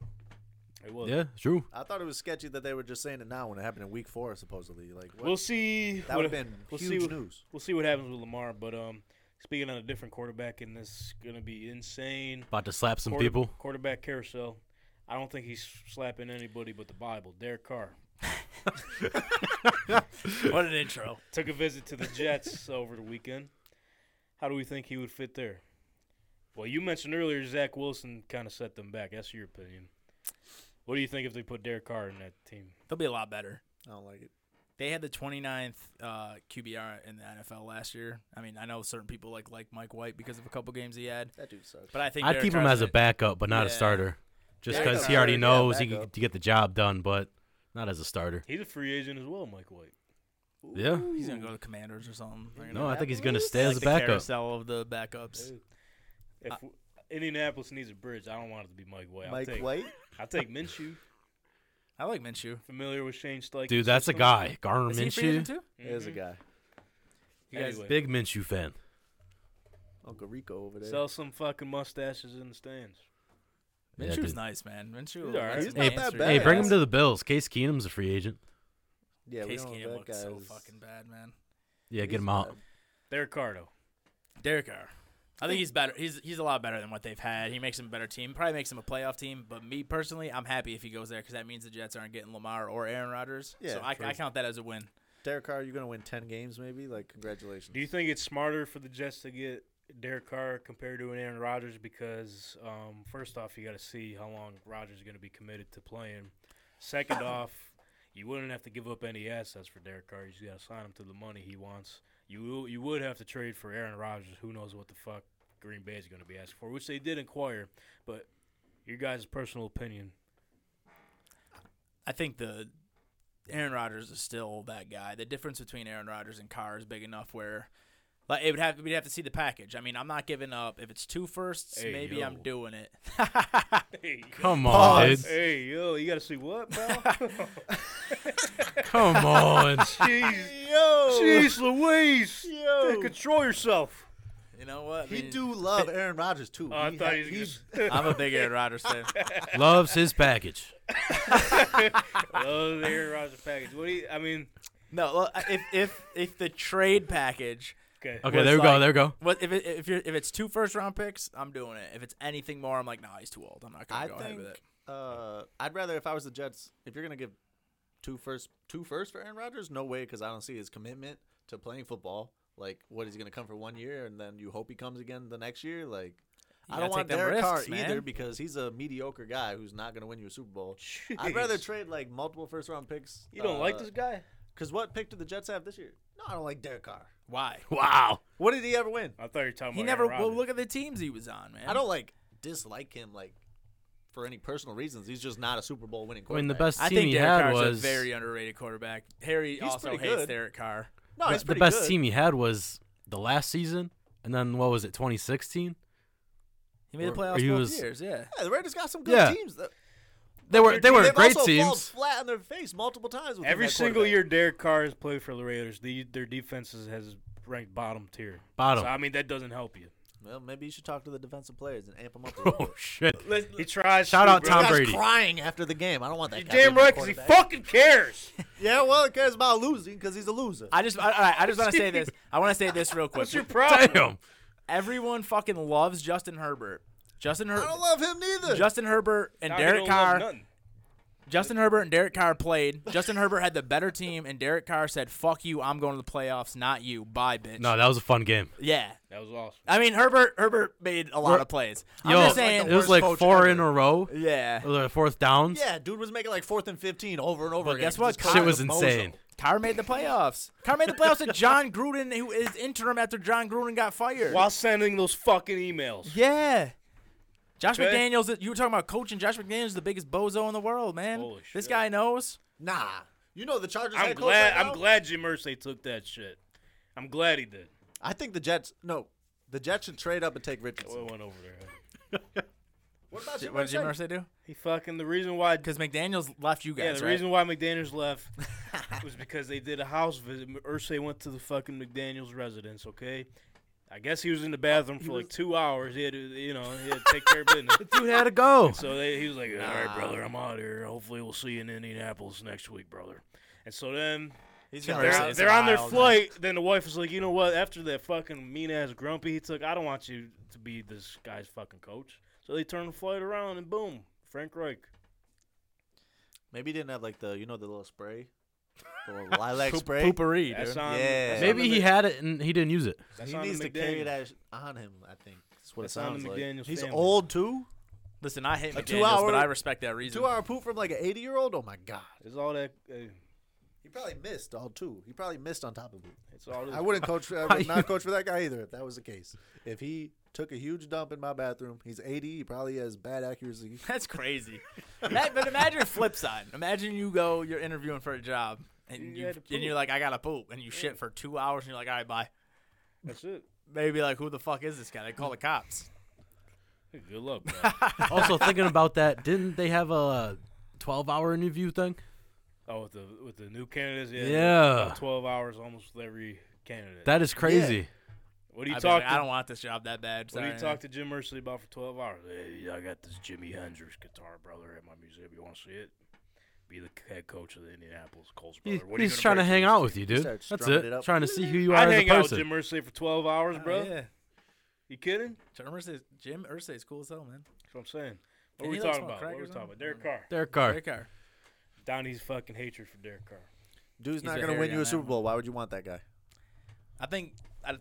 Speaker 3: It was.
Speaker 1: Yeah, true.
Speaker 5: I thought it was sketchy that they were just saying it now when it happened in week four, supposedly. Like, what?
Speaker 3: We'll see.
Speaker 5: that
Speaker 3: what-
Speaker 5: would have been
Speaker 3: we'll see
Speaker 5: huge
Speaker 3: what-
Speaker 5: news.
Speaker 3: We'll see what happens with Lamar. But um, speaking on a different quarterback, and this is gonna be insane.
Speaker 1: About to slap some
Speaker 3: Quarter-
Speaker 1: people.
Speaker 3: Quarterback carousel. I don't think he's slapping anybody but the Bible. Derek Carr
Speaker 6: What an intro.
Speaker 3: took a visit to the Jets over the weekend. How do we think he would fit there? Well, you mentioned earlier Zach Wilson kind of set them back. That's your opinion. What do you think if they put Derek Carr in that team?
Speaker 6: They'll be a lot better.
Speaker 5: I don't like it.
Speaker 6: They had the 29th uh, QBR in the NFL last year. I mean, I know certain people like like Mike White because of a couple games he had,
Speaker 5: That dude sucks.
Speaker 6: but I think
Speaker 1: I'd
Speaker 6: Derek
Speaker 1: keep him
Speaker 6: Carr's
Speaker 1: as a
Speaker 6: gonna-
Speaker 1: backup, but not a
Speaker 6: Yeah.
Speaker 1: starter. Just
Speaker 6: Backup.
Speaker 1: because he already
Speaker 5: Yeah,
Speaker 1: knows he can
Speaker 5: backup.
Speaker 1: get the job done, but not as a starter.
Speaker 3: He's a free agent as well, Mike White.
Speaker 1: Yeah.
Speaker 6: He's gonna go to the Commanders or something. They're gonna-
Speaker 1: No, I think he's gonna stay
Speaker 6: like
Speaker 1: as a
Speaker 6: the
Speaker 1: backup.
Speaker 6: Carousel of the backups.
Speaker 3: If
Speaker 6: I-
Speaker 3: Indianapolis needs a bridge, I don't want it to be Mike White. I'll
Speaker 5: Mike
Speaker 3: take,
Speaker 5: White?
Speaker 3: I'll take Minshew.
Speaker 6: I like Minshew.
Speaker 3: Familiar with Shane Steichen?
Speaker 1: Dude, that's a guy. Garner
Speaker 6: Is he a free agent
Speaker 1: Minshew.
Speaker 6: too?
Speaker 5: There's a
Speaker 3: Mm-hmm.
Speaker 5: guy.
Speaker 6: You guys-
Speaker 3: Anyway,
Speaker 1: Big Minshew fan.
Speaker 5: Uncle Rico over there.
Speaker 3: sell some fucking mustaches in the stands.
Speaker 1: Yeah,
Speaker 6: Minshew's
Speaker 1: dude.
Speaker 6: nice, man. Minshew.
Speaker 3: He's all right.
Speaker 6: lets
Speaker 3: He's
Speaker 6: me
Speaker 5: not that
Speaker 6: answer.
Speaker 5: bad.
Speaker 1: Hey, bring him
Speaker 5: Badass.
Speaker 1: to the Bills. Case Keenum's a free agent.
Speaker 5: yeah, we
Speaker 6: Case
Speaker 5: don't
Speaker 6: Keenum
Speaker 5: know that
Speaker 6: looks
Speaker 5: guy.
Speaker 6: so
Speaker 5: is-
Speaker 6: fucking bad, man.
Speaker 1: Yeah, get
Speaker 5: he's
Speaker 1: him out.
Speaker 5: bad.
Speaker 3: Derek Carr, though.
Speaker 6: Derek Carr. I think he's better. He's he's a lot better than what they've had. He makes him a better team. Probably makes him a playoff team. But me personally, I'm happy if he goes there because that means the Jets aren't getting Lamar or Aaron Rodgers.
Speaker 5: Yeah,
Speaker 6: so I,
Speaker 5: true.
Speaker 6: I count that as a win.
Speaker 5: Derek Carr, you're going to win 10 games maybe? Like, congratulations.
Speaker 3: Do you think it's smarter for the Jets to get Derek Carr compared to an Aaron Rodgers? Because um, first off, you got to see how long Rodgers is going to be committed to playing. Second off, you wouldn't have to give up any assets for Derek Carr. You just got to sign him to the money he wants. You will- you would have to trade for Aaron Rodgers. Who knows what the fuck Green Bay is going to be asking for, which they did inquire. But your guys' personal opinion.
Speaker 6: I think the Aaron Rodgers is still that guy. The difference between Aaron Rodgers and Carr is big enough where like it would have we'd have to see the package. I mean, I'm not giving up. If it's two firsts,
Speaker 3: Hey,
Speaker 6: maybe
Speaker 3: yo.
Speaker 6: I'm doing it.
Speaker 3: Hey,
Speaker 1: Come on,
Speaker 5: Pause.
Speaker 1: dude.
Speaker 3: hey yo, you got to see what, pal?
Speaker 1: Come on.
Speaker 3: Jeez, jeez, Louise,
Speaker 5: Yo.
Speaker 3: control yourself.
Speaker 6: you know what? I
Speaker 5: He
Speaker 6: mean,
Speaker 5: do love Aaron Rodgers, too.
Speaker 3: Oh, I
Speaker 5: He
Speaker 3: thought
Speaker 5: ha-
Speaker 3: he was
Speaker 5: he-
Speaker 3: gonna say-
Speaker 6: I'm a big Aaron Rodgers fan.
Speaker 1: Loves his package.
Speaker 3: oh, the Aaron Rodgers package. What do you? I mean,
Speaker 6: No, well, if if if the trade package
Speaker 3: okay.
Speaker 1: Okay,
Speaker 6: Was
Speaker 1: there we go.
Speaker 6: like-
Speaker 1: There we go.
Speaker 6: What if it, if you're if it's two first round picks, I'm doing it. If it's anything more, I'm like, nah, he's too old. I'm not gonna
Speaker 5: I
Speaker 6: go ahead
Speaker 5: think
Speaker 6: with it.
Speaker 5: uh, I'd rather if I was the Jets, if you're gonna give two first two first for Aaron Rodgers, no way, because I don't see his commitment to playing football. Like, what is he gonna come for one year and then you hope he comes again the next year? Like,
Speaker 6: You
Speaker 5: I
Speaker 6: gotta
Speaker 5: don't
Speaker 6: take
Speaker 5: want
Speaker 6: them
Speaker 5: Derek
Speaker 6: risks,
Speaker 5: Carr
Speaker 6: man.
Speaker 5: either because he's a mediocre guy who's not gonna win you a Super Bowl. I'd rather trade like multiple first round picks.
Speaker 3: You don't like
Speaker 5: uh,
Speaker 3: this guy?
Speaker 5: Cause what pick did the Jets have this year? No, I don't like Derek Carr.
Speaker 6: Why?
Speaker 1: Wow.
Speaker 5: What did he ever win?
Speaker 3: I thought you were talking about.
Speaker 6: He never.
Speaker 3: Aaron
Speaker 6: Well,
Speaker 3: Rodgers.
Speaker 6: look at the teams he was on, man.
Speaker 5: I don't like dislike him like for any personal reasons. He's just not a Super Bowl winning
Speaker 1: I
Speaker 5: quarterback.
Speaker 1: mean, the best
Speaker 6: I
Speaker 1: team
Speaker 6: think
Speaker 1: he
Speaker 6: Derek
Speaker 1: had
Speaker 6: Carr's
Speaker 1: was
Speaker 6: a very underrated quarterback. Harry also
Speaker 5: pretty
Speaker 6: hates
Speaker 5: good.
Speaker 6: Derek Carr.
Speaker 1: the-
Speaker 5: no, oh, he's
Speaker 1: the
Speaker 5: pretty
Speaker 1: best
Speaker 5: good.
Speaker 1: team he had was the last season, and then what was it, 2016?
Speaker 6: He made the
Speaker 1: Or-
Speaker 6: playoffs
Speaker 1: or he
Speaker 6: both
Speaker 1: was-
Speaker 6: years. Yeah.
Speaker 5: Yeah, the Raiders got some good
Speaker 1: Yeah.
Speaker 5: teams. That,
Speaker 1: They were they were
Speaker 5: they've
Speaker 1: great
Speaker 5: also fallen
Speaker 1: teams.
Speaker 5: flat on their face multiple times. with
Speaker 3: Every
Speaker 5: that
Speaker 3: single
Speaker 5: quarterback.
Speaker 3: year, Derek Carr has played for the Raiders. The, their defenses has ranked bottom tier.
Speaker 1: Bottom.
Speaker 3: So I mean, that doesn't help you.
Speaker 5: Well, maybe you should talk to the defensive players and amp them up. A little
Speaker 1: Oh
Speaker 5: bit.
Speaker 1: shit.
Speaker 3: He tries.
Speaker 1: Shout
Speaker 3: to,
Speaker 1: out
Speaker 3: bro.
Speaker 1: Tom
Speaker 5: Guy's
Speaker 1: Brady.
Speaker 5: crying after the game. I don't want that.
Speaker 3: You're
Speaker 5: guy being
Speaker 3: damn
Speaker 5: my
Speaker 3: right, because he
Speaker 5: quarterback.
Speaker 3: fucking cares.
Speaker 5: Yeah, well, he cares about losing because he's a loser.
Speaker 6: I just, I, all right, I just want to say this. I want to say this real quick.
Speaker 3: What's your problem?
Speaker 1: Damn.
Speaker 6: Everyone fucking loves Justin Herbert. Justin
Speaker 5: I don't
Speaker 6: Herbert.
Speaker 5: love him neither.
Speaker 6: Justin Herbert and
Speaker 3: Nah, he
Speaker 6: Derek
Speaker 3: don't love
Speaker 6: Carr.
Speaker 3: nothing.
Speaker 6: Justin Herbert and Derek Carr played. Justin Herbert had the better team, and Derek Carr said, "Fuck you, I'm going to the playoffs, not you. Bye, bitch."
Speaker 1: No, that was a fun game.
Speaker 6: Yeah.
Speaker 3: That was awesome.
Speaker 6: I mean, Herbert Herbert made a lot
Speaker 1: We're-
Speaker 6: of plays.
Speaker 1: Yo,
Speaker 6: I'm just saying.
Speaker 1: it was
Speaker 5: worst
Speaker 1: like
Speaker 5: coach
Speaker 1: four
Speaker 5: ever.
Speaker 1: in a row.
Speaker 6: yeah.
Speaker 1: Or the fourth downs.
Speaker 5: yeah, dude was making like fourth and fifteen over and over.
Speaker 6: But
Speaker 5: again.
Speaker 6: guess what?
Speaker 5: Just
Speaker 1: Shit
Speaker 5: Kyle's
Speaker 1: was
Speaker 5: a bozo.
Speaker 1: insane.
Speaker 6: Carr made the playoffs. Carr made the playoffs with John Gruden, who is interim after John Gruden got fired.
Speaker 3: While sending those fucking emails.
Speaker 6: Yeah. Josh
Speaker 3: Okay.
Speaker 6: McDaniels, you were talking about coaching. Josh McDaniels is the biggest bozo in the world, man.
Speaker 3: Holy
Speaker 6: This
Speaker 3: shit.
Speaker 6: guy knows.
Speaker 5: Nah, you know the Chargers.
Speaker 3: I'm
Speaker 5: head coach
Speaker 3: glad.
Speaker 5: right now?
Speaker 3: I'm glad Jim Irsay took that shit. I'm glad he did.
Speaker 5: I think the Jets. No, the Jets should trade up and take Richardson.
Speaker 3: Oh, it went over there.
Speaker 5: What about
Speaker 6: What did Jim
Speaker 5: Irsay?
Speaker 6: Irsay do?
Speaker 3: He fucking the reason why
Speaker 6: Because McDaniel's left you guys.
Speaker 3: yeah, the
Speaker 6: right?
Speaker 3: reason why McDaniels left was because they did a house visit. Ursay went to the fucking McDaniels residence. Okay, I guess he was in the bathroom for like two hours. He had to, you know, he had to take care of business.
Speaker 1: Dude had to go.
Speaker 3: So they, he was like, "All right, brother, I'm out of here. Hopefully, we'll see you in Indianapolis next week, brother." And so then
Speaker 5: He's
Speaker 6: Jim
Speaker 5: got
Speaker 3: they're,
Speaker 6: Irsay's
Speaker 3: they're on their
Speaker 6: wild, man.
Speaker 3: flight. Then the wife is like, "You know what? After that fucking mean ass grumpy he took, I don't want you to be this guy's fucking coach." So they turn the flight around and boom, Frank Reich.
Speaker 5: Maybe he didn't have like the you know the little spray, the little lilac
Speaker 6: Poop-
Speaker 5: spray.
Speaker 6: poopery,
Speaker 3: That's
Speaker 6: dude.
Speaker 3: on.
Speaker 5: Yeah.
Speaker 3: that's on
Speaker 1: Maybe
Speaker 3: the
Speaker 1: he
Speaker 3: Mc-
Speaker 1: had it and he didn't use it.
Speaker 3: that's
Speaker 5: he
Speaker 3: on the
Speaker 5: needs to carry
Speaker 3: McDaniels.
Speaker 5: that sh- on him. I think that's what
Speaker 3: That's
Speaker 5: it
Speaker 3: on
Speaker 5: sounds
Speaker 3: the
Speaker 5: like.
Speaker 3: McDaniels
Speaker 5: He's
Speaker 3: family.
Speaker 5: old too.
Speaker 6: Listen, I hate McDaniels,
Speaker 5: A
Speaker 6: but
Speaker 5: two-hour-
Speaker 6: I respect that reason.
Speaker 5: Two hour poop from like an eighty year old. Oh my god.
Speaker 3: It's all that. Uh,
Speaker 5: He probably missed all two. He probably missed on top of it.
Speaker 3: it's all.
Speaker 5: I
Speaker 3: This,
Speaker 5: wouldn't coach. I would not coach for that guy either. If that was the case, if he took a huge dump in my bathroom, he's 80. He probably has bad accuracy.
Speaker 6: That's crazy. Ima- but imagine the flip side. Imagine you go, you're interviewing for a job, and
Speaker 3: You
Speaker 6: you
Speaker 3: had to
Speaker 6: and you're
Speaker 3: poop.
Speaker 6: like, I gotta poop, and you shit for two hours, and you're like, all right, bye.
Speaker 3: that's it.
Speaker 6: Maybe like, who the fuck is this guy? They call the cops.
Speaker 3: Good luck. bro.
Speaker 1: Also thinking about that, didn't they have a 12-hour interview thing?
Speaker 3: oh, with the with the new candidates. Yeah.
Speaker 1: Yeah.
Speaker 3: about Twelve hours almost with every candidate.
Speaker 1: That is crazy.
Speaker 3: what do you
Speaker 6: I'd be
Speaker 3: talk?
Speaker 6: like,
Speaker 3: to-
Speaker 6: I don't want this job that bad.
Speaker 3: What do you
Speaker 6: Sorry,
Speaker 3: talk to Jim Mercy about for 12 hours? Hey, I got this Jimi Hendrix guitar, brother, at my museum. You want to see it? Be the head coach of the Indianapolis Colts, brother.
Speaker 1: He-
Speaker 3: What are you
Speaker 1: he's
Speaker 3: gonna
Speaker 1: trying to
Speaker 3: bring
Speaker 1: hang
Speaker 3: this
Speaker 1: out
Speaker 3: team?"
Speaker 1: with you, dude.
Speaker 5: start
Speaker 1: That's
Speaker 5: strumming
Speaker 1: it.
Speaker 5: it up.
Speaker 1: Trying to see who you are
Speaker 3: I
Speaker 1: as a
Speaker 3: hang out with
Speaker 1: person.
Speaker 3: Jim Mercy for 12 hours,
Speaker 5: Uh,
Speaker 3: bro.
Speaker 6: Yeah.
Speaker 3: You kidding?
Speaker 6: Jim Irsay, Jim Irsay is cool as hell, man.
Speaker 3: That's what I'm saying. What
Speaker 6: Didn't
Speaker 3: are we
Speaker 6: he, like,
Speaker 3: talking
Speaker 6: smoke
Speaker 3: about? What
Speaker 6: crack
Speaker 3: are
Speaker 6: or
Speaker 3: we talking
Speaker 6: something?
Speaker 3: about? Derek Carr.
Speaker 1: Their car.
Speaker 6: Great car.
Speaker 3: Downey's fucking hatred for Derek Carr.
Speaker 5: Dude's
Speaker 6: He's a
Speaker 5: not gonna
Speaker 6: hairy
Speaker 5: win you
Speaker 6: on
Speaker 5: a
Speaker 6: that
Speaker 5: Super
Speaker 6: one.
Speaker 5: Bowl. Why would you want that guy?
Speaker 6: I think I,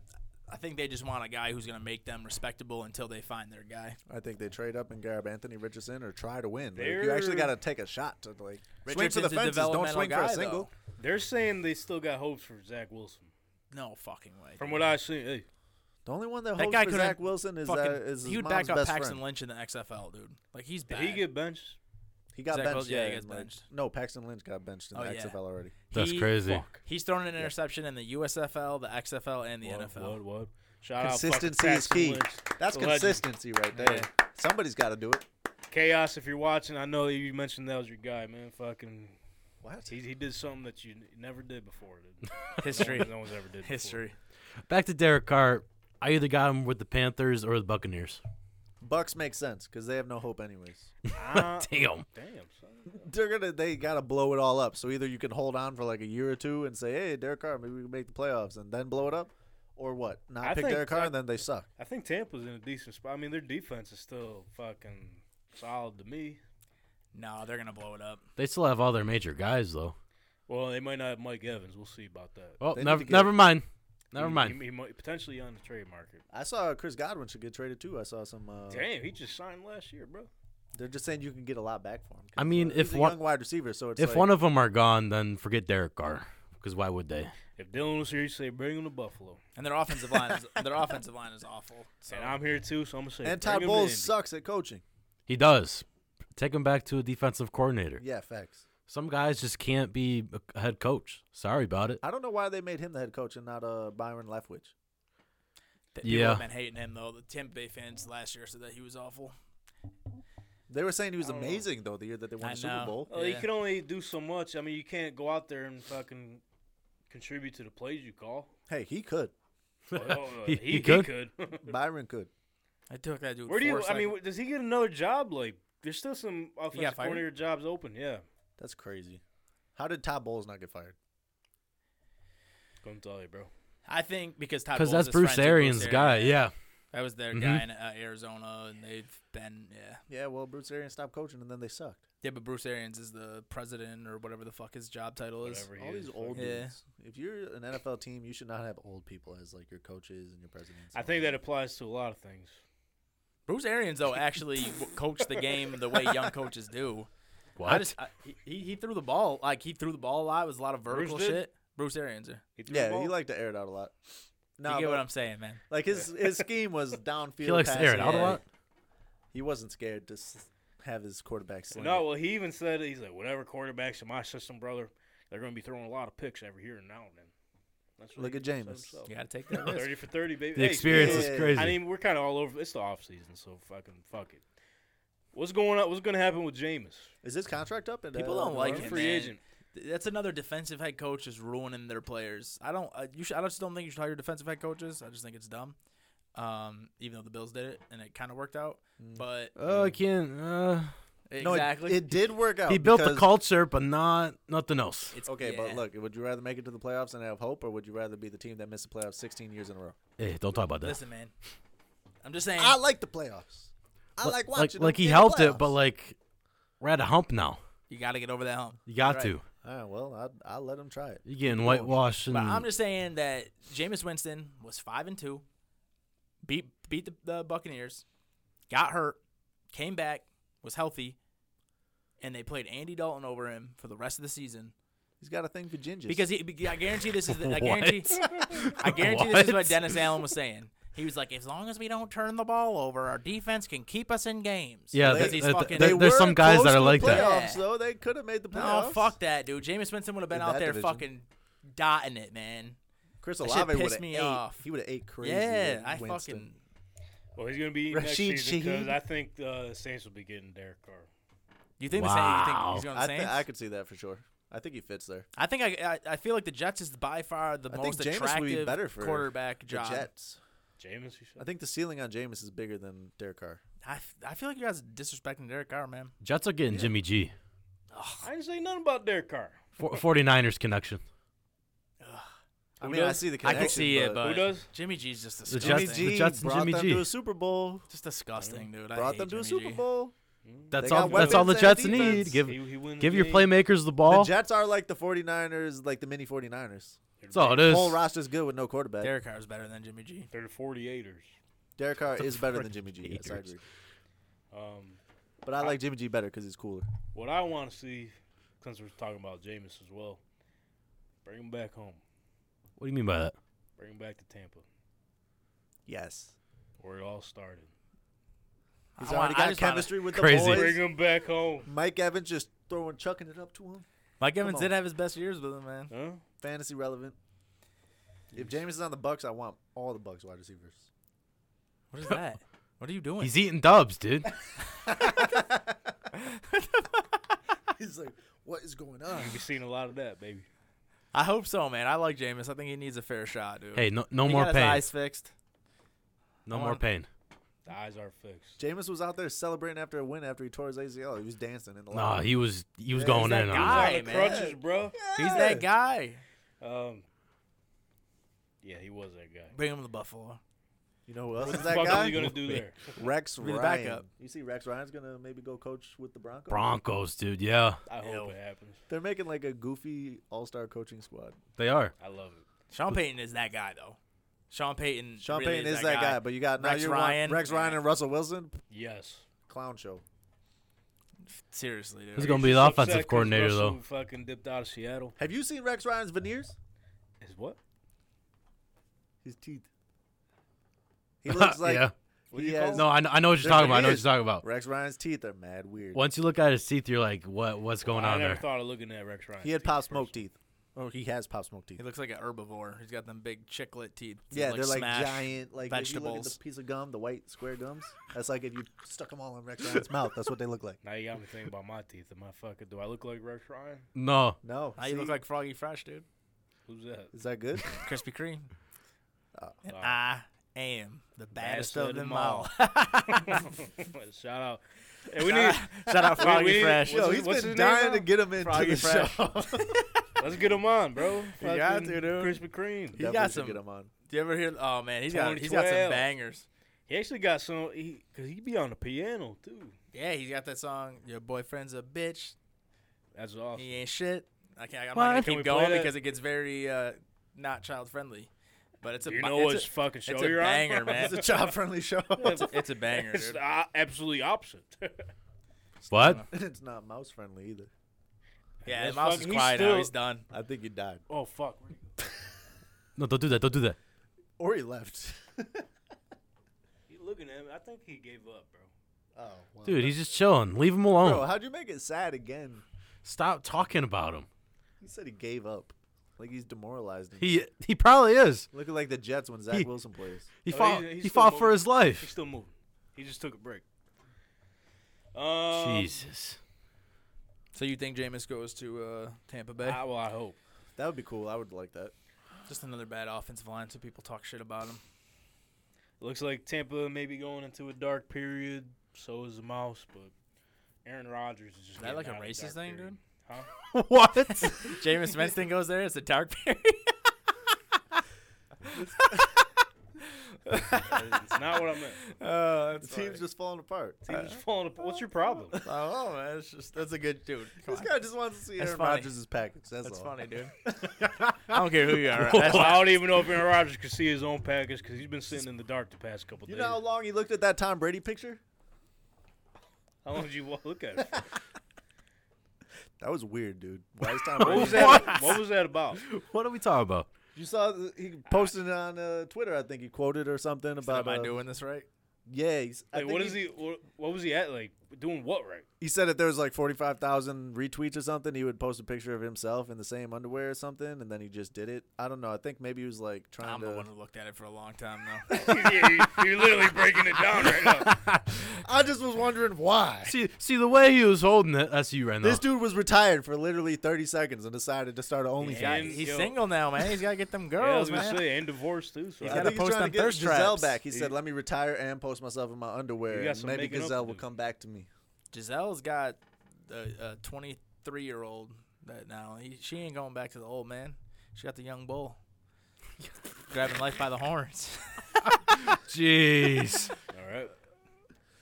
Speaker 6: I think they just want a guy who's gonna make them respectable until they find their guy.
Speaker 5: I think they trade up and grab Anthony Richardson or try to win. Like, you
Speaker 3: They're-
Speaker 5: actually got to take a shot to like swing for
Speaker 6: Richardson's
Speaker 5: the
Speaker 6: a
Speaker 5: fences. Don't
Speaker 6: developmental
Speaker 5: swing for
Speaker 6: guy,
Speaker 5: a single.
Speaker 3: They're saying they still got hopes for Zach Wilson.
Speaker 6: No fucking way.
Speaker 3: From what I've seen, hey,
Speaker 5: The only one that,
Speaker 6: That
Speaker 5: hopes
Speaker 6: guy
Speaker 5: for
Speaker 6: couldn't
Speaker 5: Zach Wilson is uh,
Speaker 6: fucking,
Speaker 5: is his
Speaker 6: he would
Speaker 5: mom's
Speaker 6: back up
Speaker 5: best
Speaker 6: Paxton
Speaker 5: friend.
Speaker 6: Lynch in the XFL, dude. Like he's
Speaker 3: did
Speaker 6: bad.
Speaker 3: he get benched?
Speaker 5: He got
Speaker 6: Zach
Speaker 5: benched.
Speaker 6: Wilson- yeah,
Speaker 5: yeah,
Speaker 6: he gets
Speaker 5: and, like,
Speaker 6: benched.
Speaker 5: no, Paxton Lynch got benched in
Speaker 6: Oh,
Speaker 5: the
Speaker 6: yeah.
Speaker 5: XFL already.
Speaker 1: That's
Speaker 6: He-
Speaker 1: crazy.
Speaker 3: Fuck.
Speaker 6: He's thrown an interception in the USFL, the XFL, and the
Speaker 3: What,
Speaker 6: NFL.
Speaker 3: What, what?
Speaker 6: Oh,
Speaker 3: Shout
Speaker 5: Consistency
Speaker 3: out
Speaker 5: is
Speaker 3: fucking
Speaker 5: key.
Speaker 3: Paxton Lynch.
Speaker 5: That's
Speaker 3: The legend.
Speaker 5: consistency right there. Somebody's got to do it.
Speaker 3: Chaos, if you're watching, I know you mentioned that was your guy, man. Fucking,
Speaker 5: What?
Speaker 3: he, he did something that you n- never did before. Dude.
Speaker 6: History.
Speaker 3: No one's ever did. before.
Speaker 6: History.
Speaker 1: Back to Derek Carr. I either got him with the Panthers or the Buccaneers.
Speaker 5: Bucks make sense because they have no hope anyways.
Speaker 3: Uh,
Speaker 1: Damn.
Speaker 3: damn, son.
Speaker 5: they're gonna they gotta blow it all up. So either you can hold on for like a year or two and say, "Hey, Derek Carr, maybe we can make the playoffs," and then blow it up, or what? Not
Speaker 3: I
Speaker 5: pick
Speaker 3: think
Speaker 5: Derek Carr
Speaker 3: that-
Speaker 5: and then they suck.
Speaker 3: I think Tampa's in a decent spot. I mean, their defense is still fucking solid to me.
Speaker 6: No, they're gonna blow it up.
Speaker 1: They still have all their major guys though.
Speaker 3: Well, they might not have Mike Evans. We'll see about that.
Speaker 1: Oh,
Speaker 5: They need
Speaker 1: never,
Speaker 5: to get-
Speaker 1: never mind. Never
Speaker 3: He-
Speaker 1: mind.
Speaker 3: He, he might potentially on the trade market.
Speaker 5: I saw Chris Godwin should get traded too. I saw some. Uh,
Speaker 3: Damn, he just signed last year, bro.
Speaker 5: they're just saying you can get a lot back for him. 'cause,
Speaker 1: I mean,
Speaker 5: uh,
Speaker 1: if
Speaker 5: he's a
Speaker 1: one-
Speaker 5: young wide receiver, so it's
Speaker 1: If
Speaker 5: like,
Speaker 1: one of them are gone, then forget Derek Carr because why would they?
Speaker 3: If Dylan was here, he'd say bring him to Buffalo,
Speaker 6: And their offensive line is their offensive line is awful. So
Speaker 3: and I'm here too, so I'm gonna say. bring
Speaker 5: and Todd
Speaker 3: him to
Speaker 5: Bowles
Speaker 3: Indy.
Speaker 5: sucks at coaching.
Speaker 1: He does. Take him back to a defensive coordinator.
Speaker 5: Yeah, facts.
Speaker 1: Some guys just can't be a head coach. Sorry about it.
Speaker 5: I don't know why they made him the head coach and not uh, Byron Leftwich.
Speaker 6: th-
Speaker 1: yeah.
Speaker 6: people have been hating him though. The Tampa Bay fans last year said that he was awful.
Speaker 5: They were saying he was
Speaker 3: I don't know.
Speaker 5: amazing though the year that they won
Speaker 6: I
Speaker 5: the Super
Speaker 6: know.
Speaker 5: Bowl.
Speaker 3: Well, you
Speaker 6: Yeah.
Speaker 3: Oh, can only do so much. I mean, you can't go out there and fucking contribute to the plays you call.
Speaker 5: Hey, he could.
Speaker 3: Oh, he,
Speaker 1: He- he
Speaker 3: he
Speaker 1: could.
Speaker 3: could.
Speaker 5: Byron could.
Speaker 6: I took that dude.
Speaker 3: Where do you?
Speaker 6: four
Speaker 3: I mean,
Speaker 6: seconds.
Speaker 3: does he get another job? Like, there's still some offensive
Speaker 6: fired?
Speaker 3: coordinator jobs open. Yeah,
Speaker 5: That's crazy. How did Todd Bowles not get fired?
Speaker 3: couldn't tell you, bro.
Speaker 6: I think because Todd
Speaker 1: Because
Speaker 6: because
Speaker 1: that's Bruce Arians' guy. Yeah.
Speaker 6: that was their
Speaker 1: Mhm.
Speaker 6: guy in uh, Arizona, and they've been yeah.
Speaker 5: Yeah, well, Bruce Arians stopped coaching and then they sucked.
Speaker 6: Yeah, but Bruce Arians is the president or whatever the fuck his job title is.
Speaker 3: Whatever he
Speaker 5: All
Speaker 3: is,
Speaker 5: these old
Speaker 6: Yeah.
Speaker 5: dudes. If you're an NFL team, you should not have old people as like your coaches and your presidents.
Speaker 3: I
Speaker 5: and
Speaker 3: think
Speaker 5: all
Speaker 3: that applies to a lot of things.
Speaker 6: Bruce Arians though actually w- coached the game the way young coaches do.
Speaker 1: What?
Speaker 6: I just I, he- he he threw the ball like he threw the ball a lot. It was a lot of vertical
Speaker 3: did?
Speaker 6: shit. Bruce Arians, yeah.
Speaker 3: He threw the
Speaker 5: Yeah,
Speaker 3: ball.
Speaker 5: he liked to air it out a lot. No,
Speaker 6: you get
Speaker 5: but,
Speaker 6: what I'm saying, man.
Speaker 5: like his his scheme was downfield.
Speaker 1: He likes to air it out
Speaker 5: passing.
Speaker 1: a lot.
Speaker 5: He wasn't scared to s- have his quarterback sling.
Speaker 3: no.
Speaker 5: it.
Speaker 3: Well, he even said he's like, whatever quarterbacks in my system, brother, they're going to be throwing a lot of picks every here and now and then. That's
Speaker 5: Look
Speaker 3: he
Speaker 5: at
Speaker 3: said
Speaker 5: Jameis.
Speaker 3: himself.
Speaker 6: You gotta take that risk.
Speaker 3: Thirty for thirty, baby.
Speaker 1: The
Speaker 3: Hey,
Speaker 1: experience
Speaker 3: speaking
Speaker 5: yeah,
Speaker 1: is
Speaker 5: yeah.
Speaker 1: crazy.
Speaker 3: I mean, we're kind of all over. It's the off season, so fucking fuck it. What's going on? What's going to happen with Jameis?
Speaker 5: Is this contract up? uh, And
Speaker 6: People don't like him.
Speaker 3: Free
Speaker 6: man.
Speaker 3: agent.
Speaker 6: Th- That's another defensive head coach is ruining their players. I don't. Uh, you should, I just don't think you should hire defensive head coaches. I just think it's dumb. Um, even though the Bills did it and it kind of worked out, but
Speaker 1: Oh, I can't. Uh,
Speaker 5: No, it-
Speaker 6: exactly.
Speaker 5: it, did work out.
Speaker 1: he built the
Speaker 5: because-
Speaker 1: culture, but not nothing else.
Speaker 6: it's,
Speaker 5: Okay,
Speaker 6: yeah.
Speaker 5: but look, would you rather make it to the playoffs and have hope, or would you rather be the team that missed the playoffs 16 years in a row?
Speaker 1: Hey, don't talk about that.
Speaker 6: Listen, man. I'm just saying.
Speaker 5: I like the playoffs. I
Speaker 1: Li-
Speaker 5: like watching.
Speaker 1: Like, like he helped it, but like we're at a hump now.
Speaker 6: you got to get over that hump.
Speaker 1: You got
Speaker 6: Right.
Speaker 1: to.
Speaker 5: All right, Ah, well, I I let him try it.
Speaker 1: You're getting whitewashed. And
Speaker 6: But I'm just saying that Jameis Winston was five and two, beat beat the, the Buccaneers, got hurt, came back, was healthy, and they played Andy Dalton over him for the rest of the season
Speaker 5: He's got a thing for gingers.
Speaker 6: because he. be- I guarantee this is. The, I
Speaker 1: What?
Speaker 6: guarantee. I guarantee this is what
Speaker 1: What?
Speaker 6: Dennis Allen was saying. He was like, as long as we don't turn the ball over, our defense can keep us in games.
Speaker 1: yeah,
Speaker 6: because
Speaker 1: th-
Speaker 6: he's
Speaker 1: th-
Speaker 6: fucking.
Speaker 1: there-
Speaker 5: They
Speaker 1: there's
Speaker 5: were
Speaker 1: some guys
Speaker 5: close
Speaker 1: that
Speaker 5: to
Speaker 1: are
Speaker 5: the
Speaker 1: like that.
Speaker 5: playoffs, Though they could have made the playoffs.
Speaker 6: no, fuck that, dude. Jameis Winston would have been
Speaker 5: In
Speaker 6: out
Speaker 5: that
Speaker 6: there
Speaker 5: division.
Speaker 6: fucking dotting it, man.
Speaker 5: Chris
Speaker 6: That shit
Speaker 5: Olave would
Speaker 6: pissed
Speaker 5: have
Speaker 6: me
Speaker 5: ate.
Speaker 6: off.
Speaker 5: He would have ate crazy.
Speaker 6: yeah,
Speaker 5: with
Speaker 6: I
Speaker 5: Winston.
Speaker 6: fucking.
Speaker 3: Well, he's going to be
Speaker 5: Rashid
Speaker 3: next season because
Speaker 5: Shaheed?
Speaker 3: I think uh, the Saints will be getting Derek Carr.
Speaker 6: You think the Saints? You think
Speaker 1: Wow.
Speaker 6: he's going to
Speaker 5: I,
Speaker 6: the
Speaker 5: thi-
Speaker 6: Saints?
Speaker 5: I could see that for sure. I think he fits there.
Speaker 6: I think I, I I feel like the Jets is by far the
Speaker 5: I think
Speaker 6: most
Speaker 5: Jameis would be
Speaker 6: attractive
Speaker 5: better for
Speaker 6: quarterback
Speaker 5: The
Speaker 6: job.
Speaker 5: Jets.
Speaker 3: Jameis, you
Speaker 5: I
Speaker 3: said?
Speaker 5: think the ceiling on Jameis is bigger than Derek Carr.
Speaker 6: I, f- I feel like you guys are disrespecting Derek Carr, man.
Speaker 1: Jets are getting Jimmy G.
Speaker 3: I didn't say nothing about Derek Carr.
Speaker 1: For, 49ers connection.
Speaker 5: I
Speaker 3: Who
Speaker 5: mean, I
Speaker 3: does?
Speaker 5: see the
Speaker 6: I
Speaker 5: connection.
Speaker 6: can see it, but
Speaker 3: Who does?
Speaker 6: Jimmy G's just
Speaker 1: The
Speaker 6: disgusting.
Speaker 1: Jets, the Jets and
Speaker 5: brought
Speaker 1: Jimmy
Speaker 5: them
Speaker 1: G.
Speaker 5: to a Super Bowl.
Speaker 6: just disgusting, dude. I
Speaker 5: Brought
Speaker 6: hate
Speaker 5: them to a
Speaker 6: Jimmy
Speaker 5: Super
Speaker 6: G.
Speaker 5: Bowl.
Speaker 1: That's
Speaker 5: got
Speaker 1: all. That's all the
Speaker 5: weapons and
Speaker 1: Jets need.
Speaker 5: defense.
Speaker 1: Give
Speaker 3: He- he wins
Speaker 1: give
Speaker 3: the
Speaker 1: your
Speaker 3: game.
Speaker 1: playmakers the ball.
Speaker 5: The Jets are like the 49ers, like the mini 49ers.
Speaker 1: That's all it is.
Speaker 5: Whole roster's good with no quarterback. Derek,
Speaker 6: Derek Carr is better than Jimmy G.
Speaker 3: They're the 48ers.
Speaker 5: Carr
Speaker 1: The
Speaker 5: is better than Jimmy G.
Speaker 1: 49ers.
Speaker 5: Yes, I agree.
Speaker 3: Um,
Speaker 5: But I like Jimmy G better because he's cooler.
Speaker 3: what I want to see, since we're talking about Jameis as well, bring him back home.
Speaker 1: What do you mean by that?
Speaker 3: Bring him back to Tampa,
Speaker 5: Yes.
Speaker 3: where it all started.
Speaker 5: He's
Speaker 6: I
Speaker 5: already
Speaker 6: want- I
Speaker 5: got
Speaker 6: just wanna-
Speaker 5: chemistry with
Speaker 1: Crazy.
Speaker 5: the
Speaker 3: Bring
Speaker 5: boys.
Speaker 3: him back home.
Speaker 5: Mike Evans just throwing, chucking it up to him.
Speaker 6: Mike
Speaker 5: Come
Speaker 6: Evans
Speaker 5: on.
Speaker 6: did have his best years with him, man.
Speaker 3: Huh?
Speaker 5: Fantasy relevant. If Jameis is on the Bucks, I want all the Bucks wide receivers.
Speaker 6: What is that? what are you doing?
Speaker 1: He's eating dubs, dude.
Speaker 5: He's like, what is going on?
Speaker 3: You've seen a lot of that, baby.
Speaker 6: I hope so, man. I like Jameis. I think he needs a fair shot, dude.
Speaker 1: Hey, no, no
Speaker 6: he
Speaker 1: more
Speaker 6: got
Speaker 1: pain.
Speaker 6: His eyes fixed.
Speaker 1: No
Speaker 6: I
Speaker 1: more
Speaker 6: want-
Speaker 1: pain.
Speaker 3: The eyes are fixed.
Speaker 5: Jameis was out there celebrating after a win after he tore his ACL. He was dancing in the
Speaker 1: Nah,
Speaker 5: locker
Speaker 1: he was he was
Speaker 5: Yeah,
Speaker 1: going
Speaker 6: he's that
Speaker 1: in.
Speaker 6: guy.
Speaker 3: He's
Speaker 1: on that.
Speaker 6: Hey,
Speaker 3: on the
Speaker 6: man.
Speaker 3: crutches, bro.
Speaker 5: room.
Speaker 6: He's that guy.
Speaker 3: Um, yeah, he was that guy.
Speaker 6: Bring him to Buffalo.
Speaker 5: You know who else
Speaker 3: What
Speaker 5: is
Speaker 3: the
Speaker 5: that
Speaker 3: fuck are
Speaker 5: guy?
Speaker 3: you gonna do there?
Speaker 5: Rex
Speaker 6: Be the
Speaker 5: Ryan.
Speaker 6: backup.
Speaker 5: You see, Rex Ryan's gonna maybe go coach with the Broncos.
Speaker 1: Broncos, dude. Yeah,
Speaker 3: I hope
Speaker 6: Ew.
Speaker 3: it happens.
Speaker 5: They're making like a goofy all-star coaching squad.
Speaker 1: they are.
Speaker 3: I love it.
Speaker 6: Sean Payton is that guy, though. Sean Payton.
Speaker 5: Sean
Speaker 6: really
Speaker 5: Payton is that guy, but you got now
Speaker 6: Rex
Speaker 5: you're one-
Speaker 6: Ryan.
Speaker 5: Rex Ryan and Russell Wilson,
Speaker 3: Yes.
Speaker 5: clown show.
Speaker 6: Seriously, dude.
Speaker 1: He's gonna be the
Speaker 3: Upset
Speaker 1: offensive
Speaker 3: 'cause
Speaker 1: coordinator
Speaker 3: Russell
Speaker 1: though.
Speaker 3: Fucking dipped out of Seattle.
Speaker 5: Have you seen Rex Ryan's veneers?
Speaker 3: Is what?
Speaker 5: His teeth. He looks like
Speaker 1: yeah.
Speaker 3: What
Speaker 5: he
Speaker 3: you call
Speaker 5: has-
Speaker 1: No, I, kn- I know what you're
Speaker 5: There
Speaker 1: talking
Speaker 5: it
Speaker 1: about. I know what you're
Speaker 5: is.
Speaker 1: talking about.
Speaker 5: Rex Ryan's teeth are mad weird.
Speaker 1: Once you look at his teeth, you're like, what what's going
Speaker 3: I
Speaker 1: on
Speaker 3: never
Speaker 1: there?
Speaker 3: thought of looking at Rex Ryan.
Speaker 5: He had pop smoke
Speaker 3: personally.
Speaker 5: teeth. Oh, he has pop smoke teeth.
Speaker 6: He looks like an herbivore. He's got them big chiclet teeth. that,
Speaker 5: Yeah, they're like
Speaker 6: smash
Speaker 5: giant, like If you look at
Speaker 6: vegetables.
Speaker 5: the piece of gum, the white square gums. That's like if you stuck them all in Rex Ryan's mouth. That's what they look like.
Speaker 3: Now you got me thinking about my teeth. Am I fucking? Do I look like Rex Ryan?
Speaker 1: No,
Speaker 5: No,
Speaker 6: Now you look
Speaker 5: see?
Speaker 6: like Froggy Fresh, dude.
Speaker 3: Who's that?
Speaker 5: Is that good?
Speaker 6: Krispy Kreme. and
Speaker 5: Uh,
Speaker 3: Wow.
Speaker 6: I am the baddest,
Speaker 3: uh, Baddest
Speaker 6: of them all.
Speaker 3: Shout out. Hey, we need.
Speaker 6: Shout out
Speaker 3: we-
Speaker 6: Froggy
Speaker 3: we-
Speaker 6: Fresh.
Speaker 3: What's
Speaker 5: Yo,
Speaker 3: his-
Speaker 5: he's
Speaker 3: what's
Speaker 5: been
Speaker 3: his name
Speaker 5: dying
Speaker 3: now?
Speaker 5: to get him into
Speaker 6: Froggy
Speaker 5: the
Speaker 6: Fresh.
Speaker 5: show.
Speaker 3: Let's get him on, bro.
Speaker 6: You got
Speaker 3: Fucking
Speaker 6: to, dude.
Speaker 3: Krispy Kreme.
Speaker 6: got
Speaker 5: Definitely should
Speaker 6: some-
Speaker 5: Get him on.
Speaker 6: Do you ever hear? Oh man, he's got he's got some
Speaker 3: 2012.
Speaker 6: bangers.
Speaker 3: He actually got some. He because he be on the piano too.
Speaker 6: Yeah, he's got that song. Your boyfriend's a bitch.
Speaker 3: That's awesome.
Speaker 6: He ain't shit. I can't. I'm
Speaker 1: What?
Speaker 6: not gonna
Speaker 3: Can we
Speaker 6: keep
Speaker 3: play
Speaker 6: going
Speaker 3: that?
Speaker 6: because it gets very uh, not child friendly. But it's a
Speaker 3: you
Speaker 6: ba-
Speaker 3: know
Speaker 6: it's
Speaker 3: what
Speaker 6: a-
Speaker 3: fucking show
Speaker 6: it's a
Speaker 3: you're
Speaker 6: banger,
Speaker 3: on?
Speaker 6: man.
Speaker 5: It's a child friendly show.
Speaker 6: it's, a, it's a banger,
Speaker 3: It's
Speaker 6: dude.
Speaker 3: the uh, absolutely opposite.
Speaker 1: what?
Speaker 5: it's not mouse friendly either.
Speaker 6: Yeah, the
Speaker 3: That's
Speaker 6: mouse is
Speaker 3: fucking- he's
Speaker 6: quiet now.
Speaker 3: still-
Speaker 6: He's done.
Speaker 5: I think he died
Speaker 3: oh fuck.
Speaker 1: No, don't do that. Don't do that.
Speaker 5: or he left.
Speaker 3: He looking at me. I think he gave up, bro.
Speaker 5: oh, wow.
Speaker 1: Dude, he's just chilling. Leave him alone.
Speaker 5: Bro, how'd you make it sad again?
Speaker 1: Stop talking about him.
Speaker 5: He said he gave up. Like he's demoralized. and-
Speaker 1: He he probably is.
Speaker 5: looking like the Jets when Zach
Speaker 1: He-
Speaker 5: Wilson plays.
Speaker 1: He
Speaker 3: Oh,
Speaker 1: fought
Speaker 3: he's- he's
Speaker 1: he
Speaker 3: still
Speaker 1: fought for
Speaker 3: moving.
Speaker 1: his
Speaker 3: He's
Speaker 1: life.
Speaker 3: still moving. He just took a break. Um,
Speaker 1: Jesus.
Speaker 6: So you think Jameis goes to uh, Tampa Bay?
Speaker 3: I, well, I hope.
Speaker 5: That would be cool. I would like that.
Speaker 6: Just another bad offensive line, so people talk shit about him.
Speaker 3: Looks like Tampa may be going into a dark period. So is the mouse, but Aaron Rodgers is just
Speaker 6: Is that
Speaker 3: getting
Speaker 6: like a
Speaker 3: out of the
Speaker 6: racist
Speaker 3: dark
Speaker 6: thing,
Speaker 3: period.
Speaker 6: dude?
Speaker 3: Huh?
Speaker 6: What? Jameis Winston goes there. It's a dark period.
Speaker 3: It's not what I meant.
Speaker 6: Oh, that's
Speaker 5: The team's just falling apart.
Speaker 3: Team's just falling apart. What's your problem?
Speaker 6: Oh, man, it's just that's a good dude. Come
Speaker 5: This
Speaker 6: on.
Speaker 5: guy just wants to see
Speaker 6: That's
Speaker 5: Aaron
Speaker 6: funny.
Speaker 5: Rodgers' package. That's,
Speaker 6: That's
Speaker 5: all.
Speaker 6: funny, dude. I don't care who you are.
Speaker 3: Well, I don't even know if Aaron Rodgers can see his own package because he's been sitting in the dark the past couple
Speaker 5: You
Speaker 3: days.
Speaker 5: know how long he looked at that Tom Brady picture?
Speaker 3: How long did you wa- look at? It? for?
Speaker 5: That was weird, dude. Why is Tom Brady?
Speaker 3: What was that? what was that about?
Speaker 1: What are we talking about?
Speaker 5: You saw the, he posted it on uh, Twitter. I think he quoted or something about.
Speaker 6: Am I
Speaker 5: uh,
Speaker 6: doing this right?
Speaker 5: Yeah, he's, I
Speaker 3: Like,
Speaker 5: think
Speaker 3: what is he? What, what was he at? Like doing what right?
Speaker 5: He said if there was like forty five thousand retweets or something, he would post a picture of himself in the same underwear or something, and then he just did it. I don't know. I think maybe he was like trying
Speaker 6: I'm the
Speaker 5: to.
Speaker 6: one who looked at it for a long time though.
Speaker 3: Yeah, you- you're literally breaking it down right now.
Speaker 5: I just was wondering why.
Speaker 1: See, see the way he was holding it. That's you right now.
Speaker 5: This dude was retired for literally thirty seconds and decided to start an OnlyFans.
Speaker 3: Yeah,
Speaker 6: He's- he's
Speaker 3: yo.
Speaker 6: single now, man. He's gotta get them
Speaker 3: Yeah, I
Speaker 6: girls,
Speaker 3: was gonna
Speaker 6: man.
Speaker 3: say and divorced too. So
Speaker 6: He's
Speaker 5: I
Speaker 3: I
Speaker 6: gotta
Speaker 5: think
Speaker 3: don't-
Speaker 5: he's
Speaker 6: post
Speaker 5: trying
Speaker 6: on
Speaker 5: to get
Speaker 6: thirst
Speaker 5: Giselle
Speaker 6: traps.
Speaker 5: back. He said,
Speaker 3: You-
Speaker 5: "Let me retire and post myself in my underwear.
Speaker 3: You got
Speaker 5: and
Speaker 3: some
Speaker 5: maybe
Speaker 3: making up
Speaker 5: Giselle
Speaker 3: to
Speaker 5: will
Speaker 3: do."
Speaker 5: come back to me."
Speaker 6: Giselle's got a 23 year old that now. He, she ain't going back to the old man. She got the young bull. Grabbing life by the horns.
Speaker 1: Jeez.
Speaker 3: all right.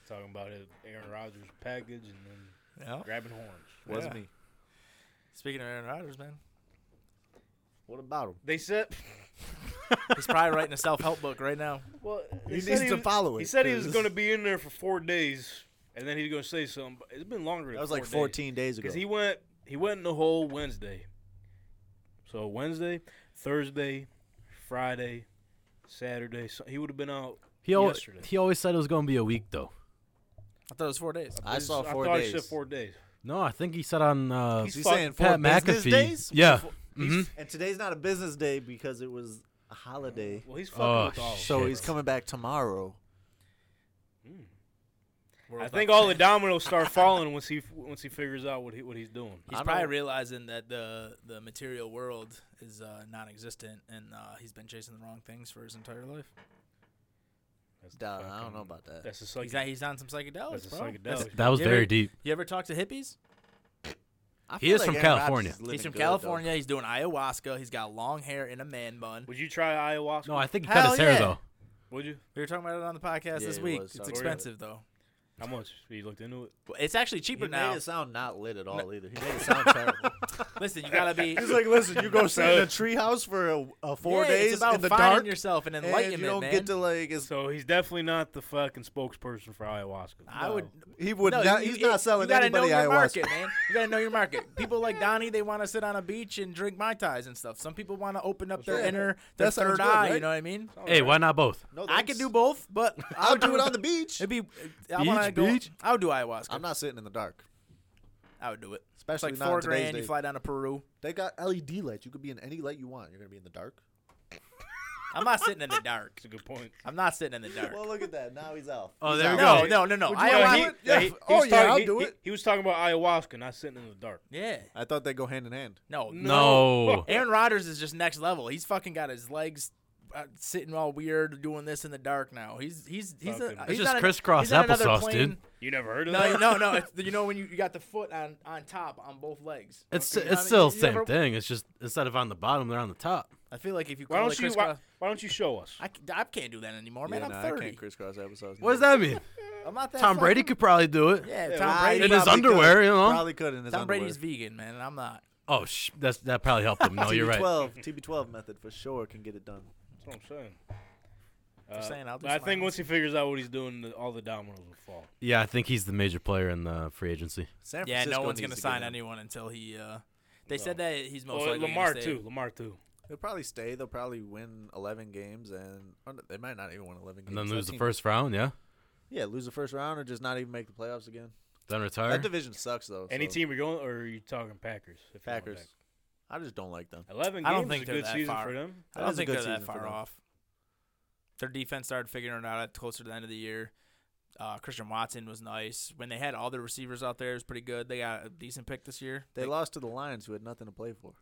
Speaker 3: Talking about it, Aaron Rodgers package and then
Speaker 6: Yeah.
Speaker 3: grabbing horns.
Speaker 5: Was
Speaker 6: Yeah.
Speaker 5: me.
Speaker 6: Speaking of Aaron Rodgers, man,
Speaker 5: What about him?
Speaker 3: They said,
Speaker 6: he's probably writing a self help book right now.
Speaker 3: well,
Speaker 5: He needs to follow it.
Speaker 3: He said he was
Speaker 5: 'cause
Speaker 3: gonna be in there for four days, and then he's gonna say something. But it's been longer. Than
Speaker 5: That was like
Speaker 3: days.
Speaker 5: 14 days, ago.
Speaker 3: Because he went he went in the whole Wednesday. So Wednesday, Thursday, Friday, Saturday. So he would have been out.
Speaker 1: He always
Speaker 3: Yesterday.
Speaker 1: he always said it was gonna be a week though.
Speaker 6: I thought it was four days.
Speaker 5: I saw
Speaker 3: I
Speaker 5: four
Speaker 3: thought
Speaker 5: days.
Speaker 3: he said four days.
Speaker 1: No, I think he said on uh,
Speaker 5: He's
Speaker 3: fuck-
Speaker 5: saying four
Speaker 1: Pat
Speaker 5: business
Speaker 1: McAfee.
Speaker 5: days.
Speaker 1: Yeah. hmm
Speaker 5: And today's not a business day because it was a holiday.
Speaker 3: Well, he's fucking
Speaker 1: Oh,
Speaker 3: with all. of us.
Speaker 5: So
Speaker 1: shit.
Speaker 5: he's coming back tomorrow.
Speaker 3: Hmm. I think all the dominoes start falling once he once he figures out what he what he's doing.
Speaker 6: He's
Speaker 5: I
Speaker 6: probably
Speaker 5: don't-
Speaker 6: realizing that the the material world is uh, non-existent, and uh, he's been chasing the wrong things for his entire life.
Speaker 3: That's
Speaker 5: Duh, I don't
Speaker 3: fucking-
Speaker 5: know about that.
Speaker 3: That's a psych-
Speaker 6: He's, not, he's on some psychedelics,
Speaker 3: That's a
Speaker 6: bro.
Speaker 3: psychedelic.
Speaker 6: That's-
Speaker 1: That was
Speaker 6: You ever-
Speaker 1: very deep.
Speaker 6: You ever talk to hippies?
Speaker 5: I
Speaker 1: He
Speaker 5: feel
Speaker 1: is from
Speaker 5: Aaron Rodgers
Speaker 1: California.
Speaker 5: is living
Speaker 6: He's from
Speaker 5: good, though.
Speaker 6: California. He's doing ayahuasca. He's got long hair and a man bun.
Speaker 3: Would you try ayahuasca?
Speaker 1: No, I think he
Speaker 6: Hell
Speaker 1: cut his hair
Speaker 6: yeah.
Speaker 1: though.
Speaker 3: Would you?
Speaker 6: We were talking about it on the podcast
Speaker 5: Yeah,
Speaker 6: this
Speaker 5: it
Speaker 6: week.
Speaker 5: was,
Speaker 6: it's
Speaker 5: sorry.
Speaker 6: expensive though.
Speaker 3: How much? You looked into it.
Speaker 6: But It's actually cheaper
Speaker 5: He
Speaker 6: now.
Speaker 5: made it sound not lit at all either. He made it sound terrible.
Speaker 6: Listen, you gotta be.
Speaker 5: He's like, listen, you go sit in a treehouse for a, a four
Speaker 6: Yeah,
Speaker 5: days
Speaker 6: it's about
Speaker 5: in the
Speaker 6: finding
Speaker 5: dark,
Speaker 6: yourself and
Speaker 5: and
Speaker 6: enlightenment,
Speaker 5: you don't
Speaker 6: man.
Speaker 5: get to like. It's,
Speaker 3: So he's definitely not the fucking spokesperson for ayahuasca.
Speaker 6: I would.
Speaker 5: he would
Speaker 6: No,
Speaker 5: not.
Speaker 6: you-
Speaker 5: he's
Speaker 6: you-
Speaker 5: not selling
Speaker 6: you gotta
Speaker 5: anybody
Speaker 6: know your
Speaker 5: ayahuasca.
Speaker 6: market, man. You gotta know your market. People like Donnie, they want to sit on a beach and drink mai tais and stuff. Some people want to open up their
Speaker 5: right.
Speaker 6: inner, their
Speaker 5: That sounds
Speaker 6: third
Speaker 5: good,
Speaker 6: eye. You
Speaker 5: right?
Speaker 6: know what I mean?
Speaker 1: Hey, why not both?
Speaker 5: No,
Speaker 6: I
Speaker 5: thanks.
Speaker 6: could do both, but I
Speaker 5: I'll
Speaker 6: would
Speaker 5: do it on the beach.
Speaker 6: It'd be. I
Speaker 1: Beach,
Speaker 6: wanna go,
Speaker 1: beach?
Speaker 6: I would do ayahuasca.
Speaker 5: I'm not sitting in the dark.
Speaker 6: I would do it. It's
Speaker 5: Especially
Speaker 6: like
Speaker 5: not in
Speaker 6: four
Speaker 5: today's
Speaker 6: grand. You
Speaker 5: day.
Speaker 6: fly down to Peru.
Speaker 5: They got LED lights. You could be in any light you want. You're gonna be in the dark.
Speaker 6: I'm not sitting in the dark.
Speaker 3: That's a good point.
Speaker 6: I'm not sitting in the dark. Uh,
Speaker 5: Well, look at that. Now he's off.
Speaker 1: Oh,
Speaker 5: He's
Speaker 1: there we
Speaker 5: out.
Speaker 1: go.
Speaker 6: No, no, no, no.
Speaker 5: Would you
Speaker 6: Ayahuasca.
Speaker 5: wanna do it? Yeah,
Speaker 3: he, he
Speaker 5: oh,
Speaker 3: was
Speaker 5: yeah,
Speaker 3: talking-
Speaker 5: I'll
Speaker 3: he-
Speaker 5: do
Speaker 3: he-
Speaker 5: it.
Speaker 3: he was talking about ayahuasca, not sitting in the dark.
Speaker 6: Yeah.
Speaker 5: I thought they go hand in hand.
Speaker 6: No.
Speaker 1: No.
Speaker 6: Aaron Rodgers is just next level. He's fucking got his legs uh, sitting all weird, doing this in the dark now. He's he's he's, a,
Speaker 3: Fucking- It's
Speaker 6: he's
Speaker 1: just
Speaker 6: on a-
Speaker 1: crisscross
Speaker 6: he's on another
Speaker 1: applesauce,
Speaker 6: plane.
Speaker 1: dude.
Speaker 3: You never heard of
Speaker 6: No,
Speaker 3: that?
Speaker 6: no, no. It's, you know when you, you got the foot on on top on both legs.
Speaker 1: It's
Speaker 6: You know what I
Speaker 1: it's
Speaker 6: mean?
Speaker 1: still
Speaker 6: You
Speaker 1: the same
Speaker 6: ever-
Speaker 1: thing. It's just instead of on the bottom, they're on the top.
Speaker 6: I feel like if you
Speaker 3: Why
Speaker 6: call it
Speaker 3: don't you why,
Speaker 6: crisscross,
Speaker 3: why don't you show us?
Speaker 6: I, c- I can't do that anymore, man.
Speaker 5: nah,
Speaker 6: I'm
Speaker 5: I
Speaker 6: thirty.
Speaker 5: can't crisscross episodes.
Speaker 1: What does that mean?
Speaker 6: I'm not that.
Speaker 1: Tom Brady
Speaker 6: fucking-
Speaker 1: could probably do it.
Speaker 6: Yeah,
Speaker 3: Yeah,
Speaker 6: Tom
Speaker 5: Nah,
Speaker 6: Brady.
Speaker 5: he
Speaker 1: In his
Speaker 5: probably
Speaker 1: underwear,
Speaker 5: could.
Speaker 1: you know?
Speaker 5: Probably could in his
Speaker 6: Tom
Speaker 5: underwear.
Speaker 6: Brady's vegan, man, and I'm not.
Speaker 1: Oh, sh- that's that probably helped
Speaker 6: Oh,
Speaker 1: him. No, you're right.
Speaker 5: TB12, TB12 method for sure can get it done.
Speaker 3: That's what I'm saying.
Speaker 6: Just
Speaker 3: Uh,
Speaker 6: saying, I'll do
Speaker 3: but I
Speaker 6: some
Speaker 3: think
Speaker 6: ayahuasca.
Speaker 3: once he figures out what he's doing, the, all the dominoes will fall.
Speaker 1: Yeah, I think he's the major player in the free agency.
Speaker 5: San
Speaker 6: Yeah,
Speaker 5: Francisco
Speaker 6: no one's
Speaker 5: needs
Speaker 6: gonna
Speaker 5: to
Speaker 6: sign
Speaker 5: get him.
Speaker 6: anyone until he. uh They said that he's most
Speaker 3: Well,
Speaker 6: likely gonna
Speaker 3: Lamar
Speaker 6: stay.
Speaker 3: too. Lamar too.
Speaker 5: They'll probably stay. They'll probably win 11 games, and or they might not even win 11 games.
Speaker 1: And then
Speaker 5: That
Speaker 1: lose the
Speaker 5: team-
Speaker 1: first round, yeah?
Speaker 5: Yeah, lose the first round or just not even make the playoffs again.
Speaker 1: Then retire.
Speaker 5: That division sucks though.
Speaker 3: Any
Speaker 5: so-
Speaker 3: team you're going, or are you talking Packers? If you're going
Speaker 5: Packers. I just don't like them.
Speaker 3: back? Eleven
Speaker 6: I
Speaker 3: games
Speaker 6: don't think
Speaker 3: is a
Speaker 6: they're
Speaker 3: good
Speaker 6: that
Speaker 3: season
Speaker 6: far.
Speaker 3: for them.
Speaker 6: I
Speaker 5: That
Speaker 6: don't
Speaker 5: was a
Speaker 6: think
Speaker 5: good
Speaker 6: they're that
Speaker 5: season for
Speaker 6: far
Speaker 5: them.
Speaker 6: off. Their defense started figuring it out at- closer to the end of the year. Uh, Christian Watson was nice. When they had all their receivers out there, it was pretty good. They got a decent pick this year.
Speaker 5: They lost to the Lions, who had nothing to play for.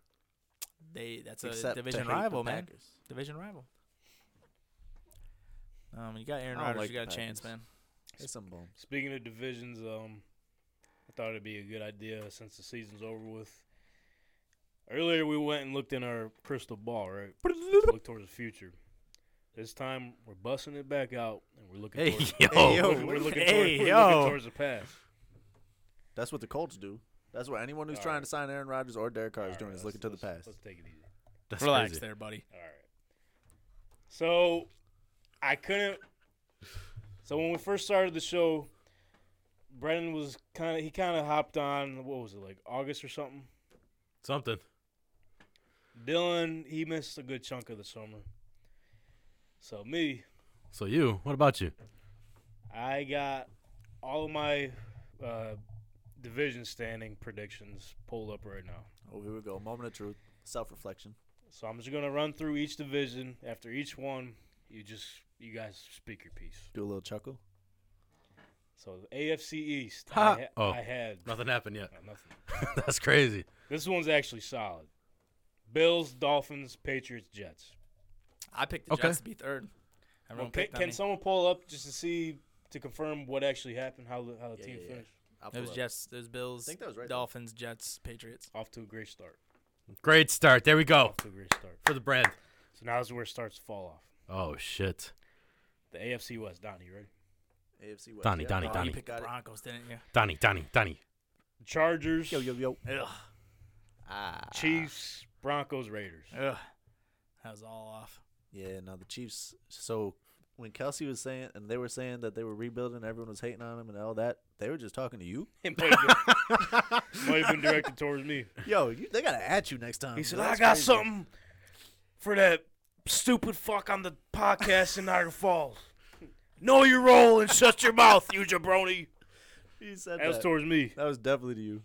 Speaker 6: They that's a
Speaker 5: except to
Speaker 6: division
Speaker 5: hate the
Speaker 6: rival, man.
Speaker 5: Packers.
Speaker 6: Division rival. Um, you got Aaron
Speaker 5: I don't
Speaker 6: Rodgers.
Speaker 5: like
Speaker 6: you got a
Speaker 5: the
Speaker 6: chance,
Speaker 5: Packers.
Speaker 6: man.
Speaker 5: There's some bones.
Speaker 3: Speaking of divisions, um, I thought it'd be a good idea since the season's over with. Earlier, we went and looked in our crystal ball, right? to look towards the future. This time, we're busting it back out, and we're looking.
Speaker 1: Hey
Speaker 3: towards,
Speaker 1: yo,
Speaker 5: Hey, yo.
Speaker 3: we're looking- we're looking,
Speaker 1: Hey,
Speaker 3: towards, we're
Speaker 1: yo.
Speaker 3: looking towards the past.
Speaker 5: That's what the Colts do. That's what anyone who's
Speaker 3: All
Speaker 5: trying
Speaker 3: right.
Speaker 5: to sign Aaron Rodgers or Derek Carr
Speaker 3: All
Speaker 5: is
Speaker 3: right,
Speaker 5: doing is
Speaker 3: let's-
Speaker 5: looking to the
Speaker 3: let's-
Speaker 5: past.
Speaker 3: Let's take it easy.
Speaker 1: that's
Speaker 6: Relax
Speaker 1: crazy.
Speaker 6: there, buddy.
Speaker 3: All right. So I couldn't. So when we first started the show, Brennan was kind of he kind of hopped on. What was it like August or something?
Speaker 1: Something.
Speaker 3: Dylan he missed a good chunk of the summer. So me,
Speaker 1: So you, what about you?
Speaker 3: I got all of my uh, division standing predictions pulled up right now.
Speaker 5: Oh, here we go. Moment of truth. Self reflection.
Speaker 3: So I'm just gonna run through each division. After each one, you just you guys speak your piece.
Speaker 5: Do a little chuckle.
Speaker 3: So the AFC East,
Speaker 1: Ha!
Speaker 3: I, ha-
Speaker 1: Oh.
Speaker 3: I had
Speaker 1: Nothing happened yet.
Speaker 3: no, nothing.
Speaker 1: that's crazy.
Speaker 3: This one's actually solid. Bills, Dolphins, Patriots, Jets.
Speaker 6: I picked the
Speaker 1: Okay.
Speaker 6: Jets to be third. Everyone
Speaker 3: Well,
Speaker 6: picked
Speaker 3: can
Speaker 6: on
Speaker 3: can
Speaker 6: me.
Speaker 3: someone pull up just to see to confirm what actually happened? How the, how the
Speaker 5: Yeah,
Speaker 3: team
Speaker 5: yeah, yeah.
Speaker 3: finished?
Speaker 5: I'll
Speaker 6: It was
Speaker 5: pull up.
Speaker 6: Jets. It was Bills.
Speaker 5: I think that was right, though.
Speaker 6: Dolphins, Jets, Patriots.
Speaker 3: Off to a great start.
Speaker 1: Great start. There we go
Speaker 3: Off to a great start.
Speaker 1: for the brand.
Speaker 3: So now is where it starts to fall off.
Speaker 1: Oh shit,
Speaker 3: The AFC West. Donnie, you ready?
Speaker 5: AFC West.
Speaker 1: Donnie,
Speaker 5: Yeah,
Speaker 1: Donnie,
Speaker 6: Oh,
Speaker 1: Donnie.
Speaker 6: you picked the
Speaker 5: Got it.
Speaker 6: Broncos, didn't you?
Speaker 1: Donnie, Donnie, Donnie.
Speaker 3: Chargers,
Speaker 5: Yo, yo, yo.
Speaker 6: Ugh.
Speaker 5: Ah.
Speaker 3: Chiefs, Broncos, Raiders.
Speaker 6: Ugh. That was all off.
Speaker 5: Yeah, now the Chiefs. So when Kelsey was saying, and they were saying that they were rebuilding, everyone was hating on him and all that. They were just talking to you.
Speaker 3: It might have been, might have been directed towards me.
Speaker 5: Yo, you, they gotta at you next time.
Speaker 3: He
Speaker 5: bro.
Speaker 3: said,
Speaker 5: That's
Speaker 3: "I got
Speaker 5: crazy."
Speaker 3: something for that stupid fuck on the podcast in Niagara Falls." Know your role and shut your mouth, you jabroni.
Speaker 5: He said
Speaker 3: That was
Speaker 5: that.
Speaker 3: towards me.
Speaker 5: That was definitely to you.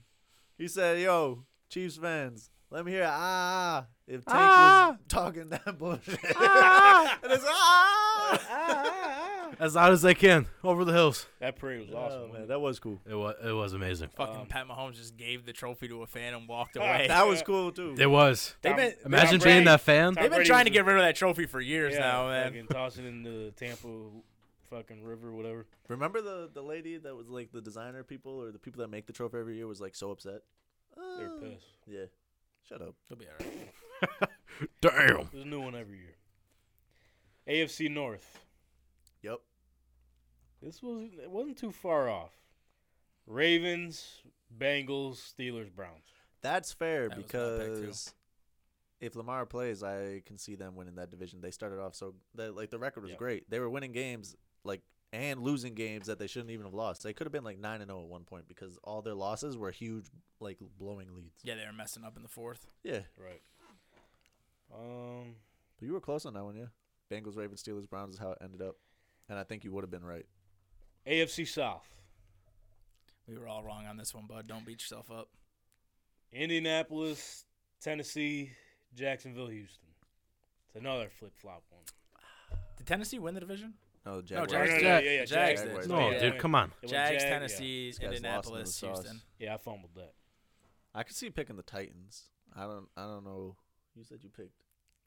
Speaker 5: He said, "Yo, Chiefs fans, let me hear a ah if Tank
Speaker 3: Ah,
Speaker 5: was talking that bullshit." and it's ah, ah, ah.
Speaker 1: As loud as they can over the hills.
Speaker 3: That parade was awesome.
Speaker 5: Oh,
Speaker 3: wasn't
Speaker 5: man,
Speaker 3: it?
Speaker 5: that was cool.
Speaker 1: It was. It was amazing.
Speaker 6: Fucking
Speaker 3: Um,
Speaker 6: Pat Mahomes just gave the trophy to a fan and walked away.
Speaker 5: That was cool too.
Speaker 1: It was.
Speaker 6: They've
Speaker 3: Tom-
Speaker 6: been-
Speaker 3: Tom
Speaker 1: Imagine
Speaker 3: Brady-
Speaker 1: being that fan.
Speaker 3: Tom
Speaker 6: They've been
Speaker 3: Brady
Speaker 6: trying to
Speaker 3: was
Speaker 6: get rid of that trophy for years
Speaker 3: yeah,
Speaker 6: now, man.
Speaker 3: fucking Toss it in the Tampa fucking river, whatever.
Speaker 5: Remember the the lady that was like the designer people or the people that make the trophy every year was like so upset.
Speaker 3: They were
Speaker 5: Uh,
Speaker 3: pissed.
Speaker 5: Yeah, shut up.
Speaker 6: He'll be all right.
Speaker 1: Damn.
Speaker 3: There's a new one every year. AFC North.
Speaker 5: Yep.
Speaker 3: This was it wasn't too far off. Ravens, Bengals, Steelers, Browns.
Speaker 5: That's fair
Speaker 6: That was my pick, too.
Speaker 5: because if Lamar plays, I can see them winning that division. They started off so that like the record was
Speaker 3: Yeah.
Speaker 5: great. They were winning games like and losing games that they shouldn't even have lost. They could have been like nine and zero at one point because all their losses were huge like blowing leads.
Speaker 6: Yeah, they were messing up in the fourth.
Speaker 5: Yeah,
Speaker 3: Right. Um.
Speaker 5: but you were close on that one. Yeah, Bengals, Ravens, Steelers, Browns is how it ended up, and I think you would have been right.
Speaker 3: AFC South.
Speaker 6: We were all wrong on this one, bud. Don't beat yourself up.
Speaker 3: Indianapolis, Tennessee, Jacksonville, Houston. It's another flip flop one.
Speaker 6: Did Tennessee win the division?
Speaker 5: Oh, Jaguars.
Speaker 6: Jags
Speaker 3: No,
Speaker 6: did.
Speaker 3: no, no,
Speaker 1: Jack-
Speaker 3: yeah, yeah,
Speaker 6: Jags
Speaker 3: Jags.
Speaker 5: did.
Speaker 1: No,
Speaker 3: Yeah.
Speaker 1: dude, come on.
Speaker 3: It was
Speaker 6: Jags,
Speaker 3: Jag- yeah.
Speaker 6: Tennessee,
Speaker 5: These guys lost in the
Speaker 6: Indianapolis,
Speaker 5: sauce.
Speaker 6: Houston.
Speaker 3: Yeah. I fumbled that.
Speaker 5: I could see picking the Titans. I don't. I don't know. You said you picked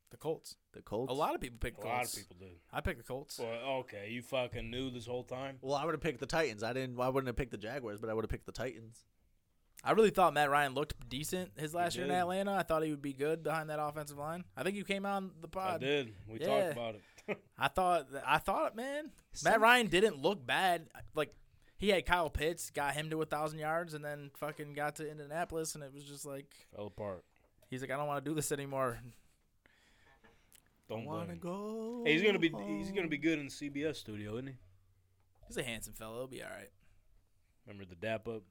Speaker 6: The Colts.
Speaker 5: the Colts.
Speaker 6: A lot of people picked
Speaker 3: A
Speaker 6: Colts.
Speaker 3: lot of people did.
Speaker 6: I picked the Colts.
Speaker 3: Well, okay, you fucking knew this whole time.
Speaker 5: Well, I would have picked the Titans. I didn't. I wouldn't have picked the Jaguars, but I would have picked the Titans.
Speaker 6: I really thought Matt Ryan looked decent his last year in
Speaker 3: did.
Speaker 6: Atlanta. I thought he would be good behind that offensive line. I think you came on the pod.
Speaker 3: I did. We
Speaker 6: yeah.
Speaker 3: talked about it.
Speaker 6: I thought, I thought, man, Matt
Speaker 5: Some-
Speaker 6: Ryan didn't look bad. Like he had Kyle Pitts, got him to a thousand yards, and then fucking got to Indianapolis, and it was just like
Speaker 3: Fell apart.
Speaker 6: he's like, I don't want to do this anymore.
Speaker 3: Don't blame
Speaker 5: Wanna
Speaker 3: him.
Speaker 5: go?
Speaker 3: Hey, he's gonna be he's gonna be good in the CBS studio, isn't he?
Speaker 6: He's a handsome fellow. He'll be all right.
Speaker 3: Remember the dap up?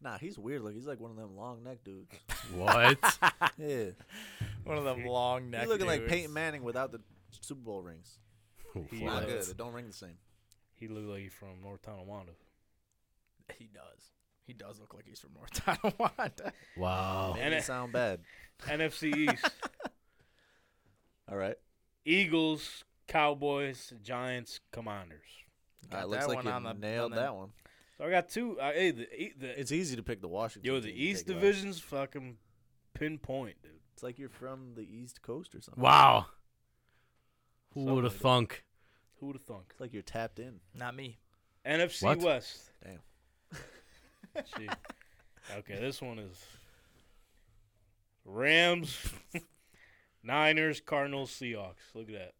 Speaker 5: Nah, he's weird. Like he's like one of them long neck dudes.
Speaker 1: What?
Speaker 5: yeah,
Speaker 6: One of them long neck.
Speaker 5: he's looking like
Speaker 6: dudes.
Speaker 5: Peyton Manning without the Super Bowl rings.
Speaker 3: He
Speaker 5: Not
Speaker 3: does.
Speaker 5: good. It don't ring the same.
Speaker 3: He looked like he's from North Tonawanda.
Speaker 6: He does. He does look like he's from North Tonawanda.
Speaker 1: wow.
Speaker 5: Maybe
Speaker 3: it-
Speaker 5: it sound bad.
Speaker 3: NFC East:
Speaker 5: All right.
Speaker 3: Eagles, Cowboys, Giants, Commanders.
Speaker 5: Guy
Speaker 6: Got
Speaker 5: looks
Speaker 6: that
Speaker 5: like
Speaker 6: one
Speaker 5: you
Speaker 6: on the- on
Speaker 5: nailed
Speaker 6: the-
Speaker 5: that one.
Speaker 3: So I got two. I, hey, the, e- the
Speaker 5: It's easy to pick the Washington.
Speaker 3: yo, the
Speaker 5: team to
Speaker 3: East
Speaker 5: take it out.
Speaker 3: Division's fucking pinpoint, dude.
Speaker 5: It's like you're from the East Coast or something.
Speaker 1: Wow. Who
Speaker 3: Something
Speaker 1: would have
Speaker 3: like that.
Speaker 1: thunk?
Speaker 3: Who would have thunk?
Speaker 5: It's like you're tapped in.
Speaker 6: Not me.
Speaker 3: NFC
Speaker 1: What?
Speaker 3: West.
Speaker 5: Damn.
Speaker 3: Gee. Okay, this one is Rams, Niners, Cardinals, Seahawks. Look at that.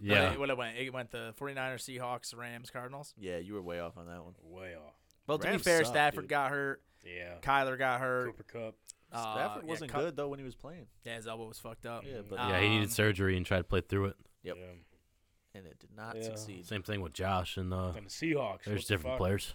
Speaker 6: No,
Speaker 1: Yeah.
Speaker 6: it- What it went? It went the 49ers, Seahawks, Rams, Cardinals.
Speaker 5: Yeah, you were way off on that one.
Speaker 3: Way off.
Speaker 6: Well, to be
Speaker 5: Rams
Speaker 6: fair,
Speaker 5: suck,
Speaker 6: Stafford
Speaker 5: dude.
Speaker 6: got hurt.
Speaker 3: Yeah.
Speaker 6: Kyler got hurt.
Speaker 3: Cooper Cup.
Speaker 6: Uh,
Speaker 5: Stafford
Speaker 6: yeah,
Speaker 5: wasn't
Speaker 6: Cup-
Speaker 5: good though when he was playing.
Speaker 6: Yeah, his elbow was fucked up.
Speaker 5: Yeah, but
Speaker 3: Uh,
Speaker 1: yeah, he
Speaker 6: Um,
Speaker 1: needed surgery and tried to play through it.
Speaker 5: Yep.
Speaker 3: Yeah.
Speaker 5: and it did not
Speaker 3: Yeah.
Speaker 5: succeed.
Speaker 1: Same thing with Josh and uh
Speaker 3: And the Seahawks.
Speaker 1: there's
Speaker 3: what the
Speaker 1: different
Speaker 3: fuck?
Speaker 1: players.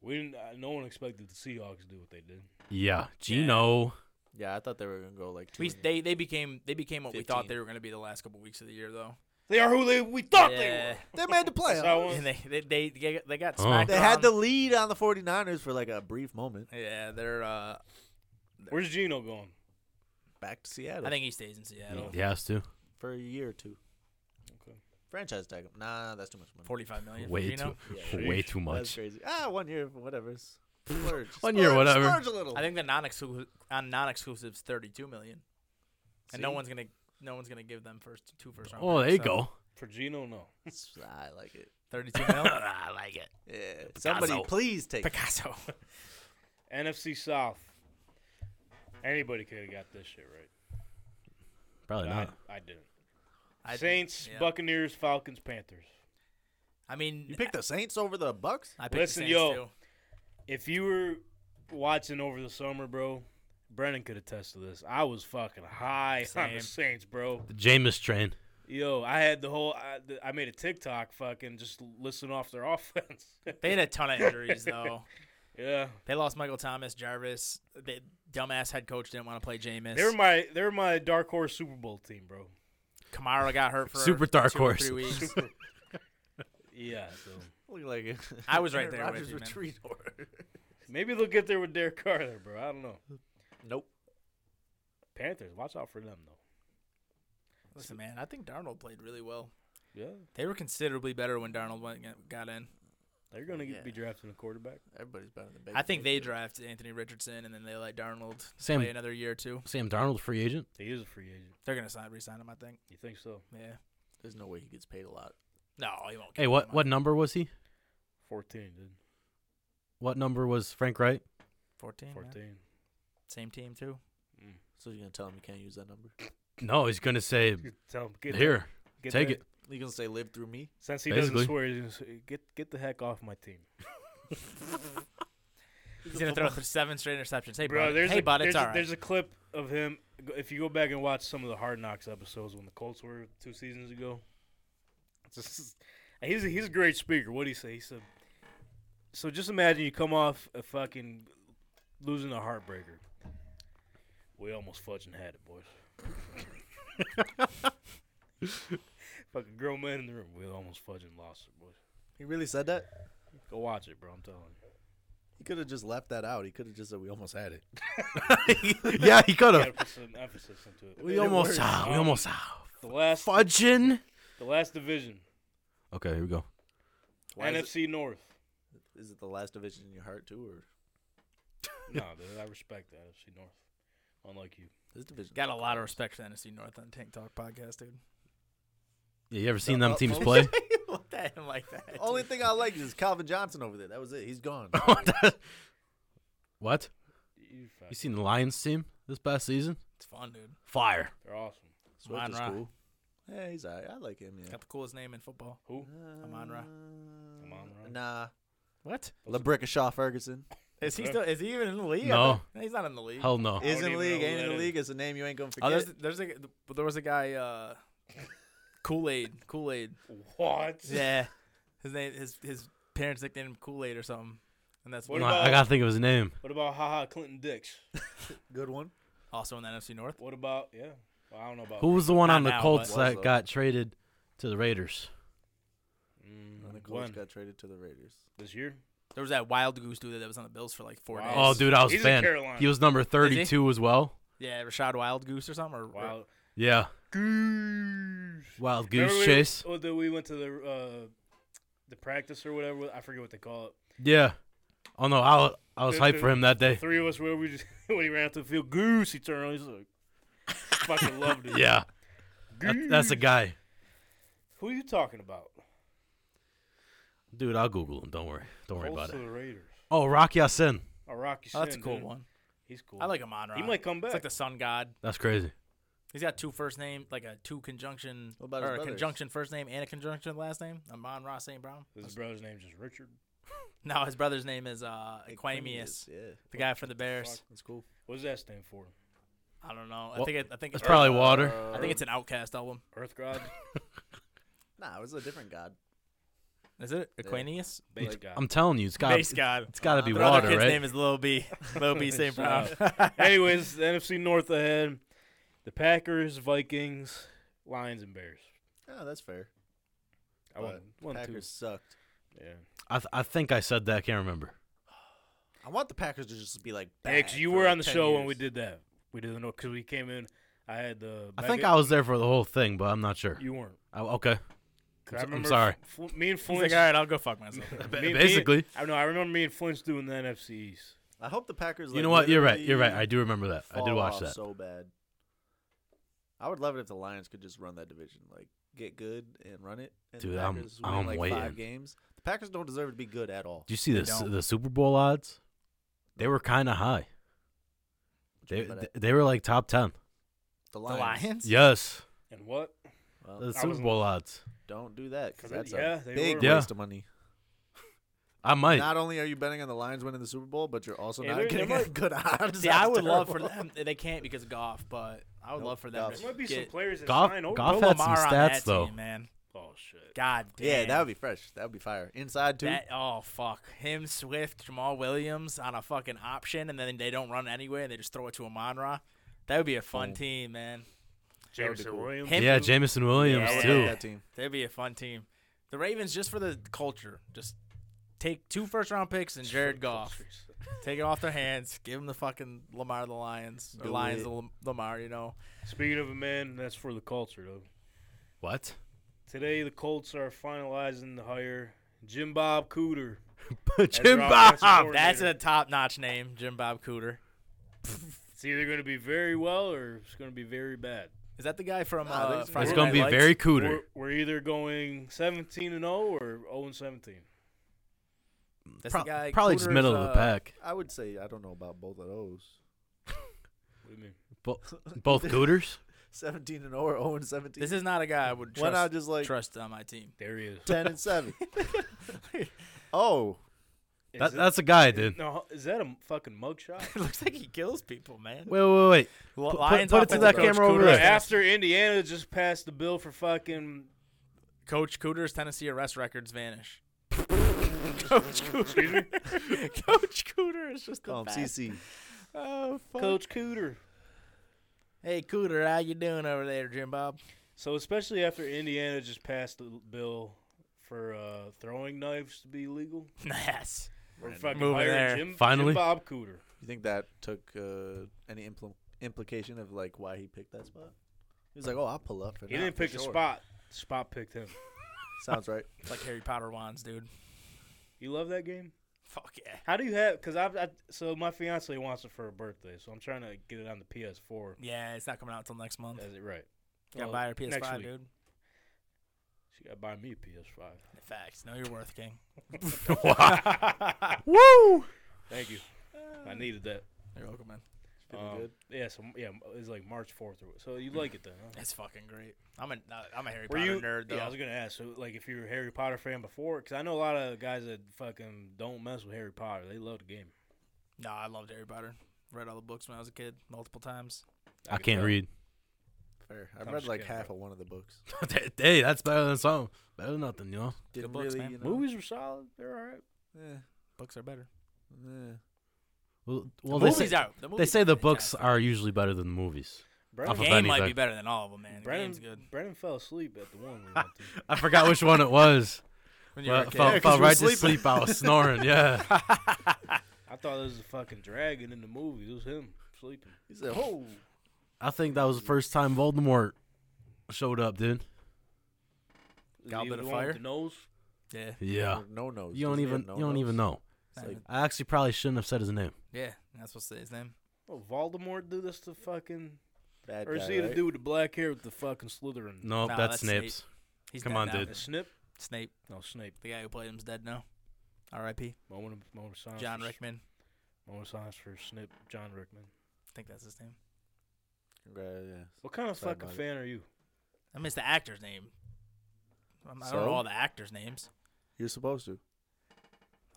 Speaker 3: We didn't, uh, no one expected the Seahawks to do what they did.
Speaker 1: Yeah. Gino.
Speaker 5: Yeah, I thought they were gonna go like two.
Speaker 6: We,
Speaker 5: and-
Speaker 6: they they became they became what we
Speaker 5: 15.
Speaker 6: thought they were going to be the last couple weeks of the year though.
Speaker 3: They are who they we thought
Speaker 6: Yeah.
Speaker 3: they
Speaker 5: they made the
Speaker 3: were. That's how
Speaker 5: playoffs.
Speaker 3: I want-
Speaker 6: And they they they, they- they got
Speaker 1: Oh.
Speaker 6: smacked.
Speaker 5: They had the
Speaker 6: around.
Speaker 5: lead on the 49ers for like a brief moment.
Speaker 6: yeah. They're uh,
Speaker 3: Where's Gino going?
Speaker 5: Back to Seattle.
Speaker 6: I think he stays in Seattle.
Speaker 1: He has to.
Speaker 5: for a year or two.
Speaker 3: Okay.
Speaker 5: Franchise tag him. Nah, that's too much money.
Speaker 6: Forty five million.
Speaker 1: Way
Speaker 6: for Geno.
Speaker 1: too way too
Speaker 5: That's
Speaker 1: much.
Speaker 5: crazy. Ah, one year, whatever. Splurge.
Speaker 1: One year,
Speaker 5: Splurge-
Speaker 1: whatever.
Speaker 5: Splurge a little.
Speaker 6: I think the uh, non exclusive on non exclusives thirty two million, and no
Speaker 5: See?
Speaker 6: one's gonna no one's gonna give them first two first round.
Speaker 1: Oh, there you go.
Speaker 3: For Gino, no.
Speaker 5: It's- I like it.
Speaker 6: Thirty two million.
Speaker 1: I like it.
Speaker 5: Yeah. Somebody, please take. it.
Speaker 6: Picasso.
Speaker 3: NFC South. Anybody could have got this shit right.
Speaker 1: Probably
Speaker 3: But I-
Speaker 1: not.
Speaker 3: I, didn't.
Speaker 6: I-
Speaker 3: Saints,
Speaker 6: yeah.
Speaker 3: Buccaneers, Falcons, Panthers.
Speaker 6: I mean,
Speaker 5: You picked the Saints over the Bucks.
Speaker 6: I picked
Speaker 3: Listen,
Speaker 6: the Saints
Speaker 3: yo.
Speaker 6: too.
Speaker 3: If you were watching over the summer, bro, Brennan could attest to this. I was fucking high on
Speaker 6: Same.
Speaker 3: the Saints, bro.
Speaker 1: The Jameis train.
Speaker 3: Yo, I had the whole. I, th- I made a TikTok, fucking just listing off their offense.
Speaker 6: They had a ton of injuries though.
Speaker 3: yeah,
Speaker 6: They lost Michael Thomas, Jarvis. The dumbass head coach didn't want to play Jameis.
Speaker 3: they were my they were my dark horse Super Bowl team, bro.
Speaker 6: Kamara got hurt for
Speaker 1: Super dark
Speaker 6: two or
Speaker 1: horse.
Speaker 6: Three weeks.
Speaker 3: Yeah, so
Speaker 5: Look like it.
Speaker 6: I was right
Speaker 5: Aaron
Speaker 6: there with
Speaker 5: Rodgers
Speaker 6: you, man.
Speaker 5: retreat order.
Speaker 3: maybe they'll get there with Derek Carr, there, bro. I don't know.
Speaker 5: Nope.
Speaker 3: Panthers, watch out for them though.
Speaker 6: Listen, man, I think Darnold played really well.
Speaker 3: Yeah,
Speaker 6: They were considerably better when Darnold went, got in.
Speaker 3: they're gonna get, be
Speaker 5: Yeah.
Speaker 3: drafting a quarterback.
Speaker 5: Everybody's better than Baker.
Speaker 6: I think they
Speaker 5: Mayfield.
Speaker 6: draft Anthony Richardson and then they let Darnold
Speaker 1: Sam-
Speaker 6: play another year or two.
Speaker 1: Sam Darnold free agent.
Speaker 3: He is a free agent.
Speaker 6: They're gonna sign, resign him, I think.
Speaker 3: You think so?
Speaker 6: Yeah.
Speaker 5: There's no way he gets paid a lot.
Speaker 6: No, he won't.
Speaker 1: Hey,
Speaker 6: get
Speaker 1: what
Speaker 6: that
Speaker 1: what
Speaker 6: much.
Speaker 1: number was he?
Speaker 3: Fourteen, dude.
Speaker 1: What number was Frank Wright?
Speaker 6: Fourteen. man.
Speaker 3: Fourteen.
Speaker 6: Same team too.
Speaker 5: So you're gonna tell him you can't use that number?
Speaker 1: No, he's gonna say
Speaker 3: Tell him get
Speaker 1: here,
Speaker 3: get
Speaker 1: take
Speaker 3: the-
Speaker 1: it.
Speaker 5: You gonna say live through me?
Speaker 3: Since he
Speaker 1: Basically.
Speaker 3: doesn't swear, he's gonna say, get get the heck off my team,
Speaker 6: He's gonna throw for seven straight interceptions. Hey,
Speaker 3: bro.
Speaker 6: bud.
Speaker 3: There's
Speaker 6: hey,
Speaker 3: a,
Speaker 6: bud.
Speaker 3: there's,
Speaker 6: It's
Speaker 3: a,
Speaker 6: all right.
Speaker 3: there's a clip of him. go- If you go back and watch some of the Hard Knocks episodes when the Colts were two seasons ago, it's just- he's a, he's a great speaker. What would he say? He said, "So just imagine you come off a fucking losing a heartbreaker. We almost fudging had it, boys." Fucking grown man in the room. We almost fudging lost it, boys.
Speaker 5: He really said that?
Speaker 3: Go watch it, bro. I'm telling you.
Speaker 5: He could have just left that out. He could have just said we almost had it.
Speaker 1: yeah, he could
Speaker 3: Gotta
Speaker 1: have.
Speaker 3: put some emphasis into it.
Speaker 1: We almost
Speaker 5: works.
Speaker 1: ah, we
Speaker 3: Um,
Speaker 1: almost ah,
Speaker 3: The last,
Speaker 1: fudging.
Speaker 3: the last division,
Speaker 1: Okay, here we go.
Speaker 5: Why is,
Speaker 3: NFC North.
Speaker 5: it, is it the last division in your heart too, or
Speaker 3: no, dude, I respect the NFC North. Unlike you,
Speaker 5: this division?
Speaker 6: Got a lot of respect for the NFC North on Tank Talk podcast, dude.
Speaker 1: Yeah, you ever seen
Speaker 5: No,
Speaker 1: them
Speaker 5: uh,
Speaker 1: teams
Speaker 5: only-
Speaker 1: play?
Speaker 6: Look at him like that.
Speaker 5: Only thing I like is Calvin Johnson over there. That was it. He's gone.
Speaker 1: what?
Speaker 3: you fuck.
Speaker 1: You seen the Lions team this past season?
Speaker 6: It's fun, dude.
Speaker 1: Fire.
Speaker 3: They're awesome.
Speaker 5: Swift is
Speaker 6: Amon-Ra.
Speaker 5: cool. Yeah, he's alright. I like him. Yeah.
Speaker 6: Got the coolest name in football.
Speaker 3: Who?
Speaker 6: Amon-Ra.
Speaker 5: Uh,
Speaker 3: Amon-Ra.
Speaker 5: Nah,
Speaker 6: What?
Speaker 5: LaBrickashaw Ferguson
Speaker 6: Is he
Speaker 3: Okay.
Speaker 6: still? Is he even in the league? I
Speaker 1: No.
Speaker 6: thought- he's not in the league.
Speaker 1: Hell no.
Speaker 3: don't
Speaker 5: is in the
Speaker 3: even
Speaker 5: league.
Speaker 3: know
Speaker 5: Ain't
Speaker 3: who
Speaker 5: in the
Speaker 3: that
Speaker 5: league. It's a name you ain't gonna
Speaker 6: Oh,
Speaker 5: forget.
Speaker 6: there's there's a there was a guy uh, Kool Aid Kool Aid.
Speaker 3: What?
Speaker 6: Yeah, his name his his parents nicknamed him Kool Aid or something, and that's
Speaker 3: What
Speaker 1: No,
Speaker 3: about-
Speaker 1: I gotta think of his name.
Speaker 3: What about haha Clinton Dix?
Speaker 5: Good one.
Speaker 6: also in the NFC North.
Speaker 3: What about yeah? Well, I don't know about
Speaker 1: Who was the one
Speaker 6: Not
Speaker 1: on the
Speaker 6: now,
Speaker 1: Colts
Speaker 5: but-
Speaker 1: that got traded to the Raiders?
Speaker 3: Mm,
Speaker 5: And the Colts
Speaker 3: when?
Speaker 5: got traded to the Raiders.
Speaker 3: this year.
Speaker 6: There was that wild goose dude that was on the Bills for like four
Speaker 3: Wow.
Speaker 6: days.
Speaker 1: Oh, dude, I was
Speaker 3: He's
Speaker 1: a
Speaker 3: in
Speaker 1: fan.
Speaker 3: Carolina.
Speaker 1: He was number 32 as well.
Speaker 6: yeah, Rashad Wild Goose or something. Or,
Speaker 3: Wow.
Speaker 1: Yeah.
Speaker 3: Goose.
Speaker 1: Wild
Speaker 3: Remember
Speaker 1: Goose
Speaker 3: we-
Speaker 1: Chase.
Speaker 3: Oh, the, we went to the uh, the practice or whatever. I forget what they call it.
Speaker 1: Yeah. Oh no, I wa- I was
Speaker 3: The-
Speaker 1: hyped for him that
Speaker 3: The
Speaker 1: day.
Speaker 3: three of us, where we just when he ran out to the field, goose. He turned on. He's like, fucking loved it.
Speaker 1: Yeah. That- that's a
Speaker 3: Goose.
Speaker 1: guy.
Speaker 3: Who are you talking about?
Speaker 1: Dude, I'll Google him. Don't worry. Don't worry
Speaker 3: Colts
Speaker 1: about
Speaker 3: to
Speaker 1: it.
Speaker 3: the Raiders.
Speaker 1: Oh, Rocky Sin.
Speaker 3: Oh, Rocky.
Speaker 6: Oh, that's a
Speaker 3: Sin,
Speaker 6: cool
Speaker 3: dude.
Speaker 6: one.
Speaker 3: He's cool.
Speaker 6: I like Amon Ra.
Speaker 3: He might come back.
Speaker 6: It's like the sun god.
Speaker 1: That's crazy.
Speaker 6: He's got two first name, like a two conjunction
Speaker 5: What about his
Speaker 6: or a
Speaker 5: brothers?
Speaker 6: conjunction first name and a conjunction last name. Amon Ra St. Brown.
Speaker 3: His brother's name's just Richard.
Speaker 6: No, his brother's name is uh Aquamius,
Speaker 5: Yeah,
Speaker 6: the guy from the Bears.
Speaker 5: it's cool.
Speaker 3: What does that stand for?
Speaker 6: I don't know. I
Speaker 1: Well,
Speaker 6: think it, I think
Speaker 3: Uh,
Speaker 1: That's
Speaker 6: it's
Speaker 1: probably water.
Speaker 5: Uh,
Speaker 6: I think it's an Outcast album.
Speaker 3: Earth God,
Speaker 5: Nah, it was a different god.
Speaker 6: Is it Aquanius?
Speaker 3: base god.
Speaker 1: I'm telling you, it's got
Speaker 6: Base
Speaker 1: it's
Speaker 6: God.
Speaker 1: got to be
Speaker 6: The other
Speaker 1: water,
Speaker 6: kid's
Speaker 1: right?
Speaker 6: name is Lil B. Lil B St. Brown.
Speaker 3: Anyways, the NFC North ahead. The Packers, Vikings, Lions, and Bears.
Speaker 5: Oh, that's fair.
Speaker 3: I
Speaker 5: But
Speaker 3: won, won two.
Speaker 5: Packers sucked.
Speaker 3: Yeah.
Speaker 1: I th- I think I said that. I can't remember.
Speaker 5: I want the Packers to just be like.
Speaker 3: Hey, 'cause
Speaker 5: bad
Speaker 3: you
Speaker 5: for,
Speaker 3: were
Speaker 5: like,
Speaker 3: on the
Speaker 5: 10
Speaker 3: show when
Speaker 5: years.
Speaker 3: we did that. We did the North because we came in. I had the.
Speaker 1: I
Speaker 3: back
Speaker 1: think
Speaker 3: end-
Speaker 1: I was there for the whole thing, but I'm not sure.
Speaker 3: You weren't.
Speaker 1: I, okay.
Speaker 3: 'Cause
Speaker 1: I'm
Speaker 3: I
Speaker 1: so- I'm
Speaker 3: remember
Speaker 1: sorry.
Speaker 3: Fl- me and
Speaker 6: He's
Speaker 3: Flinch.
Speaker 6: like, all right, I'll go fuck myself.
Speaker 3: me- me and-
Speaker 1: Basically.
Speaker 3: I know. I remember me and Flinch doing the NFC East.
Speaker 5: I hope the Packers.
Speaker 1: you know what? You're right. You're right. I do remember that. I did
Speaker 5: fall
Speaker 1: watch
Speaker 5: off
Speaker 1: that.
Speaker 5: So bad. I would love it if the Lions could just run that division, like get good and run it. And the
Speaker 1: Dude, I'm-
Speaker 5: Packers win,
Speaker 1: I'm
Speaker 5: like
Speaker 1: waiting.
Speaker 5: Five games. The Packers don't deserve to be good at all.
Speaker 1: Do you see
Speaker 6: They
Speaker 1: the s-
Speaker 6: don't.
Speaker 1: the Super Bowl odds? They were kind of high.
Speaker 5: What you
Speaker 1: They
Speaker 5: mean by that?
Speaker 1: they were like top ten.
Speaker 5: uh, the
Speaker 6: the
Speaker 5: Lions.
Speaker 6: Lions?
Speaker 1: Yes,
Speaker 3: And what?
Speaker 5: Well,
Speaker 1: the
Speaker 3: I
Speaker 1: Super
Speaker 3: wasn't-
Speaker 1: Bowl odds.
Speaker 5: don't do that
Speaker 3: 'Cause
Speaker 5: because
Speaker 3: it-
Speaker 5: that's
Speaker 3: yeah,
Speaker 5: a
Speaker 3: they
Speaker 5: big
Speaker 3: were.
Speaker 1: Yeah.
Speaker 5: waste of money.
Speaker 1: I might.
Speaker 5: Not only are you betting on the Lions winning the Super Bowl, but you're also
Speaker 3: Yeah,
Speaker 5: not
Speaker 3: there- there
Speaker 5: getting
Speaker 3: might-
Speaker 5: a good odds.
Speaker 6: See, I
Speaker 5: That's
Speaker 6: would love for
Speaker 5: terrible.
Speaker 6: them. They can't because of golf, but I would
Speaker 5: Nope,
Speaker 6: love for them.
Speaker 5: Goff.
Speaker 6: to
Speaker 3: There might be some
Speaker 6: get
Speaker 3: players that
Speaker 1: Goff-
Speaker 3: sign over.
Speaker 1: Goff-
Speaker 6: Put
Speaker 1: had some
Speaker 6: Lamar on
Speaker 1: stats,
Speaker 6: that
Speaker 1: though.
Speaker 6: Team, man.
Speaker 3: Oh shit.
Speaker 6: God damn.
Speaker 5: Yeah, that would be fresh. That would be fire. Inside too.
Speaker 6: That, oh fuck him, Swift, Jamal Williams on a fucking option, and then they don't run anyway, and they just throw it to Amon Ra. That would be a fun team, man.
Speaker 3: Jameson Williams.
Speaker 6: Him
Speaker 1: yeah,
Speaker 6: and-
Speaker 1: Jamison Williams
Speaker 5: I
Speaker 6: Yeah.
Speaker 5: would
Speaker 1: too.
Speaker 5: love that team.
Speaker 6: That'd be a fun team. The Ravens, just for the culture, just take two first round picks and Jared Goff. Take it off their hands. Give them the fucking Lamar the Lions. Or
Speaker 5: Do
Speaker 6: Lions
Speaker 5: it.
Speaker 6: the Lam- Lamar, you know.
Speaker 3: Speaking of a man, that's for the culture though.
Speaker 1: What?
Speaker 3: Today the Colts are finalizing the hire Jim Bob Cooter. as their
Speaker 1: Jim
Speaker 3: offensive
Speaker 1: Bob.
Speaker 6: That's
Speaker 3: coordinator.
Speaker 6: a top notch name, Jim Bob Cooter.
Speaker 3: It's either going to be very well or it's going to be very bad.
Speaker 6: Is that the guy from
Speaker 5: Nah, I think
Speaker 6: uh,
Speaker 5: it's
Speaker 6: Friday
Speaker 1: It's
Speaker 3: Friday
Speaker 1: gonna
Speaker 6: Night
Speaker 1: be
Speaker 6: Lights?
Speaker 1: very
Speaker 3: We're,
Speaker 1: cooter.
Speaker 3: we're either going 17 and 0 or 0 and 17.
Speaker 6: That's
Speaker 1: Pro-
Speaker 6: the guy,
Speaker 1: probably just
Speaker 6: Cooter's,
Speaker 1: middle of
Speaker 6: uh,
Speaker 1: the pack.
Speaker 5: I would say I don't know about both of those.
Speaker 3: What do you mean?
Speaker 1: Bo- both cooters.
Speaker 5: Seventeen and 0 or 0 and seventeen.
Speaker 6: This is not a guy I would
Speaker 5: Why not
Speaker 6: trust,
Speaker 5: just like
Speaker 6: trust on my team.
Speaker 3: There he is.
Speaker 5: ten and seven? oh,
Speaker 3: Is
Speaker 1: That,
Speaker 3: it-
Speaker 1: that's a guy,
Speaker 3: is-
Speaker 1: dude.
Speaker 3: No, is that a m- fucking mugshot?
Speaker 6: it looks like he kills people, man.
Speaker 1: Wait, wait, wait.
Speaker 6: Well,
Speaker 1: put- put it to
Speaker 6: offensive
Speaker 1: that
Speaker 6: coach
Speaker 1: camera over
Speaker 6: Cooter is
Speaker 1: there.
Speaker 6: Tennessee-
Speaker 3: After Indiana just passed the bill for fucking
Speaker 6: Coach Cooter's Tennessee arrest records vanish. Coach
Speaker 3: excuse me,
Speaker 6: Cooter. Coach Cooter is just the
Speaker 5: call him
Speaker 6: best.
Speaker 5: CC.
Speaker 6: Oh, fuck.
Speaker 3: Coach Cooter.
Speaker 6: Hey, Cooter, how you doing over there, Jim Bob?
Speaker 3: So especially after Indiana just passed the l- bill for uh, throwing knives to be legal,
Speaker 6: Yes.
Speaker 3: we're fucking
Speaker 6: Moving
Speaker 3: hiring
Speaker 6: there.
Speaker 3: Jim,
Speaker 1: Finally.
Speaker 3: Jim Bob Cooter.
Speaker 5: You think that took uh, any impl- implication of like why he picked that spot? He was like, "Oh, I'll pull up." For
Speaker 3: He
Speaker 5: now,
Speaker 3: didn't
Speaker 5: for
Speaker 3: pick the
Speaker 5: sure."
Speaker 3: spot. The spot picked him.
Speaker 5: Sounds right.
Speaker 6: It's like Harry Potter wands, dude.
Speaker 3: You love that game?
Speaker 6: Fuck yeah.
Speaker 3: How do you have? Because I've I, so my fiance wants it for her birthday, so I'm trying to get it on the PS4.
Speaker 6: Yeah, it's not coming out until next month.
Speaker 3: Is it right?
Speaker 6: Gotta
Speaker 3: Well,
Speaker 6: buy your
Speaker 3: next
Speaker 6: PS5,
Speaker 3: week.
Speaker 6: dude.
Speaker 3: She got to buy me a PS5.
Speaker 6: Facts. Know your worth, King.
Speaker 1: Woo!
Speaker 3: Thank you. I needed that.
Speaker 6: Uh, You're welcome, man.
Speaker 5: Feeling
Speaker 3: Um,
Speaker 5: good?
Speaker 3: Yeah, so yeah, it's like March 4th or so. You like it then? Huh?
Speaker 6: It's fucking great. I'm a I'm a Harry
Speaker 3: Were
Speaker 6: Potter
Speaker 3: you
Speaker 6: nerd though.
Speaker 3: Yeah, I was gonna ask. So, like, if you were a Harry Potter fan before, because I know a lot of guys that fucking don't mess with Harry Potter. They love the game.
Speaker 6: no, I loved Harry Potter. Read all the books when I was a kid, multiple times.
Speaker 1: I
Speaker 3: can
Speaker 1: can't
Speaker 3: tell.
Speaker 1: read.
Speaker 5: Fair.
Speaker 3: I'm
Speaker 5: I've read
Speaker 3: just
Speaker 5: like
Speaker 3: kidding,
Speaker 5: half
Speaker 3: bro.
Speaker 5: of one of the books.
Speaker 1: hey, that's better than something. Better than nothing, you know.
Speaker 5: Didn't
Speaker 6: books,
Speaker 5: really,
Speaker 6: man.
Speaker 5: you know.
Speaker 3: Movies were solid. They're all right.
Speaker 5: eh,
Speaker 6: Books are better.
Speaker 5: eh.
Speaker 1: Well, well they
Speaker 6: movies
Speaker 1: say,
Speaker 6: out. The
Speaker 1: they
Speaker 6: movies
Speaker 1: say
Speaker 6: are
Speaker 1: the books
Speaker 6: fantastic.
Speaker 1: are usually better than the movies.
Speaker 3: Brennan,
Speaker 1: of
Speaker 6: Game might be
Speaker 1: anything.
Speaker 6: better than all of them, man. The
Speaker 3: Brennan,
Speaker 6: game's good.
Speaker 3: Brennan fell asleep at the one. We went to.
Speaker 1: I forgot which one it was.
Speaker 6: When you were
Speaker 1: Well,
Speaker 6: a
Speaker 1: I
Speaker 6: kid.
Speaker 1: fell,
Speaker 5: Yeah, 'cause
Speaker 1: fell
Speaker 5: you were
Speaker 1: right to
Speaker 5: sleeping.
Speaker 1: sleep. I was snoring. Yeah.
Speaker 3: I thought it was a fucking dragon in the movie. It was him sleeping.
Speaker 5: He said, "Oh,
Speaker 1: I think that was the first time Voldemort showed up, dude.
Speaker 3: Is he
Speaker 6: Goblet
Speaker 3: the
Speaker 6: of
Speaker 3: one with
Speaker 6: Fire?
Speaker 3: The nose.
Speaker 6: Yeah.
Speaker 1: Yeah.
Speaker 5: No no.
Speaker 1: You don't even you don't even know.
Speaker 5: It's like-
Speaker 1: I actually probably shouldn't have said his name.
Speaker 6: Yeah. That's what's his name.
Speaker 3: Oh, Voldemort do this to fucking.
Speaker 5: Bad
Speaker 3: Or
Speaker 5: guy,
Speaker 3: is he the
Speaker 5: right?
Speaker 3: dude with the black hair with the fucking Slytherin?
Speaker 1: No,
Speaker 6: Nah,
Speaker 1: that's,
Speaker 6: that's Snape.
Speaker 1: Snape's.
Speaker 6: He's
Speaker 1: Come
Speaker 6: dead
Speaker 1: on,
Speaker 6: now.
Speaker 1: dude.
Speaker 3: Uh, Snip?
Speaker 6: Snape.
Speaker 3: No, Snape.
Speaker 6: The guy who played him's dead now. R.I.P.
Speaker 3: Moment of, moment of
Speaker 5: Oh,
Speaker 3: silence.
Speaker 6: John
Speaker 3: for,
Speaker 6: Rickman.
Speaker 3: Moment of silence for Snip, John Rickman.
Speaker 6: I think that's his name.
Speaker 5: Right, yeah.
Speaker 3: What kind of
Speaker 5: Sorry
Speaker 3: fucking
Speaker 5: about it.
Speaker 3: fan are you?
Speaker 6: I miss the actor's name. I'm- I don't
Speaker 5: So?
Speaker 6: know all the actors' names.
Speaker 5: You're supposed to.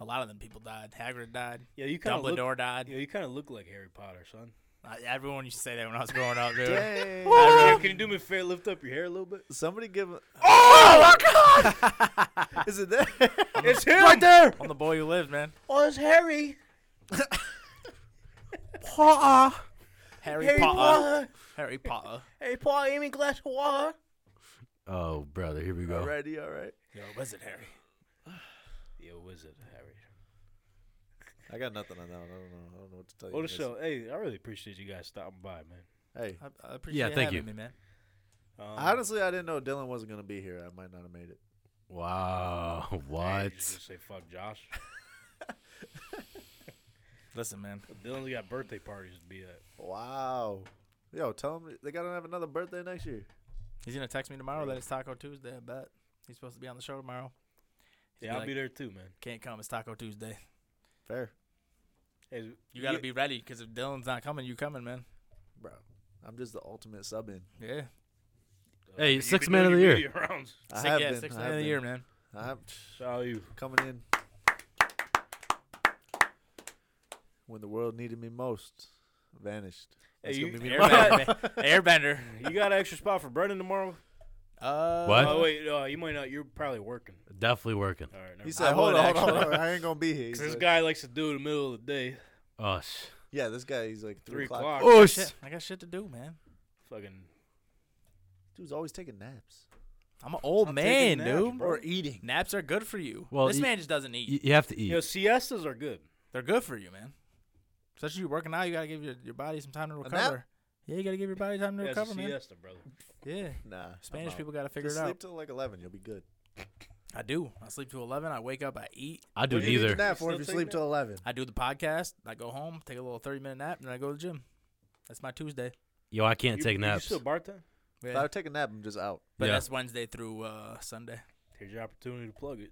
Speaker 6: A lot of them people died. Hagrid died.
Speaker 3: Yeah, you kind of
Speaker 6: Dumbledore
Speaker 3: look.
Speaker 6: died.
Speaker 3: Yeah, you kind of look like Harry Potter, son.
Speaker 6: I, everyone used to say that when I was growing up, dude.
Speaker 3: Yeah, can you do me a favor? Lift up your hair a little bit.
Speaker 5: Somebody give. a-
Speaker 6: Oh my god!
Speaker 5: Is it there?
Speaker 3: It's him right there.
Speaker 6: I'm the boy who lived, man.
Speaker 3: Oh, it's Harry.
Speaker 6: Harry,
Speaker 3: Harry
Speaker 6: Potter.
Speaker 3: Potter.
Speaker 6: Harry Potter.
Speaker 3: Hey, Paul, give me a glass of water.
Speaker 1: Oh, brother, here we go.
Speaker 5: Alrighty, all right.
Speaker 6: Yo, was it Harry?
Speaker 3: Yeah, wizard Harry.
Speaker 5: I got nothing on that one. I don't know. I don't know what to tell you.
Speaker 3: Well, the
Speaker 5: guys.
Speaker 3: show. Hey, I really appreciate you guys stopping by, man.
Speaker 5: Hey,
Speaker 6: I, I appreciate
Speaker 1: thank
Speaker 6: having
Speaker 1: you.
Speaker 6: me, man.
Speaker 3: Um,
Speaker 5: honestly, I didn't know Dylan wasn't gonna be here. I might not have made it.
Speaker 1: Wow,
Speaker 3: I
Speaker 1: what?
Speaker 3: was just gonna say fuck Josh.
Speaker 6: Listen, man.
Speaker 3: Dylan's got birthday parties to be at.
Speaker 5: Wow. Yo, tell him they gotta have another birthday next year.
Speaker 6: He's gonna text me tomorrow that it's Taco Tuesday. I bet he's supposed to be on the show tomorrow. He's
Speaker 3: Yeah, I'll
Speaker 6: like,
Speaker 3: be there too, man.
Speaker 6: Can't come. It's Taco Tuesday.
Speaker 5: Fair,
Speaker 3: Hey,
Speaker 6: You gotta be ready because if Dylan's not coming, you coming, man.
Speaker 5: bro. I'm just the ultimate sub in.
Speaker 6: Yeah.
Speaker 1: Hey,
Speaker 3: uh, you
Speaker 1: sixth
Speaker 3: been
Speaker 1: man
Speaker 3: doing
Speaker 1: of the
Speaker 3: your
Speaker 1: year.
Speaker 3: media rounds.
Speaker 5: I
Speaker 6: Sick,
Speaker 5: have
Speaker 6: yeah,
Speaker 5: been.
Speaker 6: sixth
Speaker 5: I
Speaker 6: man
Speaker 5: have
Speaker 6: of the
Speaker 5: been.
Speaker 6: year, man.
Speaker 5: I'm
Speaker 3: How you?
Speaker 5: coming in when the world needed me most. Vanished.
Speaker 3: Hey,
Speaker 5: That's
Speaker 3: you,
Speaker 5: gonna be me tomorrow.
Speaker 3: Airbender.
Speaker 6: Airbender. Airbender.
Speaker 3: you got an extra spot for Brendan tomorrow?
Speaker 6: Uh,
Speaker 1: What?
Speaker 3: Oh wait, uh, you might not. You're probably working.
Speaker 1: Definitely working.
Speaker 3: All right, never
Speaker 5: He
Speaker 3: mind.
Speaker 5: said,
Speaker 6: I
Speaker 5: "Hold
Speaker 6: would,
Speaker 5: on, hold on,
Speaker 6: actually.
Speaker 5: hold on, I ain't gonna be here." He
Speaker 3: 'Cause this
Speaker 5: said-
Speaker 3: guy likes to do it in the middle of the day,
Speaker 1: Oh, sh-
Speaker 5: yeah, this guy. He's like
Speaker 3: three
Speaker 5: three,
Speaker 3: o'clock.
Speaker 5: o'clock.
Speaker 1: oh
Speaker 6: Shit, I got shit to do, man.
Speaker 3: Fucking
Speaker 5: Dude's always taking naps
Speaker 6: I'm an old
Speaker 3: I'm
Speaker 6: man,
Speaker 3: taking naps,
Speaker 6: dude.
Speaker 3: bro.
Speaker 5: or eating.
Speaker 6: Naps are good for you.
Speaker 1: Well,
Speaker 6: this
Speaker 1: you-
Speaker 6: man just doesn't eat.
Speaker 1: You, you have to eat.
Speaker 3: you know, siestas are good.
Speaker 6: They're good for you, man. Especially you working out, you gotta give your, your body some time to
Speaker 5: nap?
Speaker 6: recover. Yeah, you gotta give your body time to
Speaker 3: Yeah, it's a
Speaker 6: recover, man.
Speaker 3: siesta, brother.
Speaker 6: Yeah,
Speaker 5: Nah, I'm
Speaker 6: Spanish
Speaker 5: out.
Speaker 6: people gotta figure
Speaker 5: Just
Speaker 6: it
Speaker 5: sleep
Speaker 6: out.
Speaker 5: till like eleven. You'll be good.
Speaker 6: I do. I sleep till eleven. I wake up. I eat.
Speaker 1: I do
Speaker 3: What do you
Speaker 1: neither.
Speaker 3: do
Speaker 5: Nap or
Speaker 3: still
Speaker 5: if you
Speaker 3: take
Speaker 5: sleep
Speaker 3: nap?
Speaker 5: till eleven.
Speaker 6: I do the podcast. I go home, take a little thirty minute nap, and then I go to the gym. That's my Tuesday.
Speaker 1: Yo, I can't
Speaker 3: you,
Speaker 1: take
Speaker 3: You
Speaker 1: naps.
Speaker 3: still bartend?
Speaker 5: If
Speaker 6: Yeah.
Speaker 5: I take a nap, I'm just out.
Speaker 6: But
Speaker 1: Yeah.
Speaker 6: that's Wednesday through uh, Sunday.
Speaker 3: Here's your opportunity to plug it.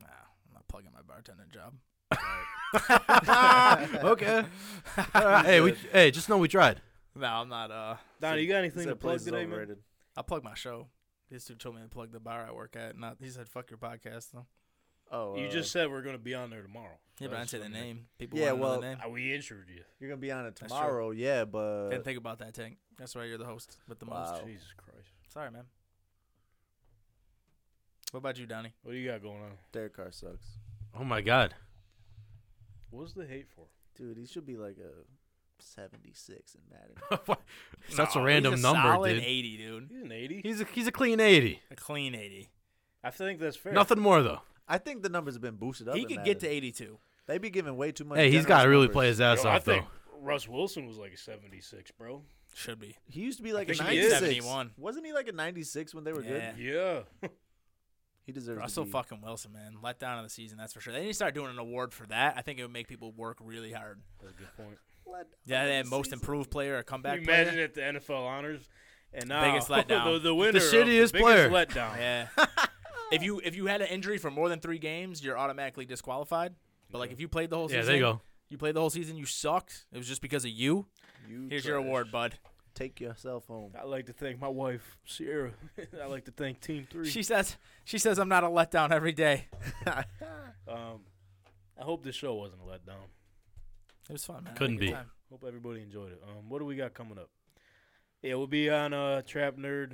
Speaker 6: Nah, I'm not plugging my bartending job.
Speaker 1: okay. All right. Uh, Hey, we, hey, just know we tried.
Speaker 6: No, I'm not. Uh,
Speaker 3: Don, you got anything
Speaker 5: Said
Speaker 3: to plug
Speaker 5: place is
Speaker 3: today, man?
Speaker 5: overrated.
Speaker 6: I plug my show. This dude told me to plug the bar I work at. Not he said fuck your podcast though.
Speaker 5: Oh,
Speaker 3: You
Speaker 5: uh,
Speaker 3: just said we're gonna be on there tomorrow.
Speaker 6: Yeah, but I didn't say the
Speaker 3: That's-
Speaker 6: name. People
Speaker 5: Yeah,
Speaker 6: want to know the
Speaker 5: well,
Speaker 6: name.
Speaker 3: Uh, we injured you.
Speaker 5: you're gonna be on it
Speaker 6: That's true.
Speaker 5: tomorrow. Yeah, but
Speaker 6: Didn't think about that, Tank. That's right. You're the host with the most.
Speaker 5: Wow.
Speaker 3: Jesus Christ.
Speaker 6: Sorry, man. What about you, Donnie?
Speaker 3: What do you got going on?
Speaker 5: their car sucks,
Speaker 1: Oh my God.
Speaker 3: What's the hate for?
Speaker 5: dude. He should be like a seventy-six in Madden.
Speaker 1: That's a
Speaker 6: Nah,
Speaker 1: random
Speaker 6: he's a
Speaker 1: number,
Speaker 6: solid
Speaker 1: dude.
Speaker 6: 80, dude.
Speaker 3: He's an 80.
Speaker 1: He's a he's a clean eighty.
Speaker 6: A clean 80.
Speaker 3: I think that's fair.
Speaker 1: Nothing more though.
Speaker 5: I think the numbers have been boosted up.
Speaker 6: He
Speaker 5: in
Speaker 6: could get to
Speaker 5: Madden.
Speaker 6: 82.
Speaker 5: They be giving way too much.
Speaker 1: Hey, he's got
Speaker 5: generous
Speaker 1: to really
Speaker 5: numbers.
Speaker 1: play his
Speaker 3: Yo,
Speaker 1: ass
Speaker 3: I
Speaker 1: off though.
Speaker 3: think Russ Wilson was like a 76, bro.
Speaker 6: Should be.
Speaker 5: He used to be like a
Speaker 3: think he is.
Speaker 5: ninety-six.
Speaker 6: 71.
Speaker 5: Wasn't he like a ninety-six when they were
Speaker 6: Yeah.
Speaker 5: good?
Speaker 3: Yeah.
Speaker 5: He deserves.
Speaker 6: Russell
Speaker 5: to be.
Speaker 6: fucking Wilson, man. Let down of the season, that's for sure. They need to start doing an award for that. I think it would make people work really hard.
Speaker 3: That's a good point.
Speaker 5: Let-
Speaker 6: Yeah,
Speaker 5: let
Speaker 6: they
Speaker 5: him
Speaker 6: had most
Speaker 5: season.
Speaker 6: improved player or comeback
Speaker 3: Can you imagine
Speaker 6: player.
Speaker 3: at the NFL honors and now
Speaker 6: Biggest letdown.
Speaker 3: the, the winner, of
Speaker 1: shittiest
Speaker 3: biggest
Speaker 1: player.
Speaker 3: letdown.
Speaker 6: Yeah. if you if you had an injury for more than three games, you're automatically disqualified. But like if you played the whole
Speaker 1: Yeah,
Speaker 6: season,
Speaker 1: there you go.
Speaker 6: You played the whole season. You sucked. It was just because of you.
Speaker 5: You
Speaker 6: Here's your
Speaker 5: trash.
Speaker 6: award, bud.
Speaker 5: Take yourself home.
Speaker 3: I'd like to thank my wife, Sierra. I'd like to thank Team 3.
Speaker 6: She says she says I'm not a letdown every day.
Speaker 3: Um, I hope this show wasn't a letdown.
Speaker 6: It was fun, man.
Speaker 1: Couldn't
Speaker 6: Had a good
Speaker 1: be.
Speaker 6: time.
Speaker 3: Hope everybody enjoyed it. Um, what do we got coming up? Yeah, we'll be on uh, Trap Nerd.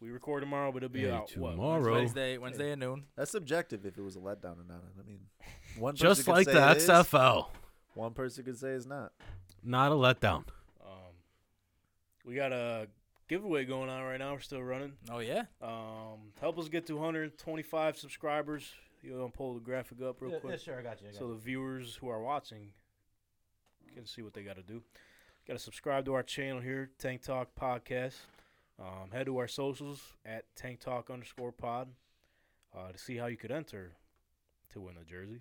Speaker 3: We record tomorrow, but it'll be
Speaker 1: Hey,
Speaker 3: out What,
Speaker 1: tomorrow.
Speaker 6: Wednesday, Wednesday at noon.
Speaker 5: That's subjective if it was a letdown or not. I mean, one person
Speaker 1: Just
Speaker 5: could
Speaker 1: like
Speaker 5: say
Speaker 1: the
Speaker 5: it is,
Speaker 1: XFL,
Speaker 5: One person could say it's not.
Speaker 1: not a letdown.
Speaker 3: Um, we got a giveaway going on right now. We're still running.
Speaker 6: Oh yeah.
Speaker 3: Um, help us get to 125 subscribers. You're gonna pull the graphic up real quick,
Speaker 1: sure, I got you.
Speaker 3: so the viewers who are watching can see what they got to do. Got to subscribe to our channel here, Tank Talk Podcast. Um, head to our socials at Tank Talk underscore Pod. uh, to see how you could enter to win a jersey.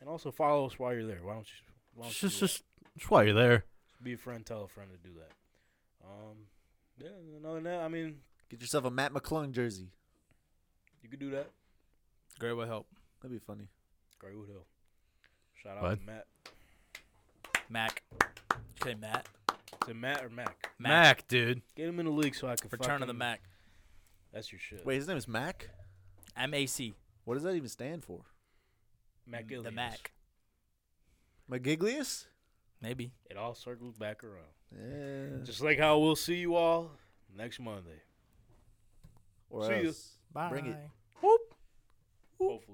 Speaker 3: And also follow us while you're there. Why don't you? Why don't you
Speaker 1: Just,
Speaker 3: do that?
Speaker 1: just, just while you're there.
Speaker 3: be a friend, tell a friend to do that. Um, yeah. and Other than that, I mean,
Speaker 5: Get yourself a Matt McClung jersey.
Speaker 3: you could do that.
Speaker 6: Great will help.
Speaker 5: That'd be funny.
Speaker 3: Graywood Hill. Shout out
Speaker 1: Bud.
Speaker 3: to Matt.
Speaker 6: Mac. Did you say Matt?
Speaker 3: To Matt or Mac.
Speaker 1: Mac, dude.
Speaker 3: Get him in the league so I can
Speaker 6: Return of the
Speaker 3: fucking-
Speaker 6: Mac.
Speaker 3: That's your shit.
Speaker 5: Wait, his name is Mac.
Speaker 6: M A C.
Speaker 5: What does that even stand for?
Speaker 3: Mac
Speaker 6: Mm, The
Speaker 3: Ilias.
Speaker 6: Mac.
Speaker 5: McGiglius?
Speaker 6: Maybe.
Speaker 3: It all circles back around.
Speaker 5: Yeah.
Speaker 3: Just like how we'll see you all next Monday.
Speaker 5: Or
Speaker 3: see ya.
Speaker 5: else. Bring it.
Speaker 3: Hopefully.